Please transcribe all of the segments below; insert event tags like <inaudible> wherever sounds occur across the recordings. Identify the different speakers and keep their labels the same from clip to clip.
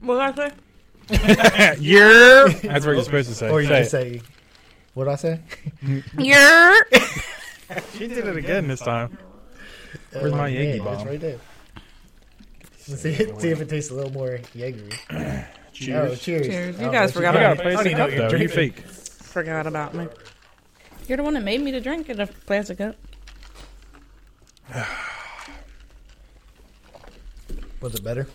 Speaker 1: What did I say?
Speaker 2: <laughs> You're. That's what you're supposed to say.
Speaker 3: Or you
Speaker 2: Say
Speaker 3: just
Speaker 2: it.
Speaker 3: say, what I say?
Speaker 1: You're.
Speaker 2: She did it again this time. <laughs> Where's
Speaker 3: Uh,
Speaker 2: my
Speaker 3: yeah,
Speaker 2: Yankee
Speaker 3: It's
Speaker 2: bomb?
Speaker 3: right there. Let's see, see if it tastes a little more
Speaker 2: <clears throat>
Speaker 3: Jaegery. Oh, cheers.
Speaker 1: Cheers. You
Speaker 3: Oh,
Speaker 1: guys
Speaker 3: she-
Speaker 1: forgot
Speaker 2: I
Speaker 1: about
Speaker 2: gotta
Speaker 1: me.
Speaker 2: place
Speaker 3: already
Speaker 2: it
Speaker 3: know
Speaker 2: up
Speaker 3: you're
Speaker 2: though. You
Speaker 3: drinking.
Speaker 2: fake.
Speaker 1: Forgot about me. You're the one that made me to drink in a plastic cup.
Speaker 3: Was it better?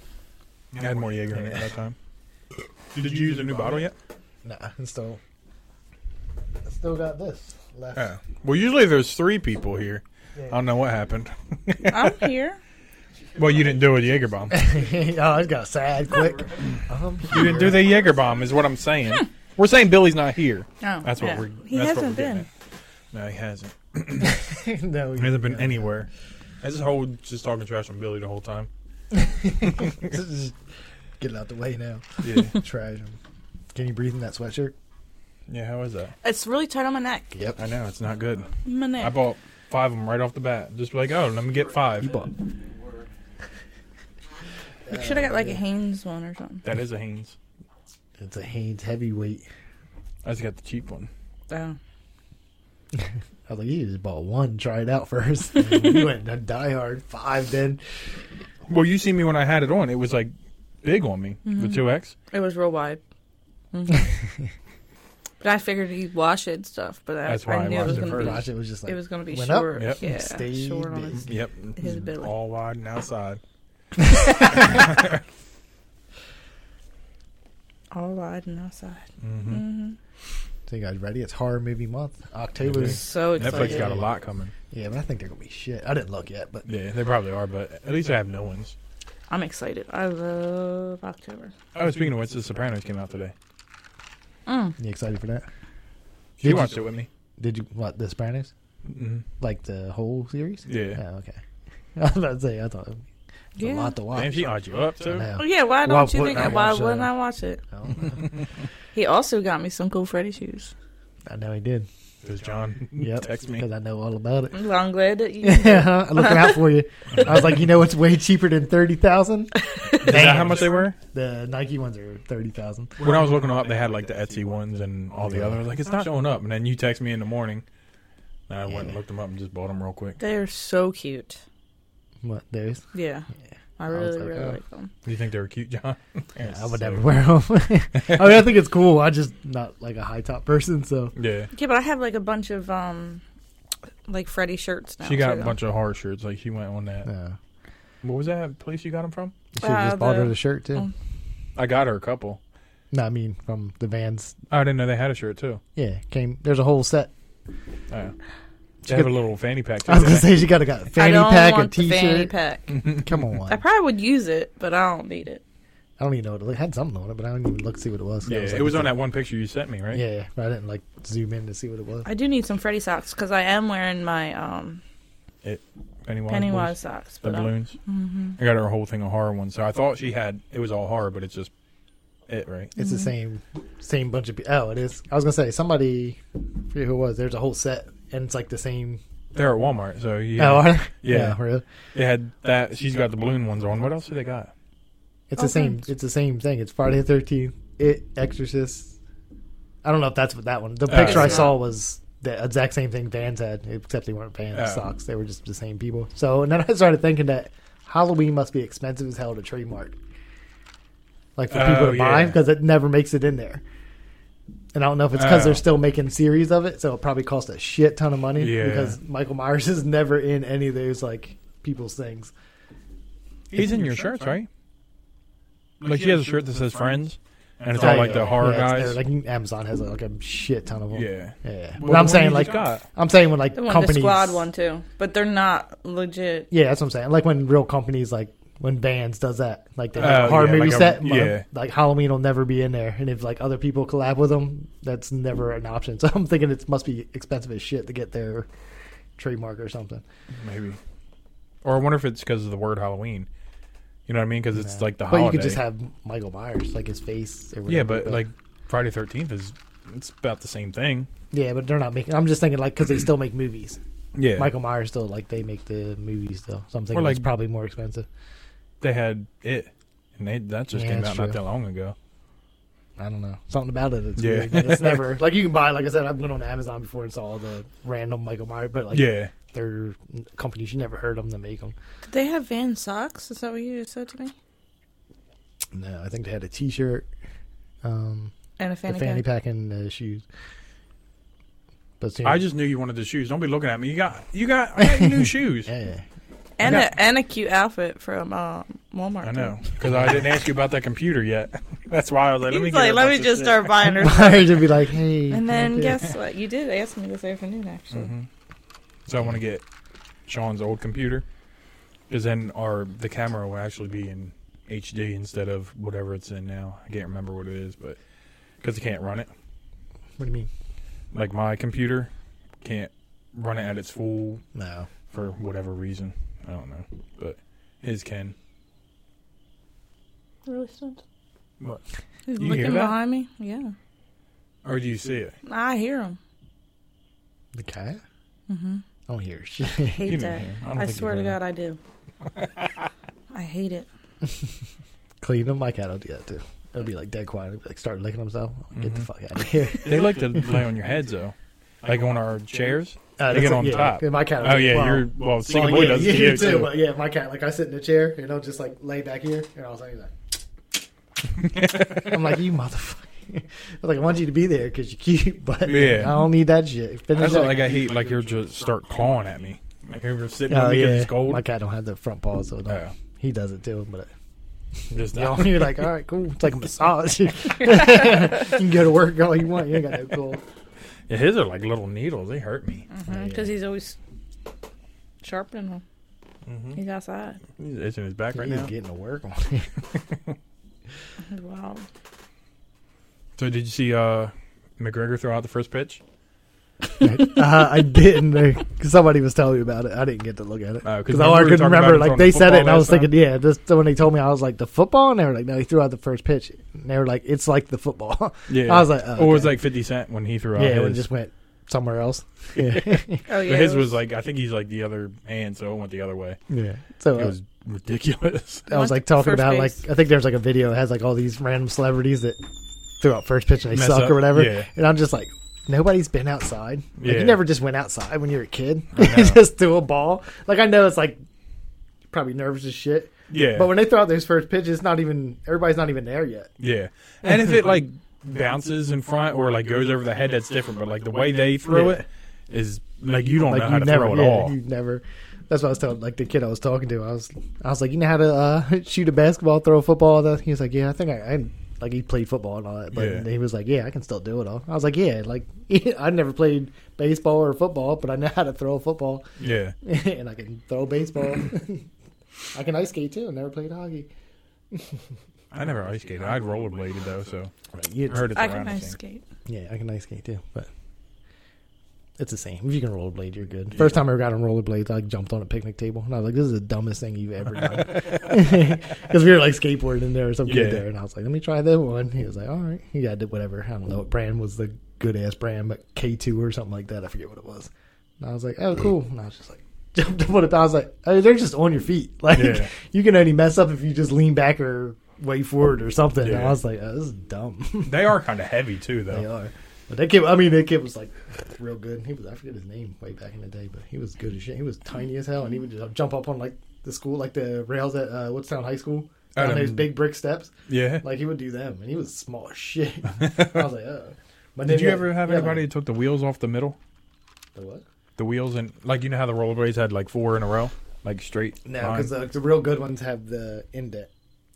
Speaker 2: I had more Jaeger in it that time. Did you use a new bottle yet?
Speaker 3: Nah, it's still. I still got this left.
Speaker 2: Yeah. Well, usually there's three people here. I don't know what happened. <laughs>
Speaker 1: <laughs> I'm here.
Speaker 2: well, you didn't do a Jaeger bomb.
Speaker 3: <laughs> oh, it got
Speaker 2: <laughs>
Speaker 3: sad quick. Um, <laughs>
Speaker 2: You didn't do the Jaeger bomb, is what I'm saying. We're saying Billy's not here.
Speaker 1: No,
Speaker 2: That's what we're.
Speaker 1: Hmm. Oh, He
Speaker 2: that's what
Speaker 1: hasn't
Speaker 2: we're getting
Speaker 1: been.
Speaker 2: at. No, he hasn't.
Speaker 3: no,
Speaker 2: He hasn't been anywhere. That's his whole just talking trash on Billy the whole time.
Speaker 3: Just get it out the way now.
Speaker 2: Yeah.
Speaker 3: Trash him. Can you breathe in that sweatshirt?
Speaker 2: <laughs> yeah. How is that?
Speaker 1: It's really tight on my neck.
Speaker 3: Yep.
Speaker 2: I know it's not good.
Speaker 1: My neck.
Speaker 2: I bought five of them right off the bat. Just like, oh, let me get five.
Speaker 1: You should have got like a Hanes one or something.
Speaker 2: That is a Hanes.
Speaker 3: It's a Hanes heavyweight.
Speaker 2: I just got the cheap one.
Speaker 1: Oh.
Speaker 3: I was like, you just bought one, try it
Speaker 2: <laughs>
Speaker 3: out first. you went to Die Hard five, then
Speaker 2: Well, you see me when I had it on. It was like big on me. The two X.
Speaker 1: It was real wide. Mm-hmm.
Speaker 2: <laughs>
Speaker 1: but I figured he'd wash it and stuff. But I,
Speaker 2: That's why
Speaker 1: I
Speaker 2: I
Speaker 1: knew it was
Speaker 2: washed it
Speaker 1: going to
Speaker 3: watch it was just
Speaker 1: be.
Speaker 3: like
Speaker 1: It was going to be
Speaker 3: went
Speaker 1: short.
Speaker 2: Yep.
Speaker 1: Yeah,
Speaker 3: Stayed
Speaker 1: short on
Speaker 3: big.
Speaker 1: his.
Speaker 2: Yep.
Speaker 1: His belly.
Speaker 2: All wide and outside.
Speaker 1: All Mm-hmm. wide and outside.
Speaker 2: Mm-hmm.
Speaker 3: So you guys ready? It's horror movie month. October's
Speaker 1: So
Speaker 2: Netflix
Speaker 1: excited.
Speaker 2: got a lot coming.
Speaker 3: yeah, but I think they're gonna be shit. I didn't look yet, but
Speaker 2: Yeah, they probably are, but at least I have no ones.
Speaker 1: I'm excited. I love October.
Speaker 2: Oh, speaking of which, The Sopranos came out today.
Speaker 1: Mm.
Speaker 3: you excited for that?
Speaker 2: You watched it with me.
Speaker 3: Did you what the Sopranos?
Speaker 2: Mhm.
Speaker 3: Like the whole series?
Speaker 2: Yeah.
Speaker 3: Oh, okay. <laughs> I was about to say I thought it was
Speaker 1: Yeah.
Speaker 3: a lot to watch.
Speaker 2: Damn, she eyed you up
Speaker 3: I
Speaker 2: too.
Speaker 1: Oh,
Speaker 3: know.
Speaker 1: yeah, why don't
Speaker 3: Why
Speaker 1: you
Speaker 3: wouldn't
Speaker 1: think?
Speaker 3: I
Speaker 1: Why
Speaker 3: watch, uh,
Speaker 1: wouldn't I watch it?
Speaker 3: I
Speaker 1: <laughs>
Speaker 3: don't know.
Speaker 1: He also got me some cool Freddy shoes.
Speaker 3: I know he did.
Speaker 2: It was John. <laughs>
Speaker 3: Yep.
Speaker 2: Text me.
Speaker 3: because I know all
Speaker 1: <laughs>
Speaker 3: about it.
Speaker 1: Well, I'm glad that you.
Speaker 3: <laughs> Yeah, I'm looking out for you. I was like, you know, it's way cheaper than
Speaker 1: <laughs>
Speaker 3: thirty thousand.
Speaker 2: Is that how much they were?
Speaker 3: The Nike ones are thirty thousand.
Speaker 2: When I was looking up, they had like the Etsy ones and all the others. Like it's not showing up. And then you text me in the morning, and I went and looked them up and just bought them real quick.
Speaker 1: They're so cute.
Speaker 3: What those?
Speaker 1: Yeah, I
Speaker 3: I
Speaker 1: really,
Speaker 3: was like,
Speaker 1: really
Speaker 3: oh.
Speaker 1: like them.
Speaker 2: Do you think they were cute,
Speaker 3: <laughs>
Speaker 2: John?
Speaker 3: I would never wear them. <laughs> I mean, I think it's cool. I just not like a high top person, so
Speaker 2: Yeah,
Speaker 1: Yeah, but I have like a bunch of um, like Freddy shirts now.
Speaker 2: she got
Speaker 1: too.
Speaker 2: a bunch of horror shirts. Like she went on that.
Speaker 3: yeah.
Speaker 2: What was that place you got them from?
Speaker 3: You should have
Speaker 1: Uh,
Speaker 3: just bought her
Speaker 1: the-
Speaker 3: the shirt too.
Speaker 1: Mm.
Speaker 2: I got her a couple.
Speaker 3: No, I mean from the Vans.
Speaker 2: I didn't know they had a shirt too.
Speaker 3: Yeah, came. There's a whole set.
Speaker 2: Oh.
Speaker 3: She
Speaker 2: They have a
Speaker 3: could-
Speaker 2: little fanny pack. Too,
Speaker 3: <laughs> I was gonna
Speaker 2: don't
Speaker 3: say she got a got a
Speaker 1: I
Speaker 3: fanny
Speaker 1: don't
Speaker 3: pack, a
Speaker 1: want the fanny
Speaker 3: t-shirt. Mm.
Speaker 1: pack.
Speaker 3: <laughs>
Speaker 1: <laughs>
Speaker 3: Come
Speaker 1: I
Speaker 3: on,
Speaker 1: probably would use it, but I don't need it.
Speaker 3: I don't even know what it looked. Had something on it, but I didn't even look to see what it was.
Speaker 2: they? Yeah, it was on that one picture you sent me, right?
Speaker 3: Yeah, but I didn't like zoom in to see what it was.
Speaker 1: I do need some Freddy socks because I am wearing my um
Speaker 2: Pennywise. boys.
Speaker 1: Pennywise socks. But
Speaker 2: The
Speaker 1: um, I'm-
Speaker 2: balloons. I got her a whole thing of horror ones. So I thought she had it was all horror, but it's just it, right?
Speaker 3: It's
Speaker 1: Mm.
Speaker 3: the same same bunch of people. Oh, it is. I was gonna say somebody. I forget who it was. There's a whole set, and it's like the same.
Speaker 2: They're at Walmart, so yeah.
Speaker 3: Yeah. Oh, are they?
Speaker 2: Yeah.
Speaker 3: really.
Speaker 2: They had that. She's got the balloon ones on. What else do they got?
Speaker 3: It's
Speaker 1: Okay.
Speaker 3: the same. It's the same thing. It's Friday the Thirteenth. It Exorcist. I don't know if that's what that one. The
Speaker 2: Oh,
Speaker 3: picture I
Speaker 1: it's
Speaker 3: saw
Speaker 1: not.
Speaker 3: was the exact same thing Vans had, except they weren't Vans
Speaker 2: Oh.
Speaker 3: socks. They were just the same people. So and then I started thinking that Halloween must be expensive as hell to trademark, like for people
Speaker 2: Oh,
Speaker 3: to buy
Speaker 2: yeah.
Speaker 3: because it never makes it in there. And I don't know if it's because
Speaker 2: Oh.
Speaker 3: they're still making series of it, so it probably cost a shit ton of money
Speaker 2: Yeah.
Speaker 3: because Michael Myers is never in any of those like people's things.
Speaker 2: He's in your shirts, right? Like she has a shirt that says Friends, and it's
Speaker 3: Oh,
Speaker 2: all like
Speaker 3: yeah.
Speaker 2: the horror
Speaker 3: Yeah, it's-
Speaker 2: guys.
Speaker 3: Like Amazon has like a shit ton of them.
Speaker 2: Yeah. Well,
Speaker 3: Yeah. but
Speaker 2: the
Speaker 3: I'm
Speaker 2: one
Speaker 3: saying
Speaker 2: you
Speaker 3: like
Speaker 2: just got.
Speaker 3: I'm saying when like
Speaker 1: The one,
Speaker 3: companies
Speaker 1: the squad one too, but they're not legit.
Speaker 3: Yeah, that's what I'm saying. Like when real companies like when Vans does that, like they
Speaker 2: Oh,
Speaker 3: have a horror
Speaker 2: yeah,
Speaker 3: movie
Speaker 2: like a-
Speaker 3: set, but,
Speaker 2: yeah.
Speaker 3: like Halloween will never be in there, and if like other people collab with them, that's never an option. <laughs> So I'm thinking it must be expensive as shit to get their trademark or something.
Speaker 2: Maybe. Or I wonder if it's because of the word Halloween. You know what I mean? Because it's like the
Speaker 3: but
Speaker 2: holiday.
Speaker 3: you could just have Michael Myers, like his face. Or
Speaker 2: yeah,
Speaker 3: whatever,
Speaker 2: but like Friday Thirteenth is it's about the same thing.
Speaker 3: yeah, but they're not making. I'm just thinking like because they still make movies.
Speaker 2: Yeah,
Speaker 3: Michael Myers still like they make the movies still, so I'm
Speaker 2: Or,
Speaker 3: thinking
Speaker 2: like-
Speaker 3: it's probably more expensive.
Speaker 2: they had it, and they, that just
Speaker 3: Yeah,
Speaker 2: came
Speaker 3: that's
Speaker 2: out
Speaker 3: true.
Speaker 2: not that long ago.
Speaker 3: I don't know. Something about it. It's
Speaker 2: Yeah.
Speaker 3: weird, but <laughs> it's never like you can buy. Like I said, I've been on Amazon before and saw all the random Michael Myers, but like
Speaker 2: yeah,
Speaker 3: they're companies you never heard of them that make them.
Speaker 1: Did they have Van socks? Is that what you just said to me?
Speaker 3: No, I think they had a T-shirt, um,
Speaker 1: And a
Speaker 3: the
Speaker 1: fanny,
Speaker 3: fanny
Speaker 1: pack.
Speaker 3: pack, and uh, shoes. But soon,
Speaker 2: I just knew you wanted the shoes. Don't be looking at me. You got you got, I got you <laughs> new shoes.
Speaker 3: yeah,
Speaker 1: And
Speaker 2: I got-
Speaker 1: a and a cute outfit from uh, Walmart.
Speaker 2: I
Speaker 1: too.
Speaker 2: know because I didn't ask you about that computer yet. <laughs> That's why I was like,
Speaker 1: He's
Speaker 2: let me get
Speaker 1: like,
Speaker 2: a
Speaker 1: let
Speaker 2: bunch
Speaker 1: me
Speaker 2: of
Speaker 1: just
Speaker 2: shit.
Speaker 1: start
Speaker 3: <laughs>
Speaker 1: buying
Speaker 2: <laughs>
Speaker 1: her. stuff.
Speaker 3: Myers would be like, hey,
Speaker 1: and then
Speaker 3: okay.
Speaker 1: guess what? You did ask me this afternoon, actually.
Speaker 2: Mhm. So I want to get Sean's old computer because then our the camera will actually be in HD instead of whatever it's in now. I can't remember what it is, but because I can't run it.
Speaker 3: What do you mean?
Speaker 2: Like my computer can't run it at its full
Speaker 3: No,
Speaker 2: for whatever reason. I don't know, but his can.
Speaker 1: Really stunned.
Speaker 2: Mm-hmm. What?
Speaker 1: He's
Speaker 2: You
Speaker 1: looking
Speaker 2: hear that?
Speaker 1: behind me. Yeah,
Speaker 2: Or do you see it?
Speaker 1: I hear him.
Speaker 3: the cat.
Speaker 1: Mm-hmm.
Speaker 3: I don't hear shit. <laughs>
Speaker 2: You
Speaker 1: Hate
Speaker 2: didn't
Speaker 1: that.
Speaker 2: hear. I don't
Speaker 1: I,
Speaker 2: think you
Speaker 1: swear to
Speaker 2: heard him.
Speaker 1: God, I do.
Speaker 2: <laughs>
Speaker 1: I hate it.
Speaker 3: Clean them. My cat will do that too. It'll be like dead quiet. It'll be like start licking himself. Get the
Speaker 2: Mhm.
Speaker 3: fuck out of here.
Speaker 2: They like to lay on your heads though, like on our chairs.
Speaker 3: Uh,
Speaker 2: They get
Speaker 3: that's-
Speaker 2: on
Speaker 3: yeah,
Speaker 2: top.
Speaker 3: My cat. will
Speaker 2: Oh
Speaker 3: do-
Speaker 2: yeah,
Speaker 3: well,
Speaker 2: you're well.
Speaker 3: Well,
Speaker 2: Singing boy does it to
Speaker 3: <laughs>
Speaker 2: you too.
Speaker 3: But Oh, yeah, my cat, like I sit in a chair and I'll just like lay back here and I was like, I'm like, you motherfucker. <laughs> I was like, I want you to be there because you're cute, <laughs> but
Speaker 2: Yeah.
Speaker 3: I don't need that shit. Finish
Speaker 2: That's
Speaker 3: that.
Speaker 2: what, like I hate like you'll just start clawing at me. Like you're just sitting
Speaker 3: oh
Speaker 2: on me 'cause
Speaker 3: yeah,
Speaker 2: it's cold.
Speaker 3: my cat don't have the front paws, so no.
Speaker 2: Oh,
Speaker 3: he does it too.
Speaker 2: <laughs>
Speaker 3: But
Speaker 2: just
Speaker 3: you know,
Speaker 2: that.
Speaker 3: you're like, all right, cool. It's like a massage. <laughs> you can go to work all you want. You ain't got no cool.
Speaker 2: <laughs> Yeah, his are like little needles. They hurt me.
Speaker 1: Because
Speaker 3: yeah.
Speaker 1: Mm-hmm. he's always sharpening them.
Speaker 2: Mm-hmm.
Speaker 1: He's outside.
Speaker 2: He's itching his back right
Speaker 3: He's
Speaker 2: now.
Speaker 3: getting to work on it.
Speaker 1: Wow.
Speaker 2: <laughs> So did you see uh, McGregor throw out the first pitch?
Speaker 3: <laughs> uh, I didn't because somebody was telling me about it. I didn't get to look at it
Speaker 2: Oh, 'cause
Speaker 3: because
Speaker 2: remember
Speaker 3: all I
Speaker 2: we were
Speaker 3: could
Speaker 2: talking about
Speaker 3: remember,
Speaker 2: him
Speaker 3: like
Speaker 2: throwing
Speaker 3: they
Speaker 2: the
Speaker 3: said it, and I
Speaker 2: football
Speaker 3: was
Speaker 2: last
Speaker 3: thinking, yeah, this. When they told me, I was like, the football, and they were like, no, he threw out the first pitch. And they were like, it's like the football. <laughs>
Speaker 2: Yeah,
Speaker 3: I was like, oh,
Speaker 2: or it was
Speaker 3: okay.
Speaker 2: like Fifty Cent when he threw out
Speaker 3: yeah,
Speaker 2: his.
Speaker 3: it just went somewhere else. Yeah,
Speaker 1: Oh
Speaker 2: But
Speaker 1: yeah.
Speaker 2: his was like I think he's like the other hand, so it went the other way.
Speaker 3: yeah. So uh,
Speaker 2: It was ridiculous.
Speaker 3: I was like talking about like I think there's like a video that has like all these random celebrities that threw out first pitch and they
Speaker 2: Mess
Speaker 3: suck
Speaker 2: up.
Speaker 3: or whatever,
Speaker 2: Yeah.
Speaker 3: and I'm just like. Nobody's been outside. Like,
Speaker 2: Yeah.
Speaker 3: You never just went outside when <laughs> you were a kid.
Speaker 2: I know.
Speaker 3: just threw a ball. Like I know it's like probably nervous as shit,
Speaker 2: Yeah,
Speaker 3: But when they throw out those first pitches, it's not even everybody's not even there yet.
Speaker 2: yeah.
Speaker 3: <laughs>
Speaker 2: And if it like bounces in front or like goes over the head, that's different. But like the way they throw
Speaker 3: Yeah.
Speaker 2: it is like you don't
Speaker 3: Like
Speaker 2: know
Speaker 3: you
Speaker 2: how to
Speaker 3: never,
Speaker 2: throw it
Speaker 3: yeah,
Speaker 2: all.
Speaker 3: you never. That's what I was telling like the kid I was talking to. I was I was like, you know how to uh, <laughs> shoot a basketball, throw a football. That he was like, yeah, I think I, I like he played football and all that. But
Speaker 2: Yeah.
Speaker 3: he was like, yeah, I can still do it all. I was like, yeah, like <laughs> I never played baseball or football, but I know how to throw a football <laughs>
Speaker 2: Yeah.
Speaker 3: and I can throw a baseball. <laughs> I can ice skate too. I never played hockey.
Speaker 2: I never ice skated. I rollerbladed though, so
Speaker 3: You-
Speaker 2: I heard it's
Speaker 1: I
Speaker 2: around
Speaker 1: can
Speaker 2: the
Speaker 1: ice
Speaker 2: same.
Speaker 1: skate.
Speaker 3: Yeah, I can ice skate too, but it's the same. If you can rollerblade, you're good. First time I ever got on rollerblades, I like, jumped on a picnic table, and I was like, "This is the dumbest thing you've ever done."
Speaker 2: <laughs>
Speaker 3: <laughs> Because we were like skateboarding in there or something
Speaker 2: Yeah.
Speaker 3: there, and I was like, "Let me try that one." He was like, "All right, yeah, I did whatever." I don't know what brand was the good ass brand, but K two or something like that. I forget what it was. And I was like, "Oh, cool." And I was just like. <laughs> Jumped up on it. I was like, oh, they're just on your feet. <laughs> Like
Speaker 2: Yeah.
Speaker 3: you can only mess up if you just lean back or way forward or something. And
Speaker 2: Yeah.
Speaker 3: I was like, oh, this is dumb.
Speaker 2: They are kind of heavy too,
Speaker 3: They
Speaker 2: though.
Speaker 3: are. But that kid, I mean, that kid was like real good. He was, I forget his name way back in the day, but he was good as shit. He was tiny as hell, and he would just jump up on like the school, like the rails at uh, Woodstown High School, on
Speaker 2: Um,
Speaker 3: those big brick steps.
Speaker 2: Yeah.
Speaker 3: Like he would do them, and he was small
Speaker 2: <laughs>
Speaker 3: as shit. I was like, oh. But
Speaker 2: Did
Speaker 3: then,
Speaker 2: you
Speaker 3: yeah,
Speaker 2: ever have
Speaker 3: yeah,
Speaker 2: anybody that took the wheels off the middle?
Speaker 3: The what?
Speaker 2: The wheels and like you know how the rollerblades had like four in a row, like straight.
Speaker 3: No,
Speaker 2: line?
Speaker 3: because the real good ones have the indent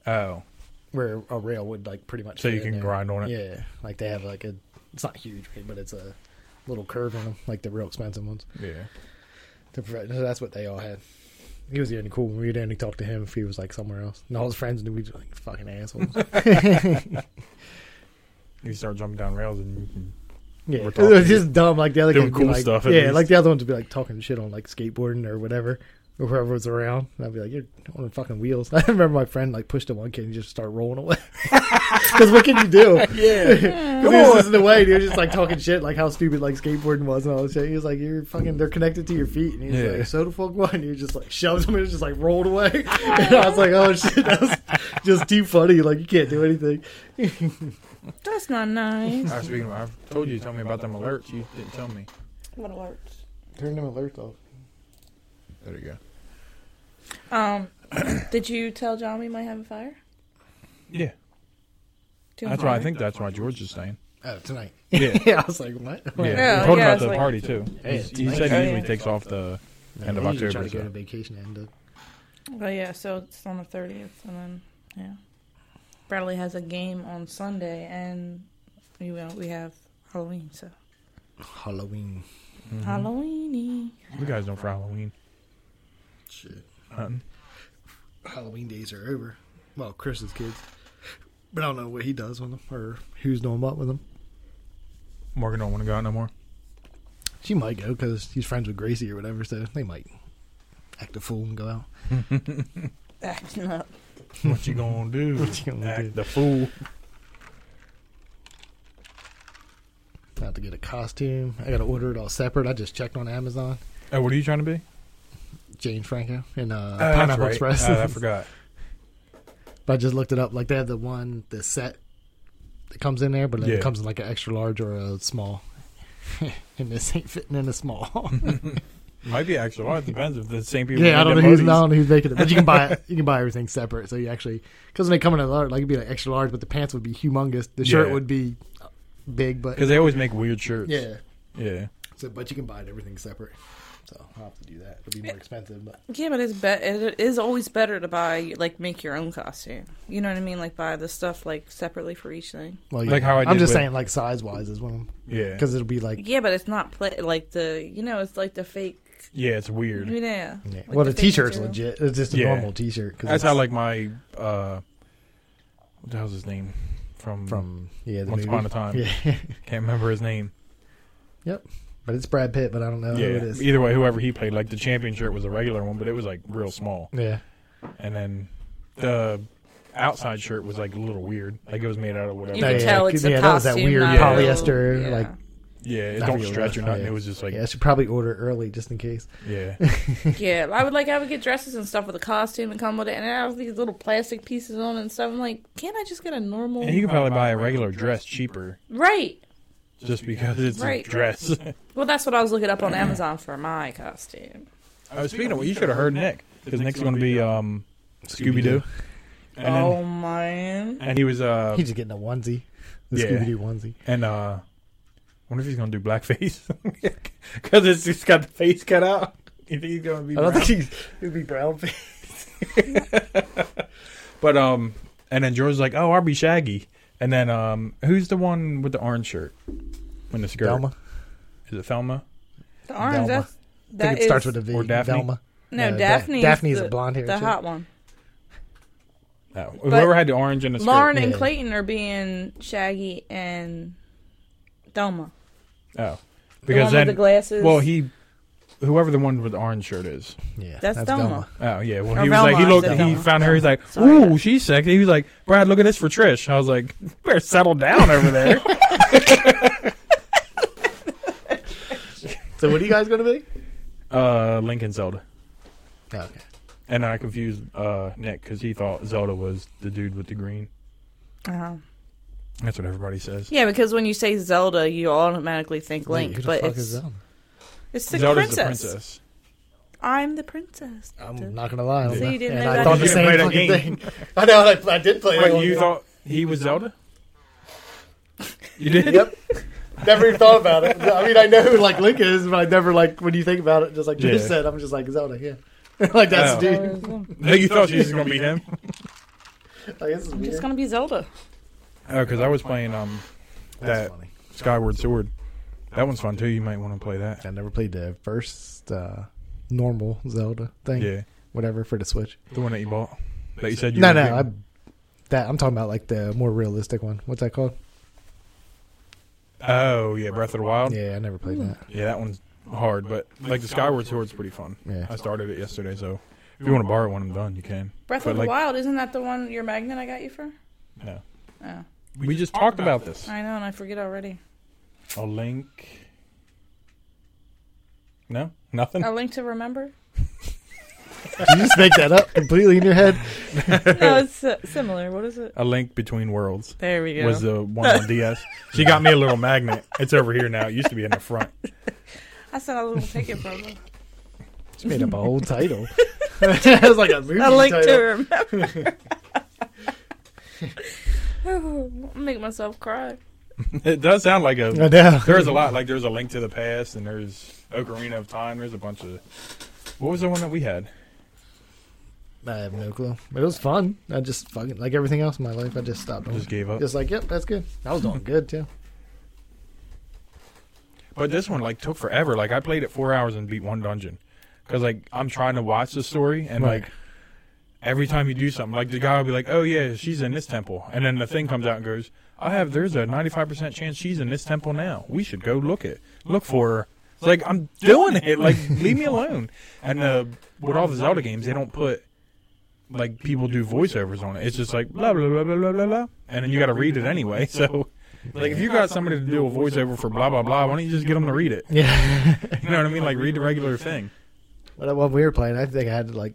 Speaker 2: oh,
Speaker 3: where a rail would like pretty much.
Speaker 2: so
Speaker 3: fit
Speaker 2: you
Speaker 3: in
Speaker 2: can
Speaker 3: there.
Speaker 2: grind on it.
Speaker 3: Yeah, like they have like a. It's not huge, right, but it's a little curve in them, like the real expensive ones.
Speaker 2: Yeah.
Speaker 3: The fr- so that's what they all had. He was the only cool one. We'd only talk to him if he was like somewhere else. And all his friends knew we were like fucking assholes.
Speaker 2: You start jumping down rails and you can,
Speaker 3: yeah, <laughs>
Speaker 2: We're
Speaker 3: it
Speaker 2: talking
Speaker 3: was just dumb. Like the other
Speaker 2: doing
Speaker 3: kids would be
Speaker 2: cool
Speaker 3: like,
Speaker 2: stuff, at
Speaker 3: Yeah,
Speaker 2: least.
Speaker 3: like the other ones would be like talking shit on like skateboarding or whatever. or whoever was around. And I'd be like, "You're on fucking wheels." <laughs> I remember my friend like pushed the one kid and he just started rolling away. <laughs> Because what can you
Speaker 2: <laughs>
Speaker 3: do? <laughs>
Speaker 2: Yeah.
Speaker 3: Because he was just in the way. And he was just like talking shit, like how stupid like skateboarding was and all that shit. He was like, "You're fucking. They're connected to your feet." And he was
Speaker 2: Yeah.
Speaker 3: like, "So the fuck what?" And he just like shoved him and just like rolled away. <laughs> and I was like, "Oh shit, that was just too funny. Like you can't do anything."
Speaker 1: That's not nice.
Speaker 2: <laughs> I, speaking of, I've told you to tell me about them alerts. You didn't tell me.
Speaker 1: what alerts?
Speaker 3: Turn them alerts off.
Speaker 4: There you go.
Speaker 2: <clears throat>
Speaker 1: Um, did you tell John we might have a fire?
Speaker 2: Yeah,
Speaker 1: Too
Speaker 2: that's why I think that's why George is staying.
Speaker 3: Oh, tonight.
Speaker 2: Yeah.
Speaker 3: <laughs> yeah, I was like, "What?"
Speaker 2: Yeah,
Speaker 1: Yeah,
Speaker 2: we told
Speaker 1: yeah,
Speaker 2: him about
Speaker 1: it's
Speaker 2: the
Speaker 1: like-
Speaker 2: party too.
Speaker 3: Hey,
Speaker 2: He's- he
Speaker 3: it's
Speaker 2: said
Speaker 3: nice.
Speaker 2: he usually takes off the end of
Speaker 3: I usually Try
Speaker 2: October.
Speaker 3: to go on
Speaker 2: So.
Speaker 3: vacation end of
Speaker 1: Well, yeah, so it's on the 30th, and then, yeah. Bradley has a game on Sunday, and we, will- we have Halloween, so.
Speaker 3: Halloween. Mm-hmm.
Speaker 1: Halloweeny.
Speaker 2: You guys know for Halloween.
Speaker 3: Shit.
Speaker 2: Nothing.
Speaker 3: Halloween days are over. Well, Chris's kids. But I don't know what he does with them or who's doing what with them.
Speaker 2: Morgan don't want to go out no more. <laughs>
Speaker 3: She might go because he's friends with Gracie or whatever, so they might act a fool and go out.
Speaker 1: Acting up.
Speaker 2: What you gonna do?
Speaker 3: <laughs> What you gonna
Speaker 2: Act
Speaker 3: do?
Speaker 2: the fool.
Speaker 3: I have to get a costume. I got to order it all separate. I just checked on Amazon.
Speaker 2: Oh, what are you trying to be?
Speaker 3: James Franco and uh,
Speaker 2: Oh, that's
Speaker 3: Pineapple
Speaker 2: right.
Speaker 3: Express.
Speaker 2: Oh, I
Speaker 3: <laughs>
Speaker 2: forgot.
Speaker 3: but I just looked it up. Like they have the one, the set that comes in there, but then
Speaker 2: Yeah.
Speaker 3: it comes in like an extra large or a small. <laughs> and this ain't fitting in
Speaker 2: <laughs>
Speaker 3: a small.
Speaker 2: Might be actually. Well, it depends if the same people.
Speaker 3: Yeah,
Speaker 2: made
Speaker 3: I don't
Speaker 2: the
Speaker 3: know who's I
Speaker 2: movies.
Speaker 3: don't know who's making it, but you can buy
Speaker 2: <laughs>
Speaker 3: you can buy everything separate. So you actually because when they come in a large, like it'd be like extra large, but the pants would be humongous. The shirt
Speaker 2: Yeah.
Speaker 3: would be big, but
Speaker 2: Because they always make weird shirts.
Speaker 3: yeah.
Speaker 2: Yeah.
Speaker 3: So but you can buy it everything separate. So I'll have to do that. It'll be more expensive, but
Speaker 1: Yeah, but it's be- it is always better to buy, like, make your own costume. You know what I mean? Like, buy the stuff, like, separately for each thing.
Speaker 3: well, yeah.
Speaker 2: Like how I
Speaker 3: am
Speaker 2: did
Speaker 3: just
Speaker 2: with-
Speaker 3: saying, like size wise is one
Speaker 2: Yeah.
Speaker 3: because it'll be like
Speaker 1: Yeah, but it's not, play- like, the, you know, it's like the fake.
Speaker 2: Yeah, it's weird.
Speaker 1: Yeah.
Speaker 3: yeah.
Speaker 1: Like
Speaker 3: well, the
Speaker 1: fake
Speaker 3: t-shirt's
Speaker 1: material.
Speaker 3: legit. It's just a
Speaker 2: Yeah.
Speaker 3: normal t-shirt. Cause
Speaker 2: That's
Speaker 3: it's
Speaker 2: how like my uh, what the hell's his name from
Speaker 3: from yeah the
Speaker 2: Mm. Once
Speaker 3: movie.
Speaker 2: Upon a Time.
Speaker 3: <laughs> Yeah,
Speaker 2: Can't remember his name.
Speaker 3: but it's Brad Pitt, but I don't know who it
Speaker 2: yeah.
Speaker 3: is.
Speaker 2: Either way, whoever he played, like the champion shirt was a regular one, but it was like real small.
Speaker 3: Yeah,
Speaker 2: And then the outside shirt was like a little weird. Like it was made out of whatever.
Speaker 1: You
Speaker 3: Yeah,
Speaker 1: can
Speaker 3: yeah.
Speaker 1: tell it's a
Speaker 3: Yeah, that was
Speaker 1: costume.
Speaker 3: that weird
Speaker 1: not a-
Speaker 3: polyester, like,
Speaker 2: Yeah, it
Speaker 3: I
Speaker 2: don't
Speaker 3: forget
Speaker 2: stretch or
Speaker 3: what it was.
Speaker 2: nothing.
Speaker 3: oh, Yeah.
Speaker 2: It was just like
Speaker 3: yeah. I should probably order early just in case. <laughs>
Speaker 2: yeah.
Speaker 1: Yeah, I would like I would get dresses and stuff with a costume and come with it, and I have these little plastic pieces on and stuff. I'm like, can't I just get a normal?
Speaker 2: and you can probably buy a regular dress cheaper
Speaker 1: right.
Speaker 2: just because it's
Speaker 1: Right.
Speaker 2: a dress. <laughs>
Speaker 1: Well, that's what I was looking up on Amazon for my costume.
Speaker 2: Uh, speaking of, you should have heard Nick because Nick's going to be um, Scooby Doo, and then,
Speaker 1: uh, oh man,
Speaker 2: and he was uh,
Speaker 3: He's just getting a onesie, the
Speaker 2: Yeah.
Speaker 3: Scooby Doo onesie.
Speaker 2: and uh, I wonder if he's going to do blackface <laughs> because it's just got the face cut out. You think he's going to be?
Speaker 3: I don't
Speaker 2: brown?
Speaker 3: think he's it'd be brown <laughs> face.
Speaker 2: But um, and then George's like, "Oh, I'll be Shaggy." And then um, who's the one with the orange shirt? When the skirt
Speaker 3: Velma.
Speaker 2: is it Thelma?
Speaker 1: the orange.
Speaker 3: Velma.
Speaker 1: That's,
Speaker 3: I think
Speaker 1: that
Speaker 3: it starts
Speaker 1: is-
Speaker 3: with a V.
Speaker 2: or Daphne?
Speaker 3: Velma.
Speaker 1: no,
Speaker 3: Da-
Speaker 1: Daphne.
Speaker 3: Daphne is
Speaker 1: the,
Speaker 3: a blonde hair.
Speaker 1: the
Speaker 3: chick.
Speaker 1: hot one.
Speaker 2: No. Oh, Whoever had the orange and the skirt.
Speaker 1: Lauren and
Speaker 3: Yeah.
Speaker 1: Clayton are being Shaggy and Delma.
Speaker 2: Oh,
Speaker 1: The one
Speaker 2: because then
Speaker 1: with the glasses.
Speaker 2: well he, whoever the one with the orange shirt is.
Speaker 3: Yeah,
Speaker 1: That's Velma. <laughs>
Speaker 2: Oh yeah, well
Speaker 1: Or
Speaker 2: he was
Speaker 1: Velma,
Speaker 2: like he
Speaker 1: I
Speaker 2: looked
Speaker 1: said
Speaker 2: he
Speaker 1: Velma.
Speaker 2: found her he's like,
Speaker 1: Sorry.
Speaker 2: "Ooh, she's sexy." He was like, "Brad, look at this for Trish." I was like, "You "Better settle down over there."
Speaker 1: <laughs>
Speaker 3: So what are you guys gonna be?
Speaker 2: uh, Lincoln Zelda.
Speaker 3: Oh, okay.
Speaker 2: And I confused uh, Nick because he thought Zelda was the dude with the green.
Speaker 1: Uh-huh.
Speaker 2: That's what everybody says.
Speaker 1: Yeah, because when you say Zelda, you automatically think
Speaker 3: Wait,
Speaker 1: Link,
Speaker 3: who the
Speaker 1: but
Speaker 3: fuck
Speaker 1: it's
Speaker 3: is Velma?
Speaker 1: it's the
Speaker 2: Zelda's
Speaker 1: princess.
Speaker 2: the princess.
Speaker 1: I'm the princess.
Speaker 3: I'm not gonna lie. I don't
Speaker 1: So you didn't
Speaker 3: and
Speaker 1: know
Speaker 3: I
Speaker 1: that
Speaker 3: thought
Speaker 1: either.
Speaker 3: the same
Speaker 2: You didn't play
Speaker 3: fucking
Speaker 2: that
Speaker 3: thing. <laughs> I know. I, I did play.
Speaker 2: Wait,
Speaker 3: that
Speaker 2: you
Speaker 3: one.
Speaker 2: thought he was Zelda? <laughs> You did?
Speaker 3: Yep. <laughs> never even thought about it. I mean, I know who like Link is, but I never like when you think about it. Just like you
Speaker 2: Yeah.
Speaker 3: said, I'm just like Zelda. Yeah, <laughs> like that's
Speaker 2: Oh.
Speaker 3: the dude.
Speaker 1: I'm
Speaker 2: No, you thought she was gonna be him?
Speaker 3: Like, this is weird.
Speaker 1: just gonna be Zelda.
Speaker 2: Oh, because I was playing um
Speaker 3: That's
Speaker 2: that
Speaker 3: funny.
Speaker 2: Skyward Sword. That one's fun too. You might want to play that.
Speaker 3: I never played the first uh, normal Zelda thing.
Speaker 2: Yeah,
Speaker 3: Whatever for the Switch.
Speaker 2: the one that you bought. That you said you
Speaker 3: No,
Speaker 2: were
Speaker 3: no,
Speaker 2: getting.
Speaker 3: I, that I'm talking about like the more realistic one. What's that called?
Speaker 2: Oh yeah, Breath of the Wild. Yeah, hmm.
Speaker 3: Yeah, I never played that.
Speaker 2: that one's hard, but like the Skyward Sword's pretty fun.
Speaker 3: Yeah.
Speaker 2: I started it yesterday, so if you want to borrow one, I'm done. You can.
Speaker 1: Breath
Speaker 2: But,
Speaker 1: of the
Speaker 2: like-
Speaker 1: Wild, isn't that the one your magnet I got you for?
Speaker 2: No,
Speaker 1: Oh,
Speaker 2: we just talked about this.
Speaker 1: I know, and I forget already.
Speaker 2: A link. No, nothing. <laughs>
Speaker 1: A link to remember?
Speaker 3: Did you just make that up completely in your head?
Speaker 1: no, it's uh, similar. What is it?
Speaker 2: A link between worlds
Speaker 1: There we go.
Speaker 2: was the one on DS. She got me a little magnet. It's over here now. It used to be in the front.
Speaker 1: I sent a little ticket for them.
Speaker 3: Just made up a whole title. <laughs> it was like a movie
Speaker 1: a link to
Speaker 3: title.
Speaker 1: remember. Ooh, <laughs> Make myself cry.
Speaker 2: It does sound like
Speaker 3: I
Speaker 2: a.
Speaker 3: know.
Speaker 2: There's a lot. Like there's a link to the past, and there's Ocarina of Time. There's a bunch of. What was the one that we had?
Speaker 3: I have no clue. But it was fun. I just fucking like everything else in my life. I just stopped.
Speaker 2: Just gave up.
Speaker 3: Just like, yep, that's good. I was doing good too.
Speaker 2: But this one like took forever. Like I played it four hours and beat one dungeon, because like I'm trying to watch the story and
Speaker 3: Right.
Speaker 2: like every time you do something, like the guy will be like, "Oh yeah, she's in this temple," and then the thing comes out and goes, "I have there's a 95 percent chance she's in this temple now. We should go look it, look for her." It's like I'm doing it. Like leave me alone. And uh, with all the Zelda games, they don't put like people do voiceovers on it. It's just like blah blah blah blah blah blah, blah. and then you got to read it anyway. <laughs> So. Like if you got somebody to do a voiceover for blah blah blah, why don't you just get them to read it? <laughs>
Speaker 3: Yeah. <laughs>
Speaker 2: You know what I mean? Like read the regular thing.
Speaker 3: But when we were playing, I think I had to like,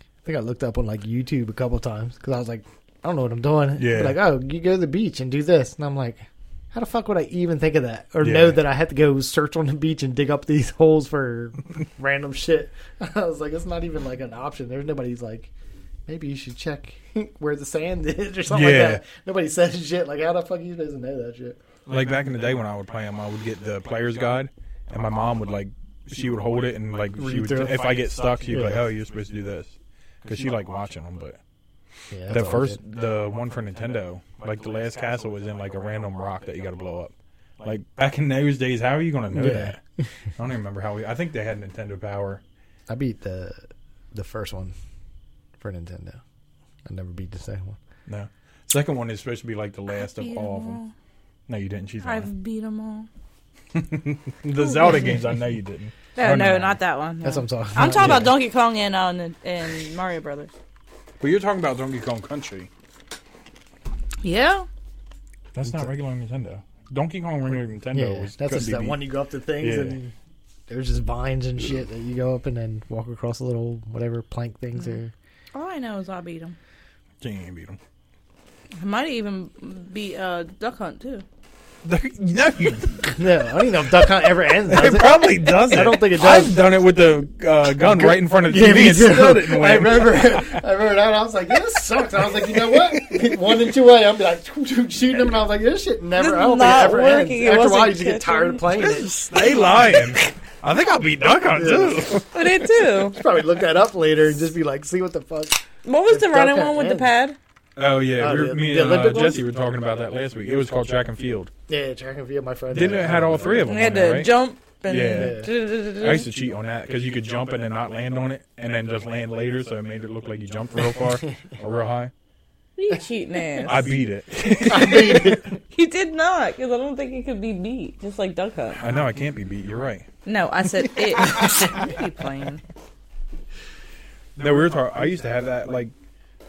Speaker 3: I think I looked up on like YouTube a couple times because I was like, I don't know what I'm doing.
Speaker 2: Yeah.
Speaker 3: They're Like, oh, you go to the beach and do this, and I'm like, how the fuck would I even think of that or
Speaker 2: Yeah.
Speaker 3: know that I had to go search on the beach and dig up these <laughs> holes for random shit? <laughs> I was like, it's not even like an option. There's nobody's like. Maybe you should check <laughs> where the sand is <laughs> or something
Speaker 2: Yeah.
Speaker 3: like that. Nobody says shit. Like, how the fuck you supposed to know that shit?
Speaker 2: Like back in the day when I would play them, I would get the player's guide, and my mom would like she would hold it and like she
Speaker 3: Read
Speaker 2: would
Speaker 3: through it.
Speaker 2: if I get stuck, she'd be like,
Speaker 3: Yeah.
Speaker 2: "Oh, you're supposed to do this," because she liked watching them. But
Speaker 3: Yeah,
Speaker 2: the
Speaker 3: that's all
Speaker 2: first,
Speaker 3: good.
Speaker 2: the one for Nintendo, like the last castle was in like a random rock that you got to blow up. Like back in those days, how are you gonna know
Speaker 3: Yeah.
Speaker 2: that? I don't even remember how we. I think they had Nintendo Power.
Speaker 3: I beat the the first one for Nintendo. I never beat the second one.
Speaker 2: No, second one is supposed to be like the last of
Speaker 1: Beat
Speaker 2: all of
Speaker 1: 'em
Speaker 2: them. No, you didn't. She's
Speaker 1: all.
Speaker 2: lying.
Speaker 1: I've beat them all.
Speaker 2: The Zelda games, I know you didn't.
Speaker 1: No,
Speaker 2: Or
Speaker 1: no,
Speaker 2: no.
Speaker 1: not that one. no.
Speaker 3: That's what I'm talking.
Speaker 1: I'm talking
Speaker 3: Yeah.
Speaker 1: about Donkey Kong and on and Mario Brothers.
Speaker 2: <laughs> But you're talking about Donkey Kong Country.
Speaker 1: Yeah,
Speaker 2: That's not regular Nintendo. Donkey Kong regular Nintendo
Speaker 3: yeah,
Speaker 2: was
Speaker 3: that's
Speaker 2: couldn't
Speaker 3: just
Speaker 2: be
Speaker 3: that
Speaker 2: beat.
Speaker 3: one you go up to things
Speaker 2: Yeah.
Speaker 3: and there's just vines and shit that you go up and then walk across the little whatever plank things
Speaker 1: <laughs>
Speaker 3: or
Speaker 1: all I know is I beat them.
Speaker 2: You ain't beat 'em.
Speaker 1: I might even beat uh, Duck Hunt too.
Speaker 2: <laughs> no,
Speaker 3: <laughs>
Speaker 2: you-
Speaker 3: <laughs> no, I don't even know if Duck Hunt ever ends.
Speaker 2: <laughs>
Speaker 3: Does
Speaker 2: it
Speaker 3: it?
Speaker 2: probably doesn't.
Speaker 3: I don't think it does.
Speaker 2: I've done it with the
Speaker 3: <laughs>
Speaker 2: uh, gun right in front of the
Speaker 3: Yeah,
Speaker 2: TV
Speaker 3: me
Speaker 2: and
Speaker 3: too.
Speaker 2: still didn't
Speaker 3: I
Speaker 2: win. <laughs>
Speaker 3: remember, I remember that. I was like, "Yeah, "This sucks." I was like, "You
Speaker 2: <laughs>
Speaker 3: know what? One and two away." I'm like shooting them, and I was like, "This shit never."
Speaker 1: This
Speaker 3: I
Speaker 1: is
Speaker 3: don't think
Speaker 1: not
Speaker 3: it ever
Speaker 1: working.
Speaker 3: ends.
Speaker 1: It
Speaker 3: After a while,
Speaker 1: wasn't
Speaker 3: you just get tired
Speaker 1: catching.
Speaker 3: of playing
Speaker 1: <laughs>
Speaker 3: it.
Speaker 2: Stay lying. I think I beat Duck Hunt too.
Speaker 1: I did <laughs> too.
Speaker 3: Probably look that up later and just be like, "See what the fuck."
Speaker 1: What was the
Speaker 3: Duck
Speaker 1: running
Speaker 3: Hunt
Speaker 1: one with the
Speaker 3: ends.
Speaker 1: pad?
Speaker 2: <laughs> Oh yeah,
Speaker 3: Oh,
Speaker 2: we were,
Speaker 3: the-
Speaker 2: me
Speaker 3: the
Speaker 2: and uh,
Speaker 3: Olympic
Speaker 2: Jesse were
Speaker 3: ones?
Speaker 2: talking about that last week. It was called track and field.
Speaker 3: Yeah, track and field, my friend.
Speaker 2: Didn't it had all three of
Speaker 1: We
Speaker 2: them?
Speaker 1: had
Speaker 2: on there,
Speaker 1: to
Speaker 2: right?
Speaker 1: jump and.
Speaker 2: Yeah.
Speaker 1: <laughs>
Speaker 2: I used
Speaker 1: Yeah.
Speaker 2: to cheat on that because you could jump and then not land on it, and then just land later, so it made it look like you jumped real <laughs> far or real high.
Speaker 1: You cheating ass.
Speaker 2: I beat it.
Speaker 1: You did not, because I don't think it could be beat, just like Duck Hunt.
Speaker 2: I know I can't be beat. You're right.
Speaker 1: No, I <laughs> said it. what are you playing?
Speaker 2: No, we were talking. I used to have that. Like,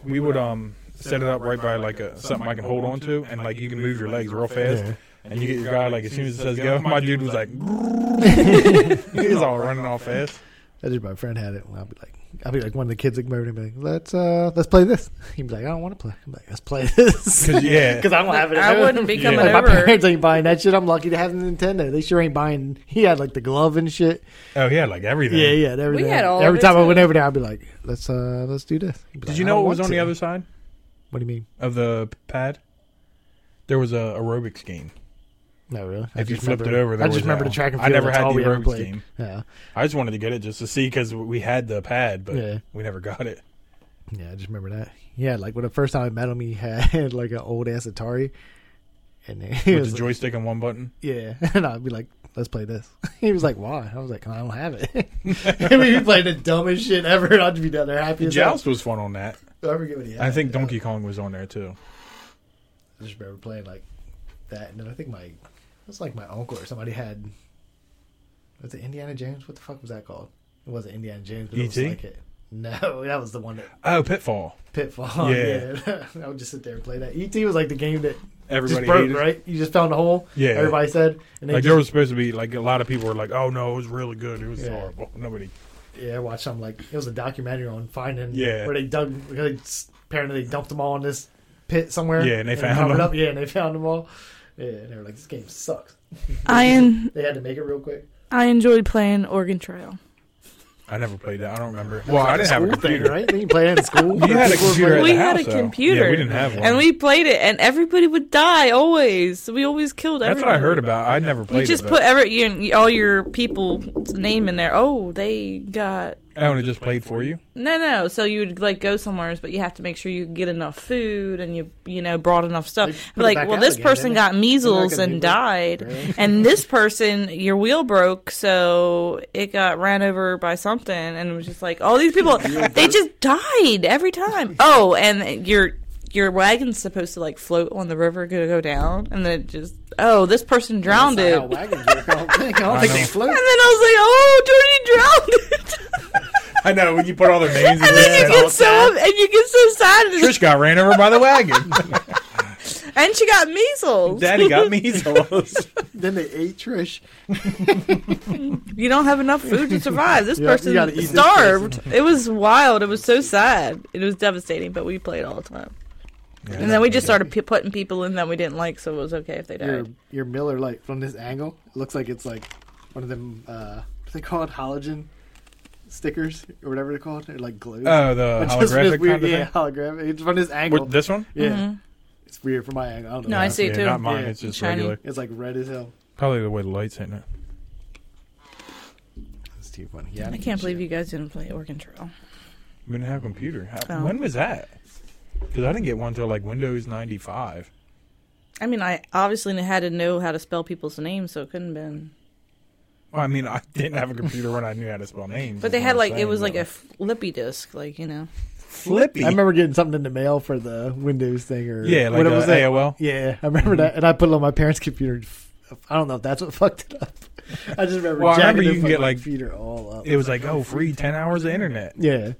Speaker 2: we would um set it up right by like a something I can hold on to, and like you can move your legs real fast.
Speaker 3: Yeah.
Speaker 2: And you get your guy like as soon as it says go. My dude was like, <laughs> he's all running all fast.
Speaker 3: That's just my friend had it. And I'll be like, I'll be like one of the kids that come over and be like, let's uh, let's play this. <laughs> He'd be like, I don't want to play. I'm like, let's play this.
Speaker 2: Cause
Speaker 3: <laughs>
Speaker 2: yeah,
Speaker 3: Because I don't have it. at
Speaker 1: I
Speaker 3: home.
Speaker 1: wouldn't be coming
Speaker 3: Like,
Speaker 1: over.
Speaker 3: <laughs> My parents ain't buying that shit. I'm lucky to have the Nintendo. They sure ain't buying. He had like the glove and shit.
Speaker 2: oh yeah, like everything.
Speaker 3: Yeah, yeah. and Everything.
Speaker 1: had all of
Speaker 3: Every
Speaker 1: it,
Speaker 3: time I
Speaker 1: too.
Speaker 3: went over there, I'd be like, let's uh, let's do this. He'd be
Speaker 2: Did
Speaker 3: like,
Speaker 2: you
Speaker 3: "I
Speaker 2: know
Speaker 3: don't
Speaker 2: what was
Speaker 3: want
Speaker 2: on the
Speaker 3: to."
Speaker 2: other side
Speaker 3: What do you mean?
Speaker 2: of the pad? There was a aerobics game.
Speaker 3: No, really. I
Speaker 2: If you
Speaker 3: just
Speaker 2: flipped
Speaker 3: remember-
Speaker 2: it over, there
Speaker 3: I just
Speaker 2: was that
Speaker 3: remember the
Speaker 2: one.
Speaker 3: track and
Speaker 2: I
Speaker 3: field.
Speaker 2: never
Speaker 3: That's
Speaker 2: had
Speaker 3: all
Speaker 2: the
Speaker 3: we ever
Speaker 2: aerobics
Speaker 3: played.
Speaker 2: game.
Speaker 3: Yeah,
Speaker 2: I just wanted to get it just to see because we had the pad, but
Speaker 3: Yeah.
Speaker 2: we never got it.
Speaker 3: yeah. I just remember that. Yeah, like when the first time I met him, he had <laughs> like an old ass Atari, and <laughs> he
Speaker 2: With
Speaker 3: was
Speaker 2: the joystick and one button.
Speaker 3: Yeah. <laughs> And I'd be like, let's play this. <laughs> He was like, why? I was like, I don't have it. <laughs> and we played the dumbest shit ever. And I'd just be down there happy as hell.
Speaker 2: Joust was fun on that.
Speaker 3: I forget what he had.
Speaker 2: I think Donkey Kong was on there too.
Speaker 3: I just remember playing like that. And then I think my, it was like my uncle or somebody had Was it Indiana Jones? What the fuck was that called? It wasn't Indiana Jones. But It was
Speaker 2: E.T.?
Speaker 3: like it. No, <laughs> that was the one that
Speaker 2: Oh, Pitfall.
Speaker 3: Pitfall.
Speaker 2: Yeah.
Speaker 3: Yeah, <laughs> I would just sit there and play that. ET was like the game that
Speaker 2: Everybody
Speaker 3: just broke,
Speaker 2: hated.
Speaker 3: right? You just found a hole.
Speaker 2: Yeah.
Speaker 3: everybody said, and they
Speaker 2: Like
Speaker 3: just,
Speaker 2: there was supposed to be like a lot of people were like, "Oh no, it was really good. It was
Speaker 3: Yeah.
Speaker 2: horrible." Nobody.
Speaker 3: yeah, I watched something like it was a documentary on finding
Speaker 2: Yeah.
Speaker 3: where they dug because they, s- apparently they dumped them all in this pit somewhere.
Speaker 2: Yeah, and they found
Speaker 3: covered
Speaker 2: them.
Speaker 3: Up. Yeah, and they <laughs> found them all. Yeah, and they were like, this game sucks.
Speaker 1: I en-
Speaker 3: They had to make it real quick.
Speaker 1: I enjoyed playing Oregon Trail.
Speaker 2: I never played that. I don't remember. Well, I didn't have a
Speaker 3: School thing,
Speaker 2: computer.
Speaker 3: right? They didn't play that in school.
Speaker 2: You had a
Speaker 3: People were
Speaker 2: computer. at
Speaker 1: We
Speaker 2: the
Speaker 1: had
Speaker 2: house,
Speaker 1: a
Speaker 2: though.
Speaker 1: computer.
Speaker 2: Yeah, we didn't have one.
Speaker 1: And we played it, and everybody would die always. We always killed
Speaker 2: That's
Speaker 1: everybody.
Speaker 2: what I heard about. I never played.
Speaker 1: You just
Speaker 2: it,
Speaker 1: put
Speaker 2: but
Speaker 1: every you, all your people's name in there. Oh, they got
Speaker 2: I would have just played for you.
Speaker 1: no, no. So you would like go somewhere, but you have to make sure you get enough food and you you know brought enough
Speaker 3: They
Speaker 1: stuff.
Speaker 3: put it
Speaker 1: But like,
Speaker 3: back
Speaker 1: well,
Speaker 3: out
Speaker 1: this
Speaker 3: again,
Speaker 1: person
Speaker 3: didn't
Speaker 1: got measles
Speaker 3: They're not
Speaker 1: and
Speaker 3: gonna
Speaker 1: died,
Speaker 3: <laughs>
Speaker 1: and this person your wheel broke, so it got ran over by something, and it was just like all these
Speaker 3: <laughs>
Speaker 1: people they just died every time. Oh, and your your wagon's supposed to like float on the river, go go down, and then it just oh this person drowned
Speaker 3: That's
Speaker 1: it.
Speaker 3: not how wagons work. I don't think, I
Speaker 2: <laughs>
Speaker 3: don't
Speaker 2: I
Speaker 3: think
Speaker 2: know.
Speaker 3: they
Speaker 1: <laughs> And
Speaker 3: float.
Speaker 1: then I was like, oh,
Speaker 3: <laughs>
Speaker 1: Jody oh, drowned it.
Speaker 2: <laughs> I know when you put all their names.
Speaker 1: <laughs>
Speaker 2: in
Speaker 1: and
Speaker 2: there.
Speaker 1: then you get so up, and you get so sad, and,
Speaker 2: Trish got ran over by the wagon.
Speaker 1: and she got measles.
Speaker 2: <laughs> Daddy got <laughs> measles.
Speaker 3: Then they ate Trish.
Speaker 1: <laughs> You don't have enough food to survive. This
Speaker 3: <laughs> Yeah, you
Speaker 1: person
Speaker 3: gotta eat this
Speaker 1: starved. It was wild. It was so sad. It was devastating, but we played all the time. and then we just started p- putting people in that we didn't like, so it was okay if they
Speaker 3: your
Speaker 1: died.
Speaker 3: your Miller Lite from this angle it looks like it's like one of them uh what they call it halogen stickers or whatever they're called they're like glue <laughs>
Speaker 2: Oh, the
Speaker 3: It's just
Speaker 2: holographic
Speaker 3: weird,
Speaker 2: kind of
Speaker 3: yeah
Speaker 2: thing.
Speaker 3: holographic it's from this angle
Speaker 2: With this one?
Speaker 3: yeah
Speaker 1: Mhm.
Speaker 3: it's weird from my angle I don't know
Speaker 1: No,
Speaker 3: why.
Speaker 1: I see it
Speaker 2: yeah,
Speaker 1: too.
Speaker 2: Not mine.
Speaker 3: Yeah.
Speaker 2: It's just
Speaker 1: Shiny.
Speaker 2: regular.
Speaker 3: it's like red as hell
Speaker 2: Probably the way the lights hitting it.
Speaker 3: it's too funny yeah
Speaker 1: I can't believe you guys didn't play Organ Trail.
Speaker 2: We didn't have a computer. How,
Speaker 1: Oh.
Speaker 2: When was that? Because I didn't get one until like Windows ninety five.
Speaker 1: I mean, I obviously had to know how to spell people's names, so it couldn't have been.
Speaker 2: Well, I mean, I didn't have a computer when I knew how to spell names.
Speaker 1: But
Speaker 2: is
Speaker 1: they
Speaker 2: what
Speaker 1: had
Speaker 2: I'm
Speaker 1: like it
Speaker 2: saying,
Speaker 1: was like
Speaker 2: but-
Speaker 1: a flippy disk, like you know.
Speaker 2: flippy.
Speaker 3: I remember getting something in the mail for the Windows thing or
Speaker 2: yeah, like uh,
Speaker 3: what
Speaker 2: a
Speaker 3: was that?
Speaker 2: AOL.
Speaker 3: yeah I remember that and I put it on my parents computer I don't know if that's what <laughs> fucked it up I just remember
Speaker 2: Well, I
Speaker 3: jacking
Speaker 2: remember
Speaker 3: it
Speaker 2: you can
Speaker 3: from
Speaker 2: get,
Speaker 3: my
Speaker 2: like-
Speaker 3: computer all up
Speaker 2: It was like, oh, free ten hours of internet.
Speaker 3: yeah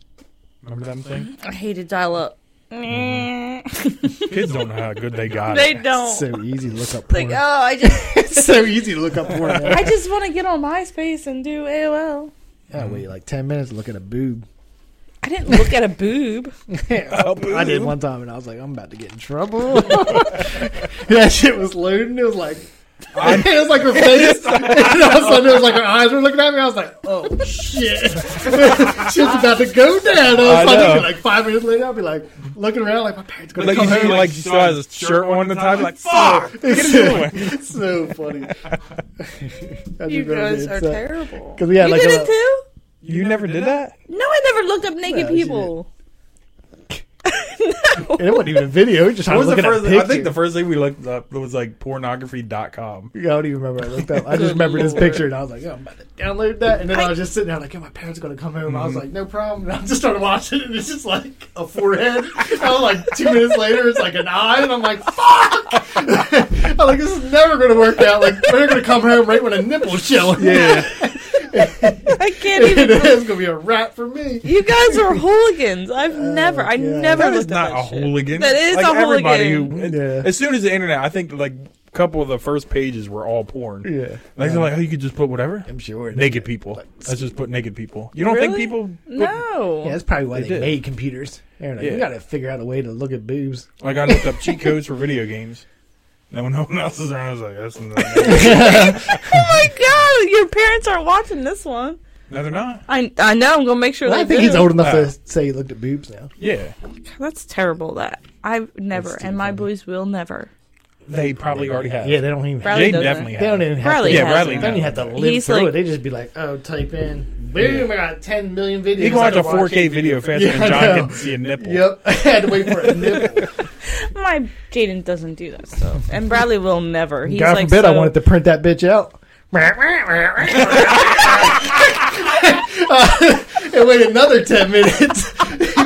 Speaker 2: Remember that
Speaker 1: <laughs>
Speaker 2: thing?
Speaker 1: I hated dial up.
Speaker 3: Mm-hmm.
Speaker 2: Kids don't know how good they got
Speaker 1: they
Speaker 2: it.
Speaker 1: don't.
Speaker 3: so easy to look up
Speaker 1: like,
Speaker 3: porn.
Speaker 1: oh, I just,
Speaker 3: <laughs> it's so easy to look up
Speaker 1: <laughs>
Speaker 3: porn. <laughs>
Speaker 1: I just want to get on MySpace and do AOL.
Speaker 3: Yeah, wait like ten minutes to look at a boob. <laughs>
Speaker 1: I didn't look at a boob. Oh,
Speaker 2: Oh,
Speaker 3: I did one time, and I was like, I'm about to get in trouble. <laughs> that shit was loading. It was like. <laughs> it was like
Speaker 2: <laughs>
Speaker 3: her face, and all of a sudden it was like her eyes were looking at me. I was like, "Oh shit, <laughs> she's about to go down." All
Speaker 2: I
Speaker 3: of a sudden,
Speaker 2: know.
Speaker 3: like five minutes later, I'll be like looking around, like my parents gonna
Speaker 2: Like
Speaker 3: come
Speaker 2: you see,
Speaker 3: home.
Speaker 2: like she still has a shirt on the time. Like fuck.
Speaker 3: it's, so, it's <laughs> so funny. I <laughs> just
Speaker 1: You
Speaker 3: remember
Speaker 1: guys
Speaker 3: it.
Speaker 1: are
Speaker 3: So-
Speaker 1: terrible.
Speaker 3: 'Cause we had,
Speaker 1: you
Speaker 3: like, uh, a
Speaker 1: did
Speaker 3: little-
Speaker 1: it too?
Speaker 2: You never did that?
Speaker 1: No, I never looked up naked
Speaker 3: Yeah, she
Speaker 1: people.
Speaker 3: And it wasn't even a video; it was just
Speaker 2: What
Speaker 3: I
Speaker 2: was
Speaker 3: was
Speaker 2: the
Speaker 3: looking at a
Speaker 2: first? I think
Speaker 3: picture.
Speaker 2: the first thing we looked up was like pornography.com.
Speaker 3: I don't even remember what I looked up. I just remember this picture and I was like, oh, I'm about to download that. And then I, was just sitting there like, oh, my parents are going to come home. I was like, no problem. And I just started watching it and it's just like a forehead. I was like, two minutes later, it's like an eye. And I'm like, fuck! <laughs> I'm like, this is never going to work out. Like, they're going to come home right when a nipple show. <laughs>
Speaker 2: <laughs>
Speaker 1: <laughs>
Speaker 2: Yeah.
Speaker 1: I can't even.
Speaker 3: it's going to be a wrap for me.
Speaker 1: You guys are hooligans. I've never, I
Speaker 3: Oh, God.
Speaker 1: never
Speaker 2: That
Speaker 1: looked
Speaker 2: is
Speaker 1: at
Speaker 2: not
Speaker 1: that
Speaker 2: a
Speaker 1: shit.
Speaker 2: hooligan.
Speaker 1: That is
Speaker 2: like,
Speaker 1: a
Speaker 2: everybody
Speaker 1: hooligan.
Speaker 2: Who,
Speaker 3: Yeah.
Speaker 2: As soon as the internet, I think like a couple of the first pages were all porn.
Speaker 3: Yeah.
Speaker 2: Like they're like, oh, you could just put whatever.
Speaker 3: I'm sure.
Speaker 2: Naked people. Let's just put naked people. You don't think
Speaker 1: Really?
Speaker 2: people put,
Speaker 1: No.
Speaker 3: Yeah, that's probably why
Speaker 2: They
Speaker 3: they,
Speaker 2: did.
Speaker 3: made computers. They're like,
Speaker 2: Yeah.
Speaker 3: you got to figure out a way to look at boobs.
Speaker 2: like I looked up cheat codes for video games. And when no one <laughs> else is around, I was like, that's not,
Speaker 1: Oh my god, your parents aren't watching this one.
Speaker 2: no, they're not.
Speaker 1: I I know. I'm gonna make sure.
Speaker 3: Well,
Speaker 1: they
Speaker 3: I think
Speaker 1: do.
Speaker 3: he's old enough
Speaker 2: Wow.
Speaker 3: to say he looked at boobs now.
Speaker 2: Yeah,
Speaker 1: That's terrible. That I've never,
Speaker 3: That's too
Speaker 1: and my
Speaker 3: funny.
Speaker 1: boys will never.
Speaker 2: they probably already have.
Speaker 3: Yeah, they don't even
Speaker 1: Bradley
Speaker 2: they
Speaker 1: doesn't.
Speaker 2: definitely
Speaker 3: They
Speaker 2: have.
Speaker 3: don't even have
Speaker 1: Bradley
Speaker 3: to.
Speaker 2: yeah,
Speaker 1: has
Speaker 2: Bradley.
Speaker 1: it.
Speaker 3: They don't even have to live
Speaker 1: He's
Speaker 3: through
Speaker 1: like-
Speaker 3: it. They just be like, oh, type in, boom, I got 10 million videos.
Speaker 2: You can watch
Speaker 3: I
Speaker 2: a
Speaker 3: gotta
Speaker 2: 4K video faster
Speaker 3: Yeah,
Speaker 2: than
Speaker 3: I
Speaker 2: John
Speaker 3: know.
Speaker 2: can see a nipple.
Speaker 3: Yep, <laughs> I had to wait for a nipple.
Speaker 1: My Jaden doesn't do that stuff, and Bradley will never. He's
Speaker 3: God
Speaker 1: like,
Speaker 3: forbid I
Speaker 1: so-
Speaker 3: wanted to print that bitch <laughs> out. and wait another 10 minutes <laughs>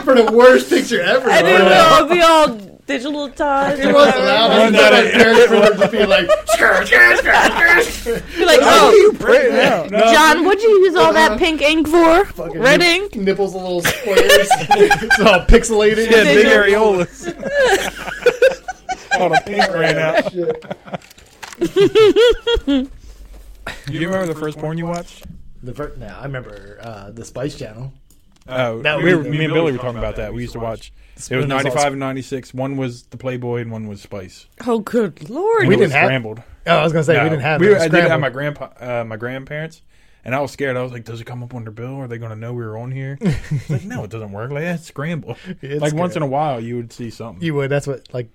Speaker 3: for the worst picture ever. <laughs>
Speaker 1: I didn't know. We all digital touch.
Speaker 3: It
Speaker 1: or
Speaker 3: wasn't
Speaker 1: whatever.
Speaker 3: loud. I
Speaker 2: Wasn't
Speaker 3: know
Speaker 2: that
Speaker 3: my
Speaker 2: it?
Speaker 3: parents were just
Speaker 1: <laughs>
Speaker 3: being like, "Skrr, skrr, skrr, skrr."
Speaker 1: Be like,
Speaker 4: How
Speaker 1: oh,
Speaker 4: do you print it out?
Speaker 2: No,
Speaker 1: John, what'd you use all that
Speaker 3: Uh,
Speaker 1: pink ink for?
Speaker 3: Fucking
Speaker 1: Red
Speaker 3: nip-
Speaker 1: ink.
Speaker 3: Nipples a little squares. <laughs> it's all pixelated.
Speaker 2: Yeah, big
Speaker 1: Digital.
Speaker 2: areolas. <laughs> oh, the pink ran out.
Speaker 3: Shit.
Speaker 2: Do you remember the first porn you watched?
Speaker 3: The ver- no, I remember uh, the Spice Channel.
Speaker 2: Uh,
Speaker 3: That
Speaker 2: we were,
Speaker 3: was-
Speaker 2: me and Billy were talking about that. We used to watch. It was
Speaker 3: Spin is all-
Speaker 2: 95 and 96. One was the Playboy and one was Spice.
Speaker 1: Oh, good lord!
Speaker 3: We
Speaker 2: It was
Speaker 3: didn't have-
Speaker 2: Scrambled.
Speaker 3: Oh, I was gonna say
Speaker 2: No,
Speaker 3: we didn't have.
Speaker 2: We
Speaker 3: it.
Speaker 2: were,
Speaker 3: It was
Speaker 2: I did it at
Speaker 3: scrambled.
Speaker 2: my grandpa, uh, my grandparents, and I was scared. I was like, "Does it come up on their bill? Are they going to know we were on <laughs> here?" It's like, no, it doesn't work. Like, yeah, <laughs> it's scramble.
Speaker 3: It's
Speaker 2: like once in
Speaker 3: scramble.
Speaker 2: a while, you would see something.
Speaker 3: You would. That's what. Like,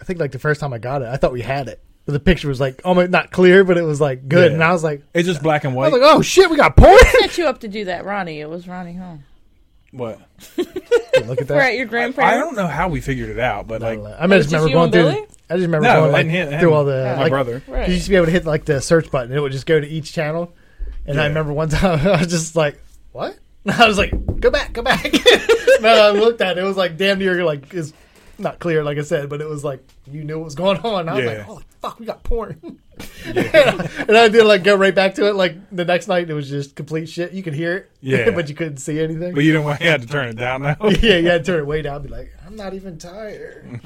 Speaker 3: I think like the first time I got it, I thought we had it, but the picture was like almost not clear, but it was like good,
Speaker 2: Yeah.
Speaker 3: and I was like,
Speaker 2: it's just black and
Speaker 3: I
Speaker 2: white.
Speaker 3: was like, oh shit,
Speaker 1: <laughs>
Speaker 3: we got porn.
Speaker 1: set you up to do that, Ronnie. It was Ronnie home.
Speaker 2: what?
Speaker 3: Look at
Speaker 1: We're at
Speaker 3: that.
Speaker 1: your
Speaker 2: I
Speaker 1: grandparents.
Speaker 2: don't know how we figured it out, but like,
Speaker 3: I mean, I just
Speaker 1: Just you
Speaker 3: remember
Speaker 1: and
Speaker 3: going through.
Speaker 1: Billy?
Speaker 3: I just remember
Speaker 2: No,
Speaker 3: going like,
Speaker 2: and him-
Speaker 3: through all the
Speaker 2: my
Speaker 3: like,
Speaker 2: brother.
Speaker 1: Right.
Speaker 3: You used to be able to hit like the search button. and It would just go to each channel. And I
Speaker 2: Yeah.
Speaker 3: remember one <laughs> time I was just like, "What?" <laughs> I was like, "Go back, go back." <laughs> no, I looked at it. It was like damn near like is not clear, like I said, but it was like you knew what was going on. I was
Speaker 2: Yeah.
Speaker 3: like, "Holy fuck, we got porn." <laughs> and I did like go right back to it. Like the next night, it was just complete shit. You could hear it,
Speaker 2: Yeah.
Speaker 3: <laughs> but you couldn't see anything.
Speaker 2: but you didn't want you had to turn it down <laughs> now.
Speaker 3: <laughs> yeah, you had to turn it way down. and Be like, I'm not even <laughs> tired.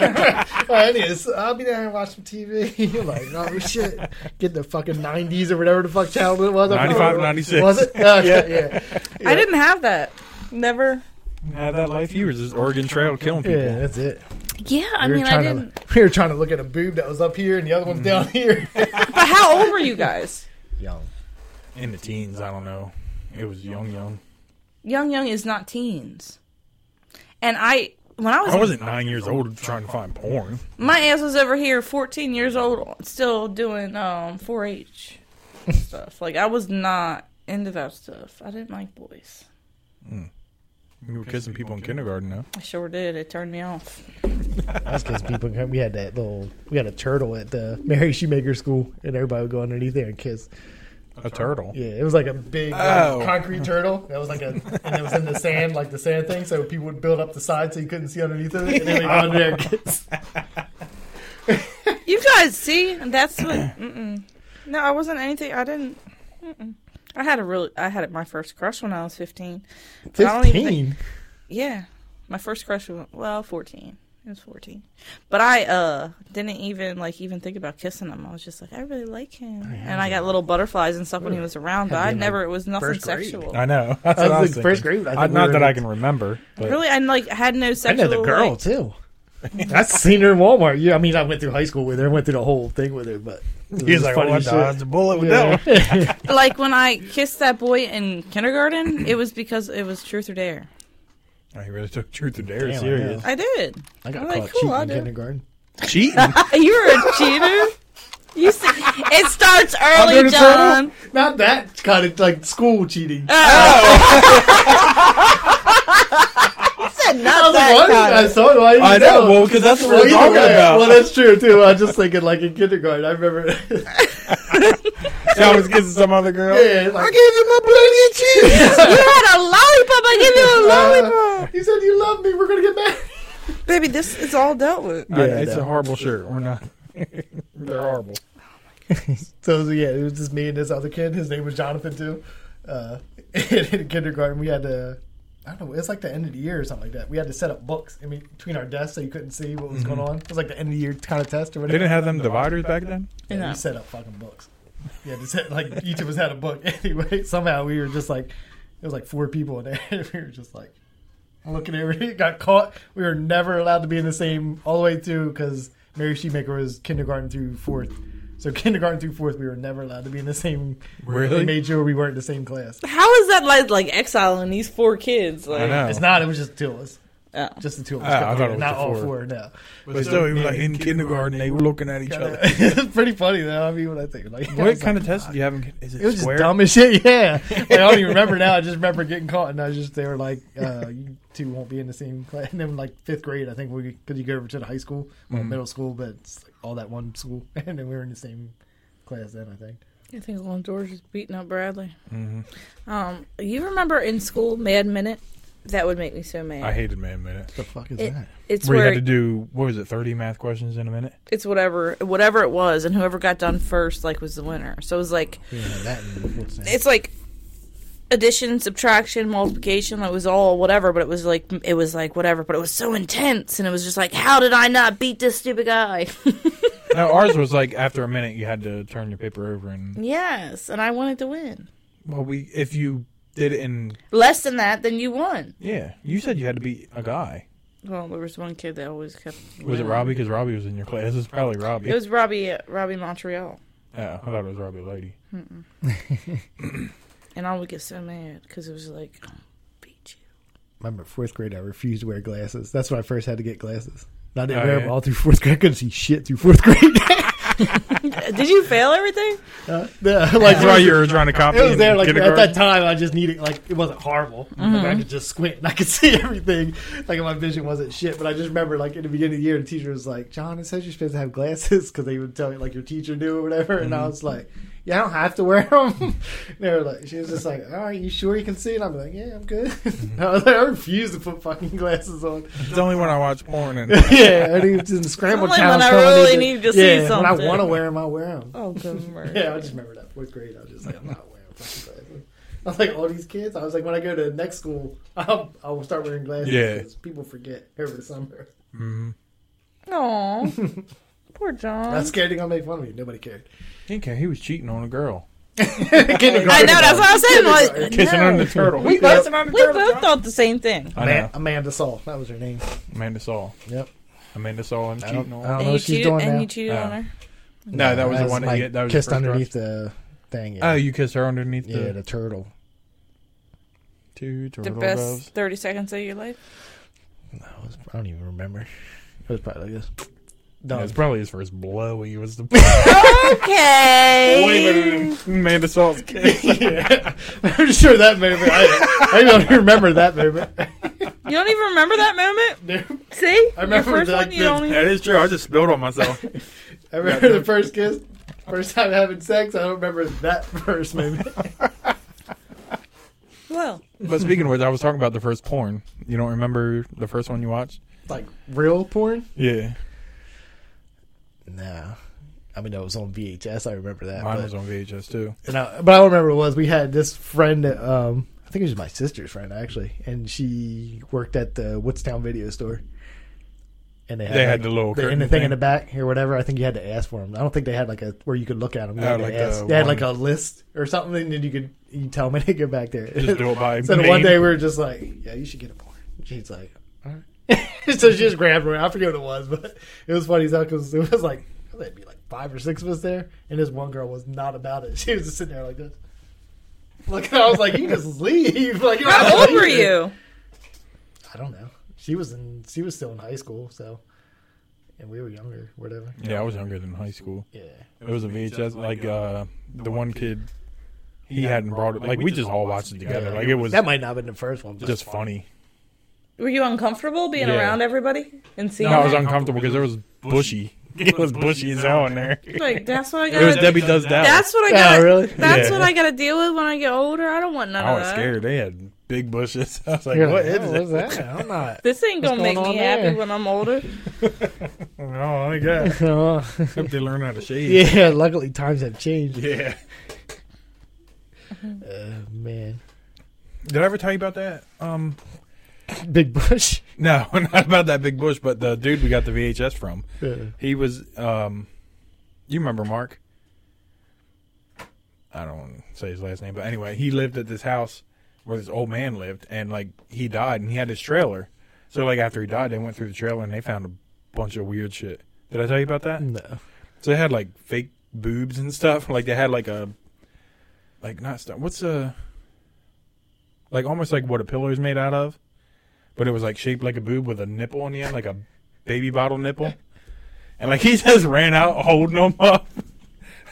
Speaker 3: I need to, I'll be there and watch some TV. <laughs> You're like, oh shit, get the fucking 90s or whatever the fuck channel it was. I
Speaker 2: 95,
Speaker 3: forgot what it was.
Speaker 2: 96.
Speaker 3: Was it? Oh, yeah, yeah.
Speaker 1: I didn't have that. Never.
Speaker 2: Had that life, you were just Oregon Trail killing people.
Speaker 3: Yeah, that's it.
Speaker 1: Yeah, I
Speaker 3: We were
Speaker 1: mean, I
Speaker 3: trying
Speaker 1: didn't.
Speaker 3: To, <laughs> we were trying to look at a boob that was up here and the other one's down here.
Speaker 1: But how old were you guys?
Speaker 3: Young.
Speaker 2: In the teens, I don't know. It was young, young.
Speaker 1: Young, young is not teens. And I, when I was,
Speaker 2: I wasn't nine years old trying to find porn.
Speaker 1: my ass was over here, fourteen years old, still doing um 4-H stuff. Like I was not into that stuff. I didn't like boys.
Speaker 2: You were kissing people in kindergarten, though.
Speaker 1: I sure did. It turned me off.
Speaker 3: That's because people. We had that little. We had a turtle at the Mary Shoemaker School, and everybody would go underneath there and kiss.
Speaker 2: A turtle.
Speaker 3: Yeah, it was like a big like,
Speaker 2: Oh.
Speaker 3: concrete turtle. That was like a, and it was
Speaker 2: <laughs>
Speaker 3: in the sand, like the sand thing. So people would build up the side so you couldn't see underneath of it. And then we go under there. and <laughs> kiss.
Speaker 1: You guys see? That's
Speaker 3: <clears throat>
Speaker 1: what. mm-mm. No, I wasn't anything. I didn't. Mm-mm. I had a really. I had my first crush when I was fifteen. But I don't even think-
Speaker 3: Fifteen.
Speaker 1: Yeah, my first crush was well, fourteen. It was fourteen, but I uh didn't even like even think about kissing him. I was just like, I really like him, and I got little butterflies and stuff when he was around. But
Speaker 3: Oh, Had
Speaker 1: I
Speaker 3: been,
Speaker 1: never. It was nothing
Speaker 3: first grade.
Speaker 1: sexual.
Speaker 2: I know. <laughs> That's
Speaker 3: I
Speaker 2: what I
Speaker 3: was
Speaker 2: was
Speaker 3: like first
Speaker 2: thinking.
Speaker 3: grade. I
Speaker 2: I-
Speaker 3: think we
Speaker 2: not
Speaker 3: were
Speaker 2: that
Speaker 3: in-
Speaker 2: I can remember. But
Speaker 1: Really, and like had no
Speaker 3: I
Speaker 1: sexual.
Speaker 3: know the girl
Speaker 1: like-
Speaker 2: <laughs>
Speaker 3: too. I seen her in Walmart. Yeah, I mean, I went through high school with her. I went through the whole thing with her, but it
Speaker 2: He was
Speaker 3: just
Speaker 2: like,
Speaker 3: funny
Speaker 2: "Oh, I
Speaker 3: as shit."
Speaker 2: dodged a bullet with
Speaker 3: Yeah.
Speaker 2: that
Speaker 3: <laughs>
Speaker 2: one."
Speaker 1: like when I kissed that boy in kindergarten, it was because it was truth or dare.
Speaker 2: Oh, He really took truth or dare
Speaker 3: Damn, I
Speaker 2: serious.
Speaker 1: I did.
Speaker 3: I got
Speaker 1: I'm
Speaker 3: caught
Speaker 1: like, cool,
Speaker 3: cheating
Speaker 1: I'll
Speaker 3: in
Speaker 1: do it.
Speaker 3: kindergarten.
Speaker 2: <laughs> Cheating.
Speaker 1: <laughs> You were a cheater. You see, it starts
Speaker 3: Under
Speaker 1: early,
Speaker 3: the
Speaker 1: John. Oh.
Speaker 3: turtle? Not that kind of like school cheating.
Speaker 1: <laughs> Said
Speaker 3: I
Speaker 1: not
Speaker 3: was like,
Speaker 1: that
Speaker 3: what?
Speaker 1: kind
Speaker 3: I
Speaker 1: of-
Speaker 3: saw it. Why didn't
Speaker 2: I
Speaker 3: you
Speaker 2: know.
Speaker 3: tell?
Speaker 2: Well, because that's what
Speaker 3: Well,
Speaker 2: we're
Speaker 3: either
Speaker 2: talking
Speaker 3: way,
Speaker 2: about.
Speaker 3: well, that's true too. I was just thinking, like in kindergarten, I remember. <laughs> yeah,
Speaker 2: See, <laughs> I was kissing some other girl.
Speaker 3: it's like,
Speaker 2: I gave you my bloody cheese.
Speaker 1: <laughs> You had a lollipop. I give you a
Speaker 3: uh,
Speaker 1: lollipop,
Speaker 3: you said you love me. We're gonna get married.
Speaker 1: baby. This is all dealt with.
Speaker 2: yeah,
Speaker 3: Yeah, I
Speaker 2: it's
Speaker 3: know.
Speaker 2: a horrible shirt. We're not. <laughs> They're horrible.
Speaker 3: <laughs> So yeah, it was just me and this other kid. His name was Jonathan too. Uh, <laughs> and in kindergarten, we had to. I don't know. It's like the end of the year or something like that. We had to set up books in between our desks so you couldn't see what was going on. It was like the end of the year kind of test or
Speaker 2: They
Speaker 3: whatever.
Speaker 2: didn't have them dividers back then.
Speaker 3: Yeah,
Speaker 1: No.
Speaker 3: We set up fucking books. Yeah, just had, like each of us had a book <laughs> anyway. Somehow we were just like, it was like four people in there. <laughs> we were just like looking at everything. Got caught. We were never allowed to be in the same all the way through because Mary Shoemaker was kindergarten through fourth. So kindergarten through fourth, we were never allowed to be in the same. They
Speaker 2: Really?
Speaker 3: made sure we weren't in the same class.
Speaker 1: How is that like like exiling these four kids? Like,
Speaker 2: I know.
Speaker 3: It's not. It was just two of us.
Speaker 1: oh.
Speaker 3: Just the two of us.
Speaker 2: Ah, I thought it was
Speaker 3: not
Speaker 2: the
Speaker 3: all
Speaker 2: four.
Speaker 3: four. No.
Speaker 2: But still, even like in kindergarten, they were looking at each other.
Speaker 3: <laughs>
Speaker 2: <laughs>
Speaker 3: it's pretty funny though. I mean, when I think like I
Speaker 2: What
Speaker 3: was like,
Speaker 2: kind of test did you have? In, is
Speaker 3: It was
Speaker 2: it
Speaker 3: just
Speaker 2: square?
Speaker 3: dumb as shit. <laughs> Yeah, Like, I don't even remember now. I just remember getting caught, and I was just they were like, <laughs> uh, "You two won't be in the same class." And then like fifth grade, I think we because you go over to the high school, well, middle school, but it's like all that one school, <laughs> and then we were in the same class then. I think.
Speaker 1: I think Lone George is beating up Bradley.
Speaker 2: Mhm.
Speaker 1: Um, you remember in school Mad Minute? That would make me so mad.
Speaker 2: I hated Man Minute.
Speaker 3: The fuck is
Speaker 1: It-
Speaker 3: that?
Speaker 1: it's
Speaker 2: where you
Speaker 1: where
Speaker 2: had to do what was it, thirty math questions in a minute?
Speaker 1: it's whatever whatever it was, and whoever got done first like was the winner. So it was like
Speaker 3: Yeah, that. And
Speaker 1: <laughs>
Speaker 3: what's that?
Speaker 1: it's like addition, subtraction, multiplication. It was all whatever, but it was like it was like whatever, but it was so intense, and it was just like, how did I not beat this stupid guy? <laughs>
Speaker 2: No, ours was like after a minute you had to turn your paper over and
Speaker 1: yes, and I wanted to win.
Speaker 2: well we if you did it in
Speaker 1: Less than that, then you won.
Speaker 2: yeah you said you had to beat a guy
Speaker 1: Well, there was one kid that always kept.
Speaker 2: was it
Speaker 1: winning.
Speaker 2: Robbie because Robbie was in your class it was probably Robbie
Speaker 1: It was Robbie uh, Robbie Montreal,
Speaker 2: oh, I thought it was Robbie Lady
Speaker 1: and I would get so mad because it was like, "I'll beat
Speaker 2: <laughs>
Speaker 1: you.
Speaker 3: I remember fourth grade, I refused to wear glasses. That's when I first had to get glasses. And I didn't
Speaker 2: Oh,
Speaker 3: wear
Speaker 2: yeah.
Speaker 3: them all through fourth grade. I couldn't see shit through fourth <laughs> grade.
Speaker 1: Did you fail everything?
Speaker 3: uh, yeah, <laughs> like
Speaker 2: that's why you were trying to copy
Speaker 3: It was
Speaker 2: in
Speaker 3: there like at
Speaker 2: kindergarten?
Speaker 3: that time. I just needed like it wasn't horrible. Like,
Speaker 1: Mm-hmm.
Speaker 3: I could just squint and I could <laughs> see everything. Like my vision wasn't shit. But I just remember like in the beginning of the year, the teacher was like, "John, it says you're supposed to have glasses because they would tell you like your teacher knew or whatever." And
Speaker 2: Mm-hmm.
Speaker 3: I was like, "Yeah, I don't have to wear them." <laughs> they were like, "She was just like, all right, you sure you can see?" And I'm like, "Yeah, I'm good." <laughs> I was like, "I refuse to put fucking glasses on." <laughs>
Speaker 2: it's only when I watch porn and
Speaker 3: yeah, I need to scramble
Speaker 1: Only when I really need to see
Speaker 3: When
Speaker 1: something.
Speaker 3: I want to wear them, I wear them.
Speaker 2: <laughs>
Speaker 1: Oh, good mercy.
Speaker 3: Yeah, <laughs> I just remember that fourth grade. I was just like, I'm not wearing fucking glasses. I was like, all these kids. I was like, when I go to next school, <laughs> I'll, I will start wearing glasses.
Speaker 2: Yeah.
Speaker 3: 'cause people forget over
Speaker 1: <laughs>
Speaker 3: the summer.
Speaker 2: Mhm. <laughs>
Speaker 1: Aw. Poor John.
Speaker 3: I was scared they're gonna make fun of me. Nobody cared. <laughs>
Speaker 2: he didn't care he was cheating on a girl
Speaker 3: Kindergarten.
Speaker 1: I know, that's what I was
Speaker 2: <laughs>
Speaker 1: saying.
Speaker 3: Kindergarten.
Speaker 1: Was,
Speaker 2: kissing
Speaker 1: no.
Speaker 2: on the turtle
Speaker 3: We
Speaker 1: both,
Speaker 3: Kissing on the
Speaker 1: we
Speaker 3: turtle,
Speaker 1: both
Speaker 3: John.
Speaker 1: thought the same thing.
Speaker 2: I
Speaker 3: Ama-
Speaker 2: know
Speaker 3: Amanda Saul. That was her name.
Speaker 2: <laughs> Amanda Saul
Speaker 3: Yep.
Speaker 2: Amanda Saul I'm
Speaker 3: I don't-
Speaker 2: cheating
Speaker 3: I
Speaker 2: on
Speaker 3: don't know
Speaker 1: And you
Speaker 3: what she's
Speaker 1: cheated,
Speaker 3: doing
Speaker 1: and
Speaker 3: now.
Speaker 1: you cheated
Speaker 2: Oh.
Speaker 1: on her.
Speaker 2: no that was the one that
Speaker 3: like,
Speaker 2: you that was your
Speaker 3: kissed
Speaker 2: first
Speaker 3: underneath the thing.
Speaker 2: crush.
Speaker 3: Yeah.
Speaker 2: oh you kissed her underneath
Speaker 3: yeah,
Speaker 2: the
Speaker 3: the turtle.
Speaker 2: two
Speaker 1: The
Speaker 2: turtle
Speaker 1: best
Speaker 2: doves
Speaker 1: 30 seconds of your
Speaker 3: <laughs>
Speaker 1: life.
Speaker 3: That was, I don't even remember. It was probably like this.
Speaker 2: No,
Speaker 3: No,
Speaker 2: it's
Speaker 3: it's
Speaker 2: probably his first blow. He was the <laughs>
Speaker 1: Okay.
Speaker 2: Amanda <laughs> Salt's kiss.
Speaker 3: yeah. <laughs> I'm sure that moment. I, I don't even remember that moment.
Speaker 1: you don't even remember that
Speaker 2: <laughs>
Speaker 1: moment?
Speaker 3: Nope.
Speaker 1: See?
Speaker 3: I remember
Speaker 1: Your first
Speaker 3: that-
Speaker 1: one, you don't even...
Speaker 2: That is true. I just spilled on myself.
Speaker 3: I remember the first kiss, first time having sex. I don't remember that first moment.
Speaker 2: <laughs>
Speaker 1: Well,
Speaker 2: <laughs> but speaking of which, I was talking about the first porn. You don't remember the first one you watched?
Speaker 3: <laughs> like real porn?
Speaker 2: Yeah,
Speaker 3: No. I mean, that was on VHS. I remember that.
Speaker 2: mine
Speaker 3: but,
Speaker 2: was on VHS too.
Speaker 3: and I, but I remember it was we had this friend. that, Um, I think it was my sister's friend actually, and she worked at the Woodstown video store. And they had,
Speaker 2: They
Speaker 3: like,
Speaker 2: had the little
Speaker 3: the,
Speaker 2: curtain
Speaker 3: and the thing,
Speaker 2: thing.
Speaker 3: in the back or whatever. I think you had to ask for them. I don't think they had like a where you could look at them. You
Speaker 2: Oh,
Speaker 3: had, to
Speaker 2: like
Speaker 3: ask.
Speaker 2: the
Speaker 3: They had
Speaker 2: one-
Speaker 3: like a list or something, and then you could you tell me to go back there.
Speaker 2: Just do it by
Speaker 3: <laughs> So the
Speaker 2: name.
Speaker 3: one day we were just like, yeah, you should get a porn. She's like, all right. <laughs> so she just grabbed me. I forget what it was, but it was funny as hell because it was like, there'd be like five or six of us there. And this one girl was not about it. <laughs> She was just sitting there like this. Look, I was like, you can just leave. <laughs> Like, you don't have to
Speaker 1: how old
Speaker 3: leave
Speaker 1: were
Speaker 3: here.
Speaker 1: you?
Speaker 3: I don't know. She was in, she was still in high school, so. And we were younger, whatever.
Speaker 2: Yeah, I was younger than high school.
Speaker 3: Yeah.
Speaker 2: It was a VHS. Like uh, the one kid, he hadn't brought it. Like we just all watched it together.
Speaker 3: Yeah.
Speaker 2: Like it was
Speaker 3: That might not have been the first one. But
Speaker 2: just funny.
Speaker 1: Were you uncomfortable being
Speaker 2: Yeah.
Speaker 1: around everybody and seeing
Speaker 2: No, I was
Speaker 1: that?
Speaker 2: uncomfortable because there was bushy. <laughs> It was bushy as hell in there.
Speaker 1: Like, that's what I
Speaker 2: <laughs> It was
Speaker 1: got.
Speaker 2: <laughs> Debbie Does That.
Speaker 1: That's what I
Speaker 3: Yeah,
Speaker 1: got.
Speaker 3: really?
Speaker 1: That's
Speaker 2: Yeah.
Speaker 1: what I got to deal with when I get older. I don't want none
Speaker 2: I
Speaker 1: of
Speaker 2: was
Speaker 1: that.
Speaker 2: scared. They had big bushes. <laughs> I was like,
Speaker 3: You're
Speaker 2: what
Speaker 3: like,
Speaker 2: is
Speaker 3: "Oh,
Speaker 2: it?
Speaker 3: what's that? I'm
Speaker 2: <laughs>
Speaker 3: not. <laughs>
Speaker 1: This ain't
Speaker 3: What's
Speaker 1: gonna make
Speaker 3: going
Speaker 1: me
Speaker 3: on
Speaker 1: happy
Speaker 3: there?
Speaker 1: when I'm older.
Speaker 2: No, I guess. Hope they learn how to shave.
Speaker 3: yeah, luckily times have
Speaker 2: <laughs>
Speaker 3: changed.
Speaker 2: Yeah.
Speaker 3: Oh, man.
Speaker 2: Did I ever tell you about that? Um,
Speaker 3: Big Bush. <laughs>
Speaker 2: no, <laughs> not about that big bush, but the dude we got the VHS from.
Speaker 3: Yeah.
Speaker 2: He was, um, you remember Mark? I don't want to say his last name, but anyway, he lived at this house where this old man lived, and like he died, and he had his trailer. So like after he died, they went through the trailer and they found a bunch of weird shit. Did I tell you about that?
Speaker 3: No.
Speaker 2: So they had like fake boobs and stuff. Like they had like a like not stuff. What's a like almost like what a pillow is made out of, but it was like shaped like a boob with a nipple on the end, like a baby bottle nipple. And like <laughs> he just <laughs> ran out holding them up.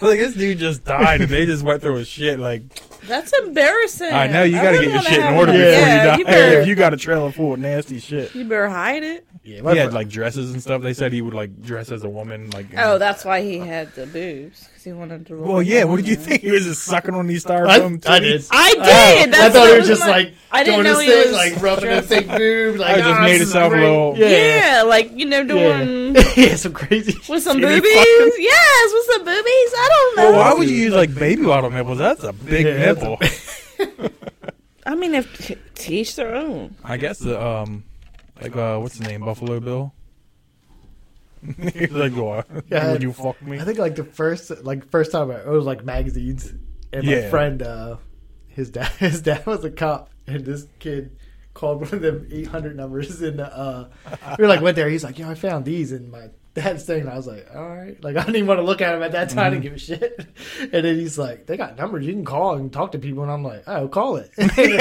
Speaker 2: like this dude just died. and They just went through his shit. Like
Speaker 1: That's embarrassing.
Speaker 2: I know you got to
Speaker 1: wouldn't wanna
Speaker 2: get your shit in
Speaker 1: have
Speaker 2: order
Speaker 1: it.
Speaker 2: before
Speaker 1: yeah,
Speaker 2: you die.
Speaker 1: better,
Speaker 2: <laughs> if you got a trailer full of nasty shit.
Speaker 1: you better hide it.
Speaker 3: Yeah,
Speaker 2: He had like dresses and stuff. They said he would like dress as a woman. Like
Speaker 1: Oh, that's why he had the boobs because he wanted to. look
Speaker 2: well, yeah.
Speaker 1: like
Speaker 2: What did you
Speaker 1: that.
Speaker 2: think? He was just sucking on these
Speaker 3: I,
Speaker 2: styrofoam. titties?
Speaker 3: I did.
Speaker 1: I did.
Speaker 3: Oh,
Speaker 1: that's
Speaker 3: I
Speaker 1: that
Speaker 3: thought he was
Speaker 1: was
Speaker 3: just
Speaker 1: my-
Speaker 3: like
Speaker 1: I didn't
Speaker 3: doing
Speaker 1: know
Speaker 3: his
Speaker 1: he was
Speaker 3: thing, like rubbing
Speaker 1: dressed-
Speaker 3: his big boob. Like,
Speaker 2: I just
Speaker 3: "Ah,
Speaker 2: made
Speaker 3: this
Speaker 2: it
Speaker 3: is
Speaker 2: sound
Speaker 3: great."
Speaker 2: real-
Speaker 1: <laughs> Yeah, like you know, doing
Speaker 3: Yeah. <laughs> yeah, some crazy.
Speaker 1: <laughs> with some
Speaker 2: Skinny
Speaker 1: boobies.
Speaker 2: fucking-
Speaker 1: Yes, with some boobies. I don't know.
Speaker 2: Well, why would you use like baby bottle nipples? That's a big
Speaker 3: Yeah, that's a-
Speaker 2: nipple.
Speaker 1: I mean, if teach their own.
Speaker 2: <laughs> I guess the um, like uh, what's the name? Buffalo Bill. <laughs> He's like, what?
Speaker 3: Yeah.
Speaker 2: Would you fuck me?
Speaker 3: I think like the first like first time I it was like magazines and my
Speaker 2: Yeah.
Speaker 3: friend uh his dad <laughs> his dad was a cop and this kid called one of them eight hundred numbers and uh we were like went there he's like yo I found these in my dad's thing and I was like all right like <laughs> I didn't even want to look at him at that time I didn't
Speaker 2: Mm-hmm.
Speaker 3: give a shit <laughs> and then he's like they got numbers you can call and talk to people and I'm like oh call it <laughs> like they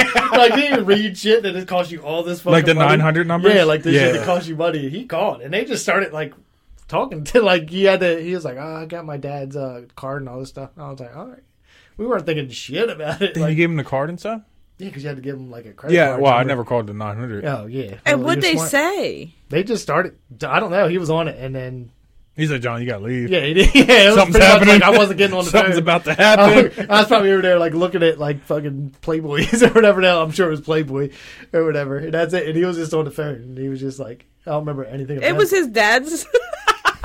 Speaker 3: didn't even read shit and it cost you all this fucking
Speaker 2: Like the
Speaker 3: money.
Speaker 2: 900 numbers?
Speaker 3: yeah like the shit
Speaker 2: Yeah.
Speaker 3: that cost you money he called and they just started like talking to <laughs> like he had to he was like oh, i got my dad's uh card and all this stuff and i was like all right we weren't thinking shit about it
Speaker 2: Then
Speaker 3: like,
Speaker 2: you gave him the card and stuff.
Speaker 3: yeah because you had to give him like a credit
Speaker 2: Yeah.
Speaker 3: card
Speaker 2: Well, I
Speaker 3: number.
Speaker 2: never called the nine hundred.
Speaker 3: oh yeah
Speaker 1: And
Speaker 3: Well,
Speaker 1: what
Speaker 3: you're
Speaker 1: they
Speaker 3: smart.
Speaker 1: say?
Speaker 3: they just started i don't know he was on it and then
Speaker 2: He said, "John, you gotta leave.
Speaker 3: yeah <laughs> he did, yeah it was
Speaker 2: Something's
Speaker 3: pretty much
Speaker 2: happening.
Speaker 3: like i wasn't getting on the
Speaker 2: <laughs> Something's
Speaker 3: phone
Speaker 2: about to
Speaker 3: <laughs> I
Speaker 2: happen."
Speaker 3: was- I was probably over there like looking at like fucking Playboys <laughs> or whatever. Now I'm sure it was Playboy or whatever, and that's it. And he was just on the phone, and he was just like, I don't remember anything. About
Speaker 1: It was his
Speaker 2: <laughs>
Speaker 1: dad's. <laughs>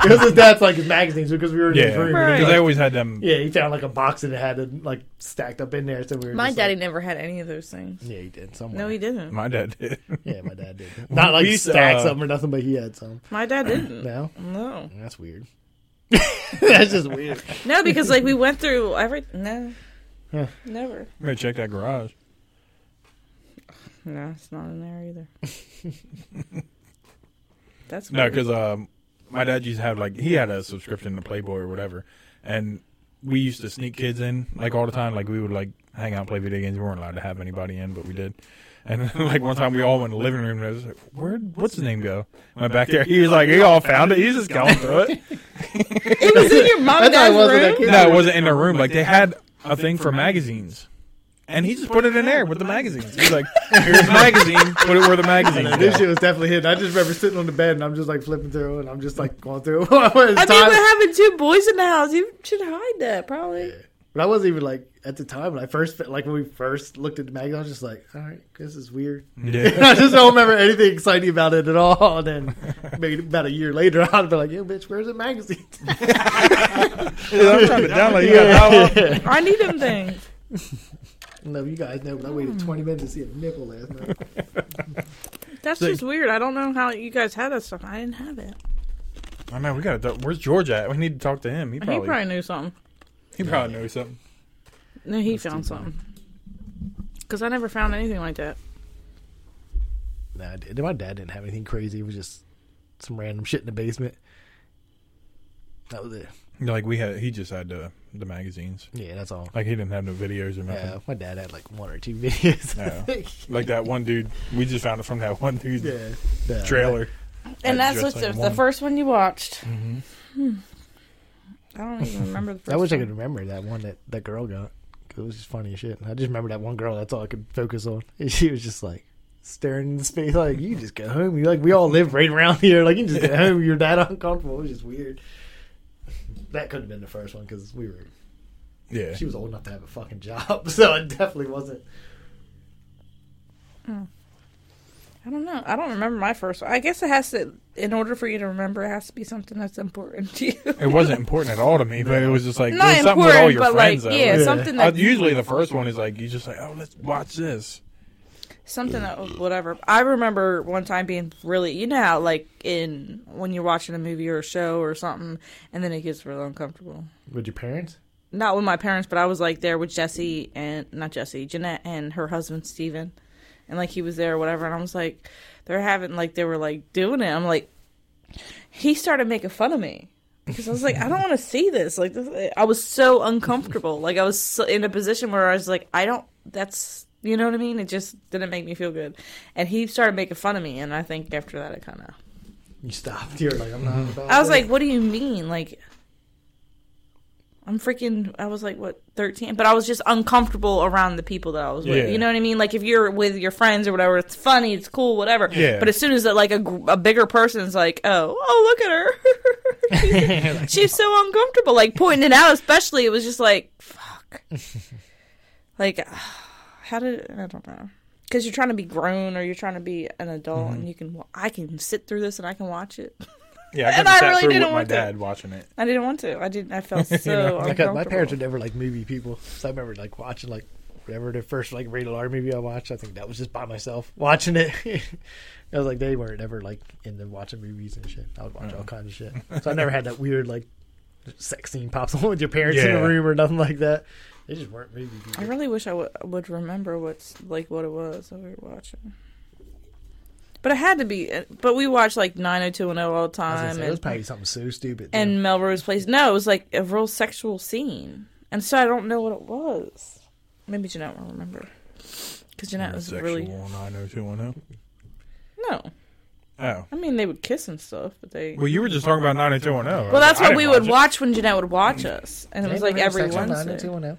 Speaker 3: <laughs> it was his dad's like his magazines because we were in
Speaker 2: yeah,
Speaker 3: his room.
Speaker 2: because
Speaker 3: and he,
Speaker 1: Right.
Speaker 2: I always had them.
Speaker 3: Yeah, he found like a box that had it like stacked up in there. So we were
Speaker 1: my
Speaker 3: just
Speaker 1: daddy
Speaker 3: Like,
Speaker 1: never had any of those things.
Speaker 3: yeah, he did. Somewhere.
Speaker 1: No, he didn't.
Speaker 2: My dad did. <laughs>
Speaker 3: Yeah, my dad did. <laughs> Not like
Speaker 2: We,
Speaker 3: stacks
Speaker 2: uh,
Speaker 3: of them or nothing, but he had some.
Speaker 1: My
Speaker 3: <clears throat>
Speaker 1: dad didn't.
Speaker 3: No,
Speaker 1: No.
Speaker 3: that's weird. <laughs> that's just <laughs> weird.
Speaker 1: No, because like we went through every no,
Speaker 3: Yeah.
Speaker 1: never.
Speaker 2: I'm gonna check that garage.
Speaker 1: No, it's not in there either. <laughs> That's
Speaker 2: No,
Speaker 1: weird.
Speaker 2: because um, my dad used to have like he had a subscription to Playboy or whatever, and we used to sneak kids in like all the time. Like we would like hang out, and play video games. We weren't allowed to have anybody in, but we did. And <laughs> like one time, we all went in the living room. and I was like, "Where? What's his name go?" Went back there. He was like, "He all found it. He's just going through
Speaker 3: <laughs>
Speaker 2: it."
Speaker 1: it was <laughs> in your mom and
Speaker 3: That's how it
Speaker 1: dad's
Speaker 3: was with that
Speaker 1: room.
Speaker 3: kid.
Speaker 2: No, it wasn't in the room. Like they had a thing for magazines, and he just put it in there with the magazines. He's like, "Here's a magazine. Put it where the magazine."
Speaker 3: <laughs> This shit was definitely hidden. I just remember sitting on the bed and I'm just like flipping through and I'm just like going through. <laughs> I,
Speaker 1: I mean, we're having two boys in the house. You should hide that probably.
Speaker 3: But I wasn't even like at the time when I first like when we first looked at the magazine. I was just like, all right, this is weird. <laughs>
Speaker 2: Yeah. <laughs>
Speaker 3: I just don't remember anything exciting about it at all. And <laughs> then maybe about a year later, <laughs> I'd be like, yo, bitch, where's the magazine?
Speaker 2: I'm trying to download. You got
Speaker 3: <laughs>
Speaker 2: power?
Speaker 1: I need them things.
Speaker 3: No, you guys know, but I waited 20 minutes to see a nipple last night.
Speaker 1: That's just weird. I don't know how you guys had that stuff. I didn't have it.
Speaker 2: I know we gotta. Where's George at? We need to talk to him. He
Speaker 1: He
Speaker 2: probably
Speaker 1: probably knew something.
Speaker 2: he probably knows something.
Speaker 1: No, he found something. Because I never found anything like that.
Speaker 3: <laughs> Nah, I did. my dad didn't have anything crazy. It was just some random shit in the basement. That was it.
Speaker 2: Like we had, he just had the the magazines.
Speaker 3: Yeah, that's all.
Speaker 2: Like he didn't have no videos or nothing.
Speaker 3: Yeah, my dad had like one or two videos. I <laughs>
Speaker 2: Yeah.
Speaker 3: think.
Speaker 2: Like that one dude, we just found it from that one dude's
Speaker 3: Yeah. Nah,
Speaker 2: trailer.
Speaker 1: And
Speaker 2: Like,
Speaker 1: that's what's
Speaker 2: dressed like a
Speaker 1: the, the
Speaker 2: woman.
Speaker 1: first one you watched. Mm-hmm. I don't even remember the first
Speaker 3: I wish I
Speaker 1: one.
Speaker 3: could remember that one that that girl got. 'Cause It was just funny as shit. I just remember that one girl. That's all I could focus on. <laughs> And she was just like staring in space, like you just go home. You like we all live right around here. Like you just
Speaker 2: <laughs>
Speaker 3: get home. You're that uncomfortable. It was just weird. That could have been the first one because we were.
Speaker 2: Yeah,
Speaker 3: She was old enough to have a fucking job, <laughs> so it definitely wasn't.
Speaker 1: I don't know. I don't remember my first one. I guess it has to, in order for you to remember, it has to be something that's important to you. <laughs>
Speaker 2: it wasn't important at all to me, but it was just like
Speaker 1: Not
Speaker 2: there's something with all
Speaker 1: important,
Speaker 2: your
Speaker 1: but like,
Speaker 2: friends. though.
Speaker 1: yeah,
Speaker 3: Yeah.
Speaker 1: something
Speaker 2: Uh,
Speaker 1: that,
Speaker 2: usually the first one is like you just like oh let's watch this.
Speaker 1: something that, whatever. I remember one time being really, you know, how, like in when you're watching a movie or a show or something, and then it gets really uncomfortable.
Speaker 3: With your parents?
Speaker 1: Not with my parents, but I was like there with Jesse and not Jesse, Jeanette and her husband Steven. and like he was there or whatever and i was like they're having like they were like doing it i'm like he started making fun of me because i was like i don't want to see this like this, i was so uncomfortable like i was so, in a position where i was like i don't that's you know what i mean it just didn't make me feel good and he started making fun of me and i think after that i kind of <laughs>
Speaker 3: <laughs> You stopped. You're like I'm not. About
Speaker 1: i was
Speaker 3: this.
Speaker 1: like what do you mean like I'm freaking. I was like what 13, but I was just uncomfortable around the people that I was with.
Speaker 2: Yeah.
Speaker 1: You know what I mean? Like if you're with your friends or whatever, it's funny, it's cool, whatever.
Speaker 2: Yeah.
Speaker 1: But as soon as that like a, gr- a bigger person's like, oh, oh, look at her.
Speaker 2: <laughs>
Speaker 1: <laughs>
Speaker 3: Like,
Speaker 1: She's so uncomfortable. Like pointing it out, especially, it was just like,
Speaker 2: <laughs>
Speaker 1: fuck. like, <sighs> how did I don't know? Because you're trying to be grown or you're trying to be an adult,
Speaker 2: Mm-hmm.
Speaker 1: and you can. wa- I can sit through this and I can watch it.
Speaker 2: Yeah, I
Speaker 1: And
Speaker 2: could
Speaker 1: I
Speaker 2: have sat
Speaker 1: really
Speaker 2: through
Speaker 1: didn't
Speaker 2: with my
Speaker 1: want to.
Speaker 2: dad watching it.
Speaker 1: I didn't want to. I didn't. I
Speaker 2: <laughs>
Speaker 1: felt so
Speaker 3: like, uh,
Speaker 1: uncomfortable.
Speaker 3: my parents are never like movie people, so I remember like watching like whatever the first like rated R movie I watched. I think that was just by myself <laughs> watching it. I was like, they weren't ever like into watching movies and shit. I would watch all kinds of <laughs> shit, so I never had that weird like sex scene pops on <laughs> with your parents in
Speaker 2: Yeah.
Speaker 3: the room or nothing like that. They just weren't movie people.
Speaker 1: I really wish I w- would remember what's like what it was that we were watching. But it had to be. But we watched like 90210 all the
Speaker 3: I was gonna
Speaker 1: time.
Speaker 3: say, it
Speaker 1: and-
Speaker 3: was probably something so stupid.
Speaker 1: and
Speaker 3: dude.
Speaker 1: Melrose Place. No, it was like a real sexual scene, and so I don't know what it was. Maybe Jeanette will remember because Jeanette was
Speaker 2: Sexual
Speaker 1: really
Speaker 2: 90210.
Speaker 1: no.
Speaker 2: Oh.
Speaker 1: I mean, they would kiss and stuff, but they.
Speaker 2: Well, you were just talking about 90210.
Speaker 1: Well, that's
Speaker 2: I
Speaker 1: what
Speaker 2: didn't
Speaker 1: we would
Speaker 2: it.
Speaker 1: watch when Jeanette would watch us, and it
Speaker 3: They
Speaker 1: was
Speaker 3: never
Speaker 1: like
Speaker 3: had
Speaker 1: every
Speaker 3: sex oh on
Speaker 1: Wednesday.
Speaker 3: 90210?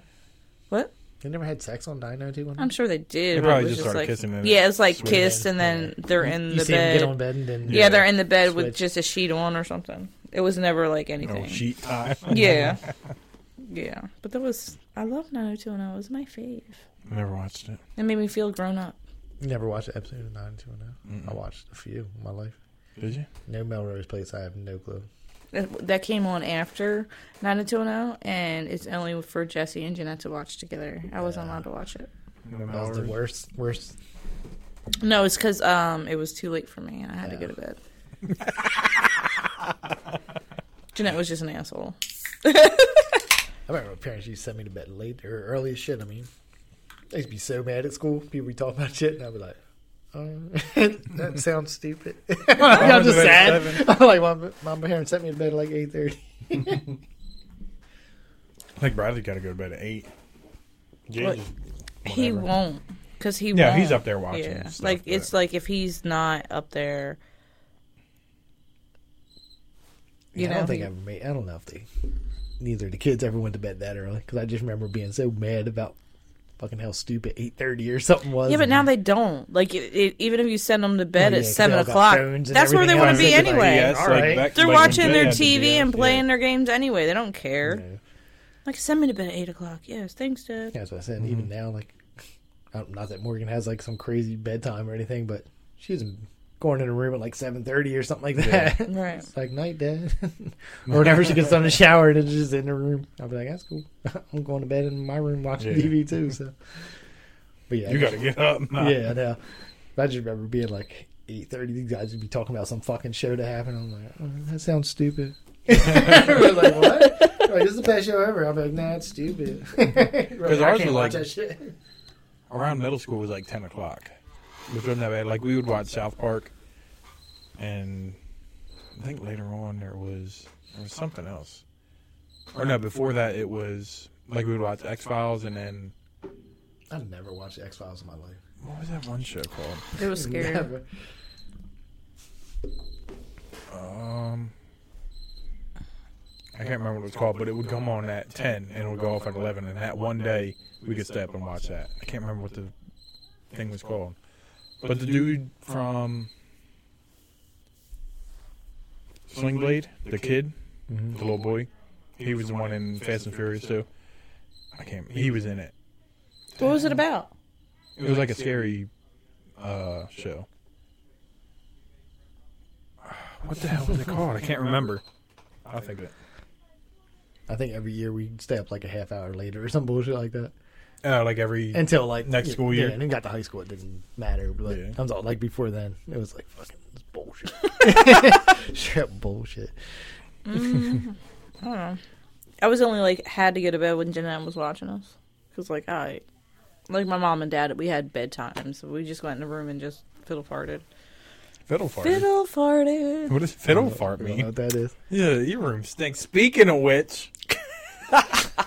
Speaker 1: What?
Speaker 3: They never had sex on 90210?
Speaker 1: I'm sure they did.
Speaker 2: They
Speaker 1: but it
Speaker 2: probably
Speaker 1: was
Speaker 2: just started
Speaker 1: like,
Speaker 2: kissing and
Speaker 1: Yeah, it's like
Speaker 2: switched.
Speaker 1: kissed, and then they're in
Speaker 3: you
Speaker 1: the
Speaker 3: see
Speaker 1: bed.
Speaker 3: them get on bed and then
Speaker 1: yeah. they're in the bed with
Speaker 3: Switch.
Speaker 1: just a sheet on or something. It was never like anything.
Speaker 2: Oh, sheet tie. <laughs>
Speaker 1: yeah, yeah. But that was I love 90210. It was my fave.
Speaker 2: Never watched it.
Speaker 1: It made me feel grown up.
Speaker 3: Never watched an episode of 90210. I
Speaker 2: Mm-mm.
Speaker 3: watched a few in my life.
Speaker 2: Did you?
Speaker 3: No Melrose Place. I have no clue.
Speaker 1: That that came on after 90210, and it's only for Jesse and Jeanette to watch together. I wasn't
Speaker 3: Yeah.
Speaker 1: allowed to watch it.
Speaker 3: That was the worst. Worst.
Speaker 1: No, it's because um, it was too late for me, and I had to
Speaker 3: Yeah.
Speaker 1: go to bed.
Speaker 2: <laughs>
Speaker 1: Jeanette was just an asshole.
Speaker 3: I remember my parents used to send me to bed late or early as shit. I mean, they used to be so mad at school. People would talk about shit, and I'd be like, uh, <laughs> that sounds stupid. <laughs> I'm
Speaker 2: went to
Speaker 3: just
Speaker 2: bed at
Speaker 3: sad. <laughs> I'm like, my, my parents sent me to bed at like 8.30.
Speaker 2: I think Bradley got to go to bed at 8. Yeah,
Speaker 1: What?
Speaker 2: just-
Speaker 1: He
Speaker 2: whatever.
Speaker 1: won't, because he
Speaker 2: Yeah,
Speaker 1: won't.
Speaker 2: he's up there watching
Speaker 1: Yeah,
Speaker 2: stuff,
Speaker 1: like
Speaker 2: but-
Speaker 1: it's like if he's not up there, you
Speaker 3: Yeah,
Speaker 1: know.
Speaker 3: I don't think
Speaker 1: he-
Speaker 3: I made. I don't know if they. Neither of the kids ever went to bed that early because I just remember being so mad about fucking how stupid eight thirty or something was.
Speaker 1: yeah, but now they don't. Like, it, it, even if you send them to bed at
Speaker 3: Well, Oh, yeah, 'cause
Speaker 1: seven
Speaker 3: they all got
Speaker 1: o'clock,
Speaker 3: phones and
Speaker 1: that's where they
Speaker 3: everything
Speaker 1: want to
Speaker 3: else.
Speaker 1: be
Speaker 3: It's like,
Speaker 1: anyway.
Speaker 2: Yes,
Speaker 3: All
Speaker 2: like
Speaker 3: right.
Speaker 2: back-
Speaker 1: They're
Speaker 2: like
Speaker 1: watching
Speaker 2: when
Speaker 1: their
Speaker 2: Jay had
Speaker 1: TV
Speaker 2: to do
Speaker 1: and
Speaker 2: that,
Speaker 1: playing
Speaker 2: yeah.
Speaker 1: their games anyway. They don't care.
Speaker 3: Yeah.
Speaker 1: Like, send me to bed at 8 o'clock. Yes, thanks, Dad.
Speaker 3: Yeah, that's what I said.
Speaker 2: Mm-hmm.
Speaker 3: Even now, like, I don't- not that Morgan has like some crazy bedtime or anything, but she's going in her room at like seven thirty or something like that. <laughs>
Speaker 1: Right.
Speaker 3: It's like night, Dad, <laughs> or whenever
Speaker 2: <laughs>
Speaker 3: she gets on the shower and it's just in her room. I'll be like, that's cool. <laughs> I'm going to bed in my room watching
Speaker 2: Yeah.
Speaker 3: TV too. So, but yeah,
Speaker 2: You got to get <laughs> up.
Speaker 3: <laughs> yeah, I know. I just remember being like eight thirty. These guys would be talking about some fucking show to happen. I'm like, oh, that sounds stupid. <laughs> I was like, what? They're like, this is the best show ever. I'm like, nah, it's stupid. <laughs> Because
Speaker 2: ours
Speaker 3: I can't
Speaker 2: were
Speaker 3: watch
Speaker 2: like-
Speaker 3: that shit. <laughs>
Speaker 2: around middle school was like 10 o'clock, which wasn't that bad. Like, we would watch South Park, and I think later on there was, there was something else. Or no, before that it was, like, we would watch X Files, and then,
Speaker 3: I've never watched X Files in my life.
Speaker 2: what was that one show called?
Speaker 1: It
Speaker 3: <laughs>
Speaker 1: was scary.
Speaker 3: Never.
Speaker 2: Um, I can't remember what it was called, but it would come on at 10 and it would go off at 11. And that one day, we could step and watch that. I can't remember what the thing was called. But the dude from Sling Blade, the kid, the little boy, he was the one in Fast and Furious too. I can't, he was in it.
Speaker 1: What was it about?
Speaker 2: It was like a scary uh, show. <sighs> What the hell was it called? I can't remember. I think it.
Speaker 3: I think every year we stay up like a half hour later or some bullshit like that
Speaker 2: Oh, like every
Speaker 3: until like
Speaker 2: Next
Speaker 3: yeah,
Speaker 2: school year.
Speaker 3: Yeah, and then got to high school, it didn't matter. But like,
Speaker 2: Yeah.
Speaker 3: I was all like before then, it was like fucking this <laughs> bullshit. Shit, bullshit.
Speaker 1: I don't know. I was only like, had to go to bed when Jeanette was watching us. Because, like, I, like my mom and dad, we had bedtime. So we just went in the room and just fiddle farted.
Speaker 2: fiddle fart.
Speaker 1: Fiddle farted.
Speaker 2: What does fiddle
Speaker 3: I
Speaker 2: fart
Speaker 3: don't know
Speaker 2: mean?
Speaker 3: what that <laughs> is.
Speaker 2: <laughs> Yeah, your room stinks. Speaking of which,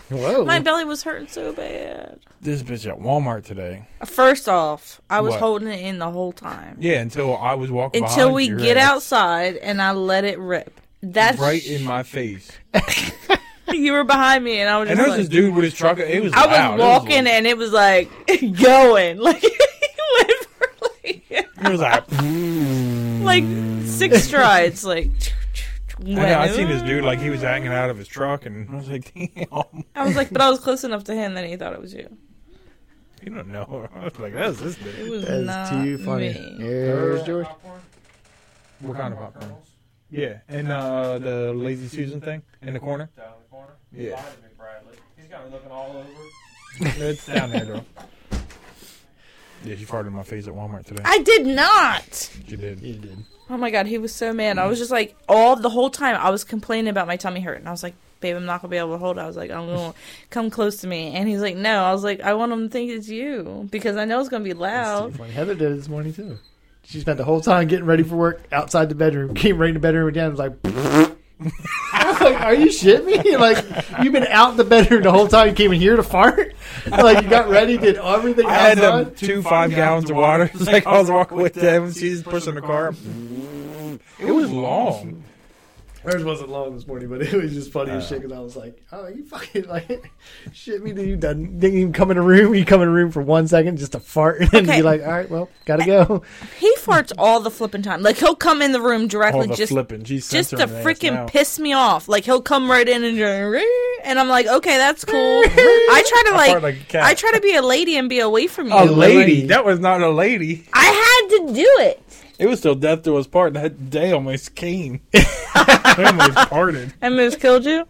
Speaker 3: Whoa.
Speaker 1: My belly was hurting so bad.
Speaker 2: this bitch at Walmart today.
Speaker 1: First off, I was
Speaker 2: What?
Speaker 1: holding it in the whole time.
Speaker 2: Yeah, until I was walking
Speaker 1: Until
Speaker 2: behind
Speaker 1: we
Speaker 2: your
Speaker 1: get
Speaker 2: ass,
Speaker 1: outside and I let it rip. That's
Speaker 2: right in my face.
Speaker 1: <laughs> you were behind me, and I was
Speaker 2: And
Speaker 1: just
Speaker 2: there's
Speaker 1: like,
Speaker 2: this dude with his truck. It was
Speaker 1: I was
Speaker 2: loud. It
Speaker 1: walking,
Speaker 2: It
Speaker 1: and it was like <laughs> going, <laughs> like he went for like,
Speaker 2: was
Speaker 1: <laughs>
Speaker 2: like.
Speaker 1: like six
Speaker 2: <laughs>
Speaker 1: strides, like.
Speaker 2: I know. I seen this dude like he was hanging out of his truck, and I was like, <laughs> "Damn,
Speaker 1: <laughs> I was like, but I was close enough to him that he thought it was you.
Speaker 2: you don't know." I was like, "That's this
Speaker 1: It
Speaker 2: dude."
Speaker 1: was
Speaker 3: That's
Speaker 1: not
Speaker 3: too funny.
Speaker 1: me.
Speaker 3: There's George.
Speaker 2: What kind of popcorn? Yeah, and uh, the lazy Susan thing in the <laughs> corner.
Speaker 5: Down the corner.
Speaker 2: Yeah.
Speaker 5: McBradley. He's got me looking all over.
Speaker 2: It's down there, though. Yeah, she farted in my face at Walmart today.
Speaker 1: I did not.
Speaker 2: She did.
Speaker 3: You did.
Speaker 1: Oh my god, he was so mad. I was just like, all the whole time I was complaining about my tummy hurt, and I was like, babe, I'm not gonna be able to hold it. I was like, I'm gonna come close to me, and he's like, no. I was like, I want him to think it's you because I know it's gonna be
Speaker 3: That's
Speaker 1: loud.
Speaker 3: too funny. Heather did it this morning too. She spent the whole time getting ready for work outside the bedroom. <laughs> Came right in the bedroom again. Was like, <laughs> I was like, are you shitting me? <laughs> Like you've been out in the bedroom the whole time. You came in here to fart. <laughs> Like you got ready, did everything
Speaker 2: I had
Speaker 3: outside.
Speaker 2: them two five gallons of water. It's <laughs> like I was walking with them. She's pushing the car. It was long.
Speaker 3: Hers wasn't long this morning, but <laughs> it was just funny as shit because I was like, "Oh, you fucking <laughs> like shit me that you done didn't even come in a room. You come in a room for one second just to fart <laughs> and then
Speaker 1: Okay.
Speaker 3: be like, all right, well, gotta <laughs> go."
Speaker 1: He farts all the flipping time. Like he'll come in the room
Speaker 2: All
Speaker 1: directly,
Speaker 2: the
Speaker 1: just
Speaker 2: flipping. She's
Speaker 1: just to
Speaker 2: censoring her ass now.
Speaker 1: freaking piss me off. Like he'll come right in and go, <laughs> and I'm like, okay, that's cool.
Speaker 2: <laughs>
Speaker 1: I try to
Speaker 2: I
Speaker 1: like,
Speaker 2: fart like a cat.
Speaker 1: I try to be a lady and be away from you.
Speaker 2: A
Speaker 3: lady.
Speaker 2: lady. That was not a lady.
Speaker 1: I had to do it.
Speaker 2: It was still death to us part. and That day almost <laughs> came. I almost parted.
Speaker 1: I almost killed you.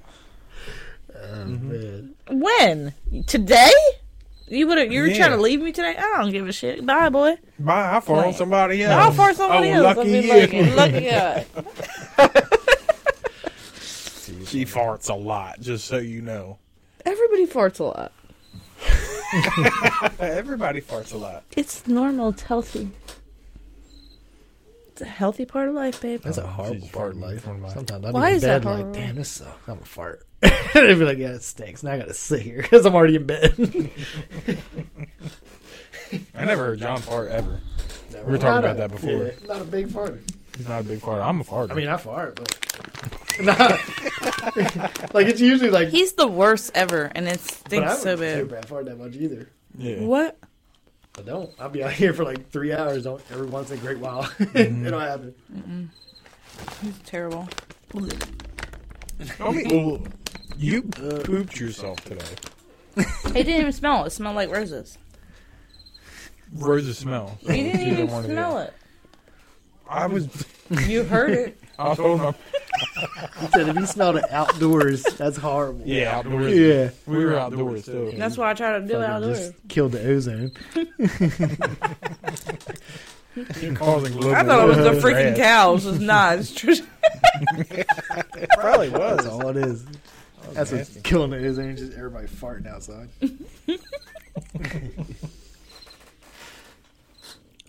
Speaker 3: Man.
Speaker 1: When today? You would you were
Speaker 2: Yeah.
Speaker 1: trying to leave me today? I don't give a shit. Bye, boy.
Speaker 2: My, I fart on
Speaker 1: Right.
Speaker 2: somebody else.
Speaker 1: I'll fart somebody
Speaker 2: oh,
Speaker 1: else.
Speaker 2: Lucky
Speaker 1: I'll be
Speaker 2: you. <laughs>
Speaker 1: Like, lucky us.
Speaker 2: She farts a lot, just so you know.
Speaker 1: Everybody farts a lot.
Speaker 2: Everybody farts a lot.
Speaker 1: It's normal. It's healthy. It's a healthy part of life, babe.
Speaker 3: That's a
Speaker 2: Oh,
Speaker 3: horrible
Speaker 2: she's
Speaker 3: fart
Speaker 2: farting.
Speaker 3: life.
Speaker 2: It's one of mine.
Speaker 3: Sometimes I'd
Speaker 1: Why
Speaker 3: be in
Speaker 1: is that
Speaker 3: bed like,
Speaker 1: horrible?
Speaker 3: "Damn, this sucks. I'm a fart." <laughs> I'd be like, "Yeah, it stinks." Now I gotta sit here <laughs> because I'm already in bed.
Speaker 2: I never heard John fart ever. We were talking about that before.
Speaker 3: Yeah, not a big fart.
Speaker 2: He's not a big farter. I'm a farter.
Speaker 3: I mean, I
Speaker 2: <laughs>
Speaker 3: fart, but <laughs> like it's usually like.
Speaker 1: He's the worst ever, and it
Speaker 3: but I
Speaker 1: stinks so
Speaker 3: don't
Speaker 1: bad.
Speaker 3: super fart that much either.
Speaker 2: yeah.
Speaker 1: What?
Speaker 3: I don't. I'll be out <laughs> here for like three hours. Don't every once in a great while. <laughs>
Speaker 2: Mm-hmm.
Speaker 3: It'll happen.
Speaker 1: He's terrible.
Speaker 2: I mean, well, you pooped yourself today.
Speaker 1: It didn't even smell. It It smelled like roses.
Speaker 2: Roses smell.
Speaker 1: You didn't even smell it.
Speaker 2: I <laughs> was.
Speaker 1: You heard <laughs> it.
Speaker 2: I was holding up.
Speaker 3: He said if he smelled it outdoors, that's horrible.
Speaker 2: Yeah, outdoors.
Speaker 3: Yeah.
Speaker 2: We were outdoors too.
Speaker 1: That's why I try to do it
Speaker 3: Fucking
Speaker 1: outdoors.
Speaker 3: Just killed the ozone.
Speaker 2: You're causing global
Speaker 1: I thought it was the
Speaker 2: warming.
Speaker 1: freaking cows. It's not. <laughs> It's true.
Speaker 2: It probably
Speaker 3: That's
Speaker 2: was.
Speaker 3: all it is. That's what's
Speaker 2: nasty.
Speaker 3: killing the ozone. Just everybody farting outside.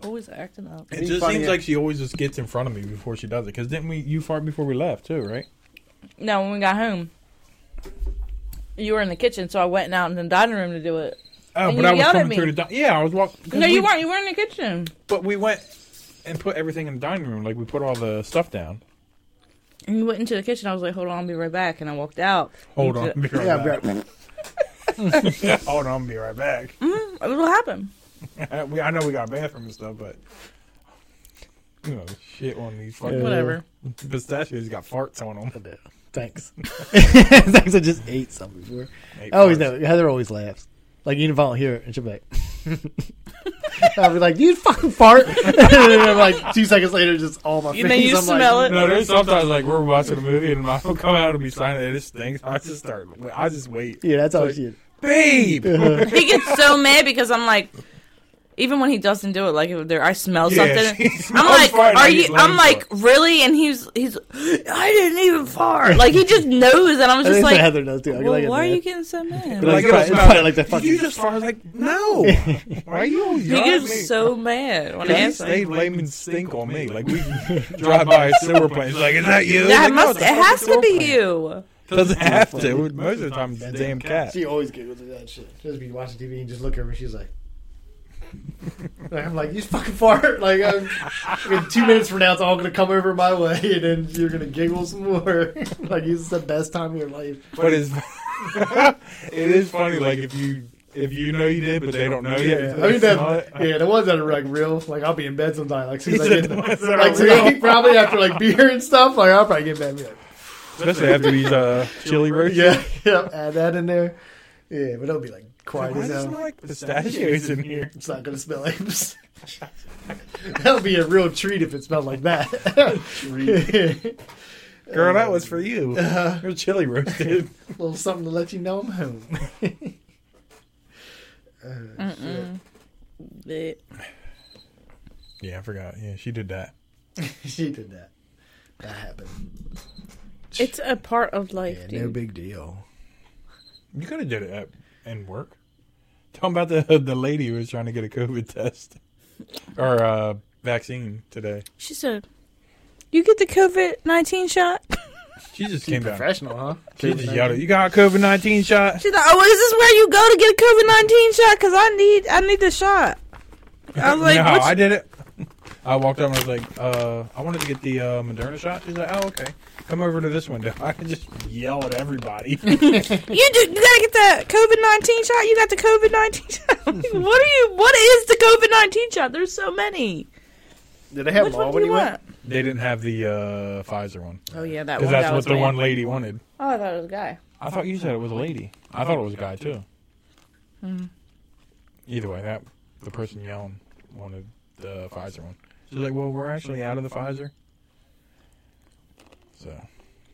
Speaker 1: Always acting up.
Speaker 2: It
Speaker 3: Be
Speaker 2: just
Speaker 3: funny
Speaker 2: seems
Speaker 3: if-
Speaker 2: like she always just gets in front of me before she does it. Because didn't we you fart before we left too, right?
Speaker 1: No, when we got home, you were in the kitchen, so I went out in the dining room to do it.
Speaker 2: Oh,
Speaker 1: And
Speaker 2: but
Speaker 1: you
Speaker 2: I was
Speaker 1: yelled at
Speaker 2: coming
Speaker 1: me.
Speaker 2: through the di- yeah, I was walking.
Speaker 1: No, you weren't. You were in the kitchen,
Speaker 2: But we went and put everything in the dining room. Like we put all the stuff down.
Speaker 1: and you went into the kitchen. I was like, "Hold on, I'll be right back," and I walked out.
Speaker 2: Hold
Speaker 1: You
Speaker 2: on,
Speaker 1: did-
Speaker 2: be right
Speaker 3: Yeah,
Speaker 2: back.
Speaker 3: bro.
Speaker 2: Yeah, <laughs> hold on, be right back. Uh,
Speaker 1: It'll happen.
Speaker 2: we, I know we got a bathroom and stuff, but you know, shit on these fucking
Speaker 1: Whatever.
Speaker 2: pistachios got farts on them.
Speaker 3: Thanks. <laughs> Thanks. I just ate some before.
Speaker 2: Eight
Speaker 1: Oh,
Speaker 3: I always
Speaker 2: farts.
Speaker 3: know. Heather always laughs. Like you didn't here, and she'll be like, <laughs> I'll be like, you fucking fart. <laughs> and then like two seconds later, just all my.
Speaker 1: You
Speaker 3: face.
Speaker 1: mean you
Speaker 3: I'm
Speaker 1: smell
Speaker 3: like,
Speaker 1: it?
Speaker 2: No, there's sometimes like we're watching a movie and I'll come out and be silent and it stinks. I just start. I just wait,
Speaker 3: Yeah, that's all she is.
Speaker 2: babe.
Speaker 1: he gets so mad because I'm like, even when he doesn't do it, like if there, I smell
Speaker 2: Yeah, <laughs>
Speaker 1: something.
Speaker 2: she
Speaker 1: I'm
Speaker 2: smells
Speaker 1: like,
Speaker 2: fart and
Speaker 1: are
Speaker 2: I get
Speaker 1: you? I'm
Speaker 2: blamed
Speaker 1: like,
Speaker 2: for
Speaker 1: really? And he's he's, I didn't even fart. Like he just knows, and I'm
Speaker 3: I
Speaker 1: just
Speaker 3: think
Speaker 1: like,
Speaker 3: Heather does too. I
Speaker 1: well,
Speaker 3: like it,
Speaker 1: why are
Speaker 3: man.
Speaker 1: you getting
Speaker 3: <laughs>
Speaker 1: so mad?
Speaker 2: Like,
Speaker 3: Like, it's
Speaker 2: it'll
Speaker 3: probably-
Speaker 2: smell
Speaker 3: probably
Speaker 2: it.
Speaker 3: like the
Speaker 2: Did
Speaker 3: fucking-
Speaker 2: You just fart. I was
Speaker 3: <laughs>
Speaker 2: like, no. Why are you
Speaker 1: he
Speaker 2: yelling at me?
Speaker 1: gets so mad when I
Speaker 2: Because you
Speaker 1: ask
Speaker 2: say
Speaker 1: him.
Speaker 2: layman stink on me. Like
Speaker 3: <laughs>
Speaker 2: we drive by a sewer plant. It's like, is that you?
Speaker 1: That
Speaker 2: Like, no,
Speaker 1: must.
Speaker 2: it's
Speaker 1: It
Speaker 2: a
Speaker 1: has
Speaker 2: fucking
Speaker 1: to be
Speaker 2: sewer
Speaker 1: you.
Speaker 2: plant. Doesn't have to. Most of the time, it's a damn cat.
Speaker 3: She always giggles at that shit. She'll just be watching TV and just look over and she's like, <laughs> Like, I'm like, you fucking fart. <laughs> Like, I'm, I mean, two minutes from now, it's all going to come over my way, and then you're going to giggle some more. <laughs> like, this is the best time of your life.
Speaker 2: But it's <laughs> it is funny. Like if you if you know you did, but they don't know
Speaker 3: Yeah,
Speaker 2: yet.
Speaker 3: I mean
Speaker 2: it's not-
Speaker 3: that. Yeah, the ones that are like real. Like I'll be in bed sometime. Like, soon as I
Speaker 2: said
Speaker 3: get,
Speaker 2: the
Speaker 3: like,
Speaker 2: ones that are
Speaker 3: today, probably after like beer and stuff. Like I'll probably get mad. And be like, <laughs>
Speaker 2: especially after these uh, chili roasts.
Speaker 3: yeah, yeah, add that in there. Yeah, but it'll be like
Speaker 2: Why
Speaker 3: quiet
Speaker 2: does
Speaker 3: as
Speaker 2: it
Speaker 3: hell.
Speaker 2: smell like pistachios in here?
Speaker 3: It's not gonna smell like. <laughs> That'll be a real treat if it smelled like that.
Speaker 2: Girl, that was for <laughs> you. Your chili roasted.
Speaker 3: <laughs> little something to let you know I'm home. <laughs>
Speaker 1: Eh.
Speaker 2: <laughs> yeah, I forgot. Yeah, she did that.
Speaker 3: she did that. That happened.
Speaker 1: It's a part of life,
Speaker 3: Yeah,
Speaker 1: dude.
Speaker 3: no big deal.
Speaker 2: You could have did it at and work. Tell 'em about the the lady who was trying to get a COVID test or uh, vaccine today.
Speaker 1: She said, "You get the COVID nineteen shot."
Speaker 2: She just came down.
Speaker 3: Professional, huh?
Speaker 2: She just yelled, at, "You got a COVID nineteen shot?"
Speaker 1: She's like, "Oh, well, is this where you go to get a COVID nineteen shot? Because I need, I need the shot." I was like,
Speaker 2: no,
Speaker 1: "What's
Speaker 2: I did it. I walked up and I was like, uh, I wanted to get the uh, Moderna shot. She's like, oh, okay. Come over to this window. <laughs> I can just yell at
Speaker 1: <laughs>
Speaker 2: everybody.
Speaker 1: you do? You gotta get that COVID nineteen shot. You got the COVID nineteen <laughs> shot. I'm like, what are you? What is the COVID nineteen shot? There's so many.
Speaker 3: Did they have
Speaker 1: Which
Speaker 3: them
Speaker 1: one
Speaker 3: all
Speaker 1: do
Speaker 3: when
Speaker 1: you
Speaker 3: you went?
Speaker 1: want?
Speaker 2: they didn't have the uh, Pfizer one.
Speaker 1: Oh yeah, that
Speaker 2: Because
Speaker 1: one.
Speaker 2: that's
Speaker 1: that
Speaker 2: what
Speaker 1: was
Speaker 2: the
Speaker 1: bad.
Speaker 2: one lady wanted.
Speaker 1: Oh, I thought it was a guy.
Speaker 2: I thought you said it was a lady. I thought it was a guy, too. Hmm. Either way, that the person yelling wanted the Pfizer one. She's like, well, we're actually out of the Pfizer. So,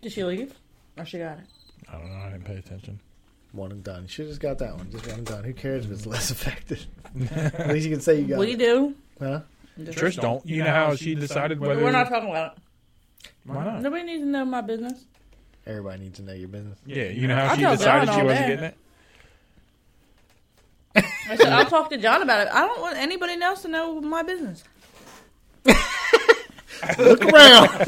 Speaker 1: Did she leave? Or she got it?
Speaker 2: I don't know. I didn't pay attention.
Speaker 3: One and done. You should have just got that one. Just one and done. Who cares if it's less effective? <laughs> At least you can say you got
Speaker 1: We
Speaker 3: it.
Speaker 1: do.
Speaker 3: Huh?
Speaker 2: Trish don't. You know how she decided whether.
Speaker 1: We're not talking about it.
Speaker 2: Why not?
Speaker 1: Nobody needs to know my business.
Speaker 3: Everybody needs to know your business.
Speaker 2: Yeah, you know how
Speaker 1: I
Speaker 2: she
Speaker 1: told
Speaker 2: decided
Speaker 1: John
Speaker 2: she
Speaker 1: all
Speaker 2: wasn't
Speaker 1: day.
Speaker 2: getting it?
Speaker 1: I said I'll talk to John about it. I don't want anybody else to know my business.
Speaker 3: Look around.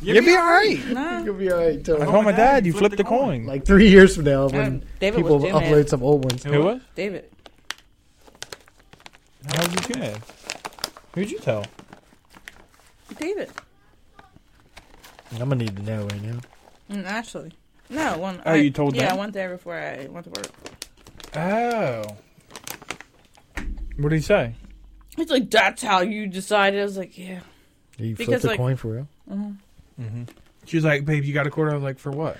Speaker 2: You'll be all right.
Speaker 1: No.
Speaker 3: You'll be all right.
Speaker 2: I
Speaker 3: Totally.
Speaker 2: told my dad you flipped the coin.
Speaker 3: Like three years from now, when
Speaker 1: David
Speaker 3: people
Speaker 1: was too mad.
Speaker 3: upload some old ones.
Speaker 2: Who was?
Speaker 1: David.
Speaker 2: How was he too mad? Who'd you tell?
Speaker 1: David.
Speaker 3: I'm gonna need to know right now.
Speaker 1: Mm, Ashley. No, one.
Speaker 2: Oh,
Speaker 1: I-
Speaker 2: you told
Speaker 1: Yeah,
Speaker 2: them?
Speaker 1: I went there before I went to work.
Speaker 2: Oh. What did he say?
Speaker 1: He's like, that's how you decided. I was like, yeah.
Speaker 3: You
Speaker 1: Because,
Speaker 3: flipped the
Speaker 1: like-
Speaker 3: coin for real.
Speaker 2: She was like, babe, you got a quarter? I was like, for what?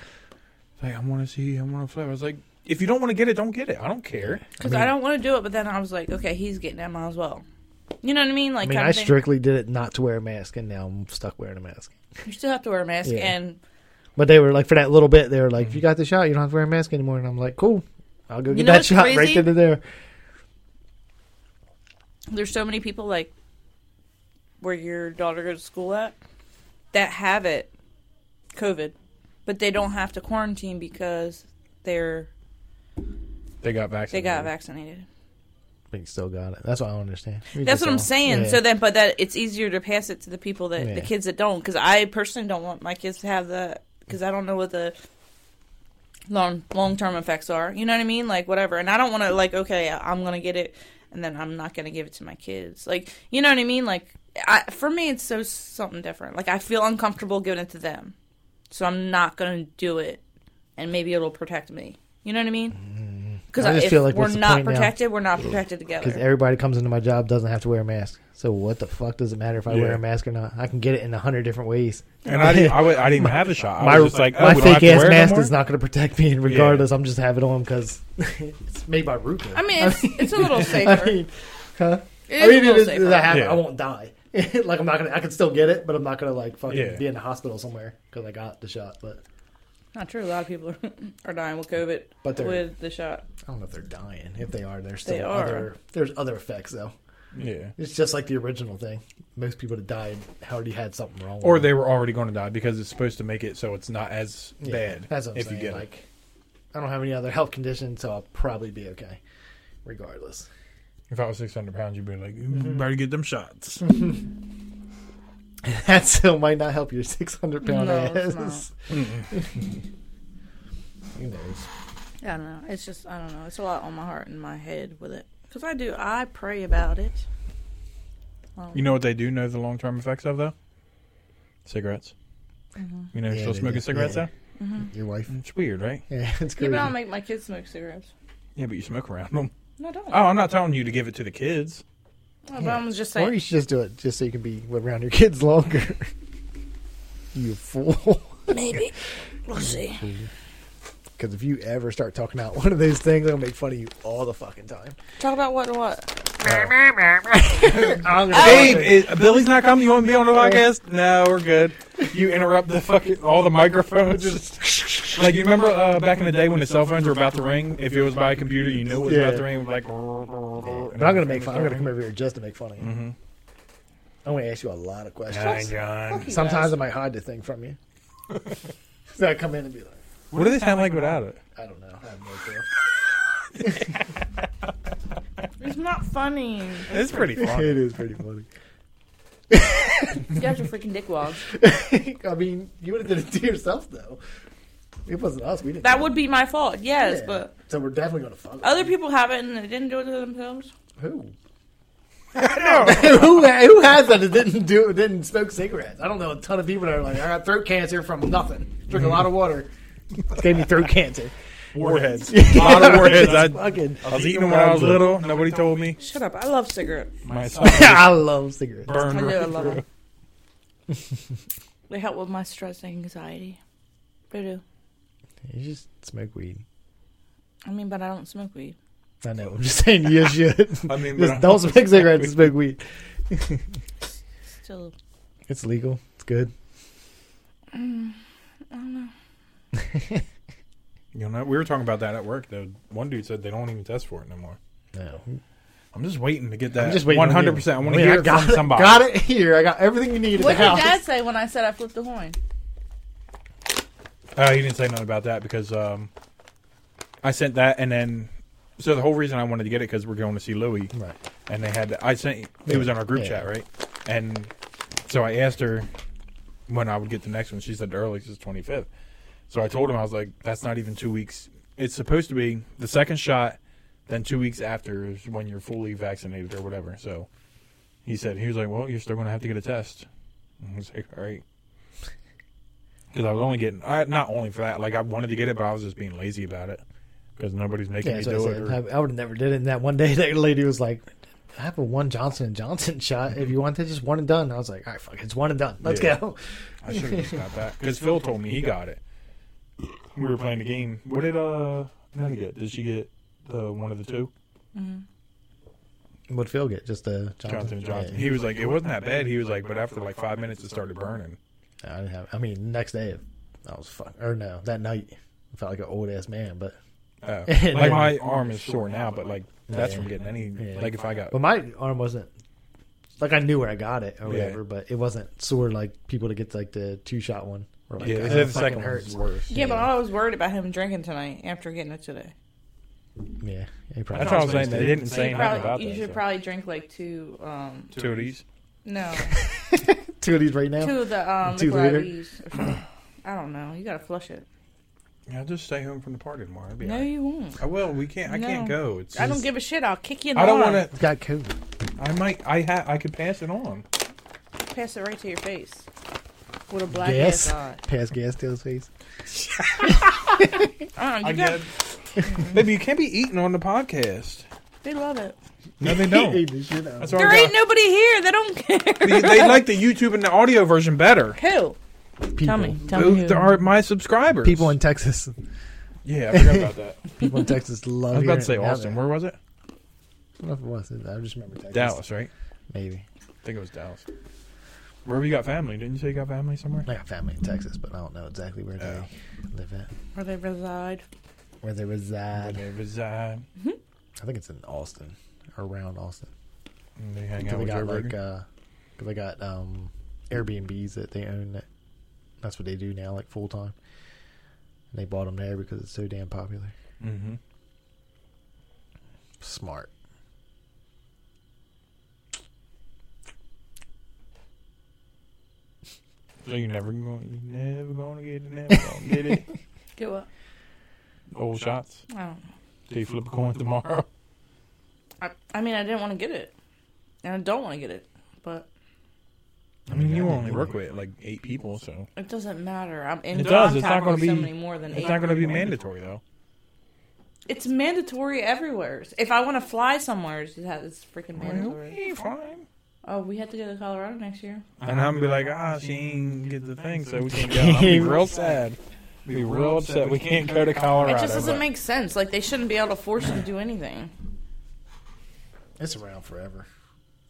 Speaker 2: She's Like, I want to see, I want to flip. I was like, if you don't want to get it, don't get it. I don't care.
Speaker 1: Because I, don't want to do it. But then I was like, okay, he's getting that might as well. You know what I mean?
Speaker 3: I
Speaker 1: Like,
Speaker 3: mean,
Speaker 1: kind
Speaker 3: I
Speaker 1: of thing.
Speaker 3: strictly did it not to wear a mask, and now I'm stuck wearing a mask.
Speaker 1: you still have to wear a mask.
Speaker 3: Yeah.
Speaker 1: And
Speaker 3: But they were like, for that little bit, they were like, "If you got the shot, you don't have to wear a mask anymore." And I'm like, "Cool, I'll go get
Speaker 1: know
Speaker 3: that
Speaker 1: what's
Speaker 3: shot right
Speaker 1: crazy?
Speaker 3: then and there."
Speaker 1: there's so many people, like, where your daughter goes to school at, that have it, COVID, but they don't have to quarantine because they're
Speaker 2: They got
Speaker 1: they
Speaker 2: vaccinated.
Speaker 1: got vaccinated.
Speaker 3: But you still got it. That's what I don't understand. We
Speaker 1: That's
Speaker 3: just
Speaker 1: what I'm
Speaker 3: all-
Speaker 1: saying.
Speaker 3: yeah.
Speaker 1: So then, but that it's easier to pass it to the people that
Speaker 3: Yeah.
Speaker 1: the kids that don't, because I personally don't want my kids to have the, because I don't know what the long long term effects are. You know what I mean? Like whatever, and I don't want to like okay, I'm gonna get it, and then I'm not gonna give it to my kids. Like you know what I mean? Like I, for me, it's so something different. Like I feel uncomfortable giving it to them, so I'm not gonna do it, and maybe it'll protect me. You know what I mean? Because
Speaker 3: Mm-hmm. I just
Speaker 1: if
Speaker 3: feel like,
Speaker 1: we're
Speaker 3: what's the
Speaker 1: not
Speaker 3: point now?
Speaker 1: protected, we're not protected together.
Speaker 3: Because everybody comes into my job doesn't have to wear a mask. So what the fuck does it matter if I
Speaker 2: Yeah.
Speaker 3: wear a mask or not? I can get it in a hundred different ways.
Speaker 2: And I
Speaker 3: <laughs>
Speaker 2: didn't, I, wa- I didn't even have a shot. I
Speaker 3: my
Speaker 2: was just like, oh,
Speaker 3: my
Speaker 2: we don't have
Speaker 3: fake
Speaker 2: to
Speaker 3: ass
Speaker 2: wear it no
Speaker 3: mask
Speaker 2: more?
Speaker 3: is not going to protect me, and regardless, I'm just having it on because <laughs> it's made by Ruka.
Speaker 1: I mean, it's, it's a little safer.
Speaker 3: <laughs> I mean, huh?
Speaker 1: It
Speaker 3: I
Speaker 1: is
Speaker 3: mean,
Speaker 1: a little
Speaker 3: it is,
Speaker 1: safer.
Speaker 3: I, have,
Speaker 2: Yeah.
Speaker 3: I won't die. <laughs> like I'm not gonna, I can still get it, but I'm not gonna like fucking
Speaker 2: Yeah.
Speaker 3: be in the hospital somewhere because I got the shot. But
Speaker 1: Not true. A lot of people <laughs> are, are dying with COVID,
Speaker 3: But they're-
Speaker 1: with the shot.
Speaker 3: I don't know if they're dying. If they are, there's still
Speaker 1: They are.
Speaker 3: other there's other effects though.
Speaker 2: Yeah.
Speaker 3: It's just like the original thing. Most people that died already had something wrong.
Speaker 2: Or
Speaker 3: with them.
Speaker 2: they were already going to die because it's supposed to make it so it's not as bad
Speaker 3: That's what I'm
Speaker 2: if
Speaker 3: saying.
Speaker 2: you get
Speaker 3: like, I don't have any other health conditions, so I'll probably be okay, regardless. <laughs>
Speaker 2: it. If I was 600 pounds, you'd be like, "You
Speaker 3: Mm-hmm.
Speaker 2: better get them
Speaker 3: <laughs>
Speaker 2: shots.
Speaker 3: that still might not help your 600 pound
Speaker 1: No, it's
Speaker 3: ass. Who knows?
Speaker 1: I don't know. It's just I don't know. It's a lot on my heart and my head with it. Because I do. I pray about it. Um,
Speaker 2: You know what they do know the long term effects of though? Cigarettes. You know, who's
Speaker 3: Yeah,
Speaker 2: still
Speaker 3: they
Speaker 2: smoking
Speaker 3: do.
Speaker 2: cigarettes
Speaker 3: Yeah.
Speaker 1: mhm.
Speaker 3: Your wife. <laughs>
Speaker 2: though. It's weird, right?
Speaker 3: Yeah, it's
Speaker 1: Yeah,
Speaker 3: crazy.
Speaker 1: but I don't make my kids smoke cigarettes.
Speaker 2: Yeah, but you smoke around them.
Speaker 1: No, I don't.
Speaker 2: Oh, I'm not telling you to give it to the kids.
Speaker 1: No, but I'm just
Speaker 3: Or you
Speaker 1: saying.
Speaker 3: should just do it just so you can be around your kids longer. <laughs> you fool. <laughs>
Speaker 1: Maybe. We'll see.
Speaker 3: Because if you ever start talking out one of those things, I'm gonna make fun of you all the fucking time.
Speaker 1: Talk about what and what.
Speaker 3: I'm gonna
Speaker 2: Babe, is, Billy's not coming. You want to be on the podcast? No, we're good. You interrupt the fucking all the microphones. <laughs> Just like you remember uh, back in the day when the cell phones were about to ring. If it was by a computer, you knew it was
Speaker 3: Yeah.
Speaker 2: about to ring. Like, I'm
Speaker 3: But I'm gonna make fun. Mm-hmm. I'm gonna come over here just to make fun of you.
Speaker 2: Mhm.
Speaker 3: I'm gonna ask you a lot of questions.
Speaker 2: Hi, <laughs> John.
Speaker 1: Fuck you
Speaker 3: Sometimes
Speaker 1: guys.
Speaker 3: I might hide the thing from you. <laughs> so I come in and be like,
Speaker 2: What do they sound like without it?
Speaker 3: I don't know. I have no clue.
Speaker 1: It's not funny.
Speaker 2: It's <laughs> pretty
Speaker 3: <laughs> it
Speaker 2: fun.
Speaker 3: is pretty funny.
Speaker 1: You guys are freaking dickwads.
Speaker 3: I mean, you would have did it to yourself though. It wasn't us. We didn't.
Speaker 1: That would be my fault, yes,
Speaker 3: Yeah.
Speaker 1: but
Speaker 3: So we're definitely gonna fuck.
Speaker 1: other people have it and they didn't do it to themselves.
Speaker 3: Who?
Speaker 2: no,
Speaker 3: <laughs> who who has that that didn't do didn't smoke cigarettes? I don't know a ton of people that are like, I got throat cancer from nothing. Drink a lot of water. <laughs> Gave me throat cancer.
Speaker 2: warheads. A lot of <laughs> warheads. I,
Speaker 3: <laughs> Fucking,
Speaker 2: I was eating them when I was little. Nobody told me.
Speaker 1: Shut up. I love cigarettes.
Speaker 2: My stomach
Speaker 3: I love cigarettes.
Speaker 1: I
Speaker 2: burned.
Speaker 1: do. I
Speaker 2: Right
Speaker 1: love
Speaker 2: through.
Speaker 1: them. they help with my stress and anxiety. They do.
Speaker 3: You just smoke weed.
Speaker 1: I mean, but I don't smoke weed.
Speaker 3: I know. I'm just saying you should.
Speaker 2: <laughs>
Speaker 3: <laughs>
Speaker 2: I mean,
Speaker 3: just
Speaker 2: but
Speaker 3: don't smoke cigarettes and smoke weed.
Speaker 1: Still,
Speaker 3: It's legal. It's good.
Speaker 2: you know, we were talking about that at work. Though one dude said they don't even test for it no more.
Speaker 3: No.
Speaker 2: I'm just waiting to get that.
Speaker 3: I'm just waiting.
Speaker 2: One
Speaker 3: on you.
Speaker 2: hundred percent. I want to
Speaker 3: mean,
Speaker 2: hear
Speaker 3: I
Speaker 2: it
Speaker 3: got
Speaker 2: from somebody.
Speaker 3: Got it here. I got everything you need at
Speaker 1: what
Speaker 3: the
Speaker 1: did
Speaker 3: house.
Speaker 1: Dad say when I said I flipped a coin?
Speaker 2: Oh, he didn't say nothing about that because um, I sent that, and then so the whole reason I wanted to get it because we're going to see Louis,
Speaker 3: Right.
Speaker 2: and they had I sent it was on our group
Speaker 3: Yeah.
Speaker 2: chat, right? And so I asked her when I would get the next one. She said the earliest is twenty fifth. So I told him I was like, that's not even two weeks. It's supposed to be the second shot, then two weeks after is when you're fully vaccinated or whatever. So he said he was like, well, you're still going to have to get a test. And I was like, all right. Because I was only getting, I, not only for that, like I wanted to get it, but I was just being lazy about it because nobody's making
Speaker 3: Yeah,
Speaker 2: me
Speaker 3: that's
Speaker 2: do
Speaker 3: what I,
Speaker 2: it.
Speaker 3: said.
Speaker 2: or-
Speaker 3: I, I would have never did it. And that one <laughs> day, that lady was like, "I have a one Johnson and Johnson <laughs> shot. If you want that, just one and done." And I was like, "All right, fuck, it, it's one and done. Let's
Speaker 2: Yeah.
Speaker 3: go."
Speaker 2: I should have just got <laughs> that because Phil told me he got it. We were playing the game. What did uh Nana get? Did she get the one of the two?
Speaker 3: Would Phil get just a Johnson,
Speaker 2: Johnson and Johnson.
Speaker 3: Yeah.
Speaker 2: He was like, it wasn't that bad. He was like, but after like five minutes, it started burning.
Speaker 3: I didn't have. I mean, next day I was fuck or no that night. I felt like an old ass man, but
Speaker 2: Oh.
Speaker 3: Yeah.
Speaker 2: Like my arm is sore now, but like that's
Speaker 3: Yeah.
Speaker 2: from getting any.
Speaker 3: Yeah.
Speaker 2: Like if I got
Speaker 3: but my arm wasn't like I knew where I got it or
Speaker 2: Yeah.
Speaker 3: whatever, but it wasn't sore like people to get like the two shot one. Or like,
Speaker 2: yeah,
Speaker 3: "Oh,
Speaker 2: they said the
Speaker 3: fucking
Speaker 2: second one
Speaker 3: hurts."
Speaker 2: was worse.
Speaker 1: Yeah, but I was worried about him drinking tonight after getting it today.
Speaker 3: Yeah, he probably
Speaker 2: That's what I was saying. They didn't say
Speaker 1: you
Speaker 2: nothing
Speaker 1: probably,
Speaker 2: about
Speaker 1: you
Speaker 2: that.
Speaker 1: should
Speaker 2: so.
Speaker 1: probably drink like two, um,
Speaker 2: Two of these. <laughs>
Speaker 1: no,
Speaker 3: two of these right now.
Speaker 1: two of the um,
Speaker 3: Two
Speaker 1: Michelob
Speaker 3: liter?
Speaker 1: Ease or something. I don't know. You gotta flush it.
Speaker 2: Yeah, I'll just stay home from the party tomorrow. It'll be
Speaker 1: No,
Speaker 2: all right.
Speaker 1: you won't.
Speaker 2: I will. We can't. I
Speaker 1: No.
Speaker 2: can't go. It's
Speaker 1: I don't
Speaker 2: just-
Speaker 1: give a shit. I'll kick you in the
Speaker 2: I don't
Speaker 1: arm.
Speaker 2: want to.
Speaker 3: It's got COVID.
Speaker 2: I might. I ha. I could pass it on.
Speaker 1: Pass it right to your face with a black
Speaker 3: Gas.
Speaker 1: ass eye.
Speaker 3: Pass gas to his face.
Speaker 1: Uh, you
Speaker 2: I
Speaker 1: got,
Speaker 2: get. Maybe you can't be eating on the podcast.
Speaker 1: they love it.
Speaker 2: No,
Speaker 3: <laughs>
Speaker 2: they
Speaker 3: He
Speaker 2: don't.
Speaker 3: ate the shit out of
Speaker 2: That's
Speaker 3: it.
Speaker 2: all
Speaker 1: There
Speaker 2: I
Speaker 1: ain't
Speaker 2: got.
Speaker 1: nobody here. They don't care.
Speaker 2: <laughs> They, they like the YouTube and the audio version better.
Speaker 1: <laughs> Who?
Speaker 3: people.
Speaker 1: Tell me. Tell me.
Speaker 2: Who
Speaker 1: Who.
Speaker 2: are my subscribers?
Speaker 3: People in Texas.
Speaker 2: Yeah, I forgot about that.
Speaker 3: <laughs> People in Texas love.
Speaker 2: I was about to say
Speaker 3: hearing it.
Speaker 2: Austin. Where was it?
Speaker 3: I don't know if it was. I just remember Texas.
Speaker 2: Dallas, right?
Speaker 3: Maybe.
Speaker 2: I think it was Dallas. Wherever you got family, didn't you say you got family somewhere?
Speaker 3: I got family in Texas, but I don't know exactly where they
Speaker 2: Oh.
Speaker 3: live at,
Speaker 1: Where they reside.
Speaker 3: where they
Speaker 2: Where
Speaker 3: reside.
Speaker 2: they reside,
Speaker 3: I think it's in Austin, around Austin.
Speaker 2: and they hang out
Speaker 3: Because they
Speaker 2: with Joe
Speaker 3: got like,
Speaker 2: Rogan.
Speaker 3: uh, 'cause they got um, Airbnbs that they own. That that's what they do now, like full time. And they bought them there because it's so damn popular.
Speaker 2: hmm
Speaker 3: Smart.
Speaker 2: So you never going, you never gonna get it, never <laughs> gonna get it.
Speaker 1: Get what?
Speaker 2: Old shots.
Speaker 1: I don't know.
Speaker 2: Do you flip a coin tomorrow?
Speaker 1: I, I mean, I didn't want to get it, and I don't want to get it, but
Speaker 2: I mean, you only work with like eight people, so
Speaker 1: it doesn't matter. I'm in
Speaker 2: It does.
Speaker 1: contact
Speaker 2: It's not gonna
Speaker 1: with so
Speaker 2: be-
Speaker 1: many more than
Speaker 2: it's
Speaker 1: eight.
Speaker 2: not going to be mandatory though.
Speaker 1: It's mandatory everywhere. If I want to fly somewhere, it's it's freaking
Speaker 2: Well,
Speaker 1: mandatory.
Speaker 2: yeah, fine.
Speaker 1: Oh, we have to go to Colorado next year.
Speaker 2: And I'm gonna be like, ah, she ain't get the thing, so we <laughs> can't go. I'll be real sad. Be real upset. We can't go to Colorado.
Speaker 1: it just doesn't
Speaker 2: but-
Speaker 1: make sense. Like they shouldn't be able to force you to do anything.
Speaker 3: It's around forever.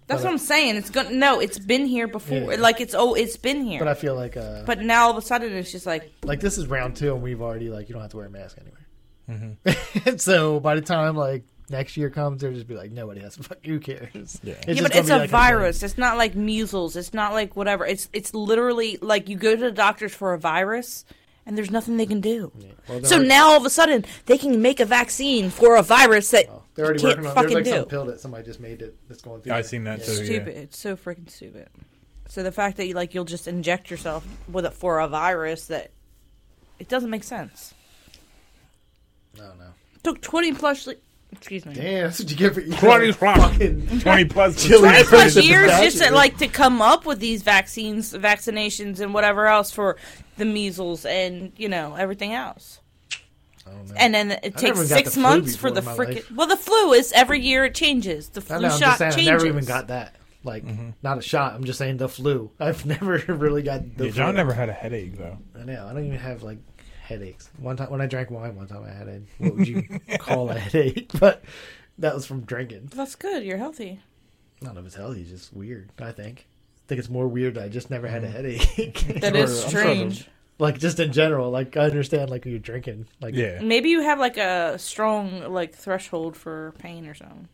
Speaker 1: That's what I'm saying. It's gonna no. It's been here before.
Speaker 3: Yeah.
Speaker 1: Like it's oh, it's been here.
Speaker 3: But
Speaker 1: But,
Speaker 3: I feel like uh,
Speaker 1: now all of a sudden it's just like
Speaker 3: like this is round two, and we've already like you don't have to wear a mask anywhere.
Speaker 2: Mm-hmm.
Speaker 3: And <laughs> so by the time like next year comes, they'll just be like nobody has to fuck. Who cares?
Speaker 2: Yeah.
Speaker 1: yeah,
Speaker 3: just
Speaker 1: but
Speaker 3: gonna
Speaker 1: it's
Speaker 3: be
Speaker 1: a
Speaker 3: like
Speaker 1: virus. It's not like measles. It's not like whatever. It's it's literally like you go to the doctors for a virus. And there's nothing they can do.
Speaker 3: Well, they're
Speaker 1: so
Speaker 3: already-
Speaker 1: now all of a sudden they can make a vaccine for a virus that
Speaker 3: Oh, they're already
Speaker 1: can't
Speaker 3: working on. There's
Speaker 1: fucking
Speaker 3: like
Speaker 1: do.
Speaker 3: some pill that somebody just made that, that's going through.
Speaker 2: I
Speaker 3: there.
Speaker 2: seen that
Speaker 3: Yeah.
Speaker 2: too. yeah.
Speaker 1: stupid. It's so freaking stupid. So the fact that you like you'll just inject yourself with it for a virus that it doesn't make sense.
Speaker 3: I don't know.
Speaker 1: took twenty plus. le- excuse me.
Speaker 3: Damn, that's what you get for you
Speaker 2: 20 plus.
Speaker 3: fucking
Speaker 2: 20 plus
Speaker 3: Chili
Speaker 2: <laughs> chili.
Speaker 1: plus
Speaker 3: versus
Speaker 1: years
Speaker 3: the
Speaker 1: just to,
Speaker 3: vaccine.
Speaker 1: like to come up with these vaccines, vaccinations, and whatever else for the measles and you know everything else.
Speaker 3: I don't know.
Speaker 1: And then it takes
Speaker 3: never got
Speaker 1: six
Speaker 3: the flu
Speaker 1: months for
Speaker 3: before
Speaker 1: the
Speaker 3: in my
Speaker 1: freaking.
Speaker 3: life.
Speaker 1: Well, the flu is every year it changes. The
Speaker 3: I
Speaker 1: flu
Speaker 3: know,
Speaker 1: shot
Speaker 3: I'm just saying,
Speaker 1: changes.
Speaker 3: I never even got that. Like,
Speaker 2: Mm-hmm.
Speaker 3: not a shot. I'm just saying the flu. I've <laughs> never really got the
Speaker 2: Yeah,
Speaker 3: flu.
Speaker 2: John never had a headache though.
Speaker 3: I know. I don't even have like headaches. One time when I drank wine, one time I had a what
Speaker 1: <laughs>
Speaker 3: would you call a headache? <laughs> But that was from drinking.
Speaker 1: That's good. You're healthy.
Speaker 3: None of it's healthy. It's just weird. I think. I think it's more weird. that I just never had a headache.
Speaker 1: Mm. <laughs>
Speaker 3: <laughs>
Speaker 1: That
Speaker 2: Or-
Speaker 1: is
Speaker 2: I'm sure the-
Speaker 1: strange.
Speaker 3: like just in general. Like I understand. Like you're drinking. Like
Speaker 2: Yeah.
Speaker 1: Maybe you have like a strong like threshold for pain or something,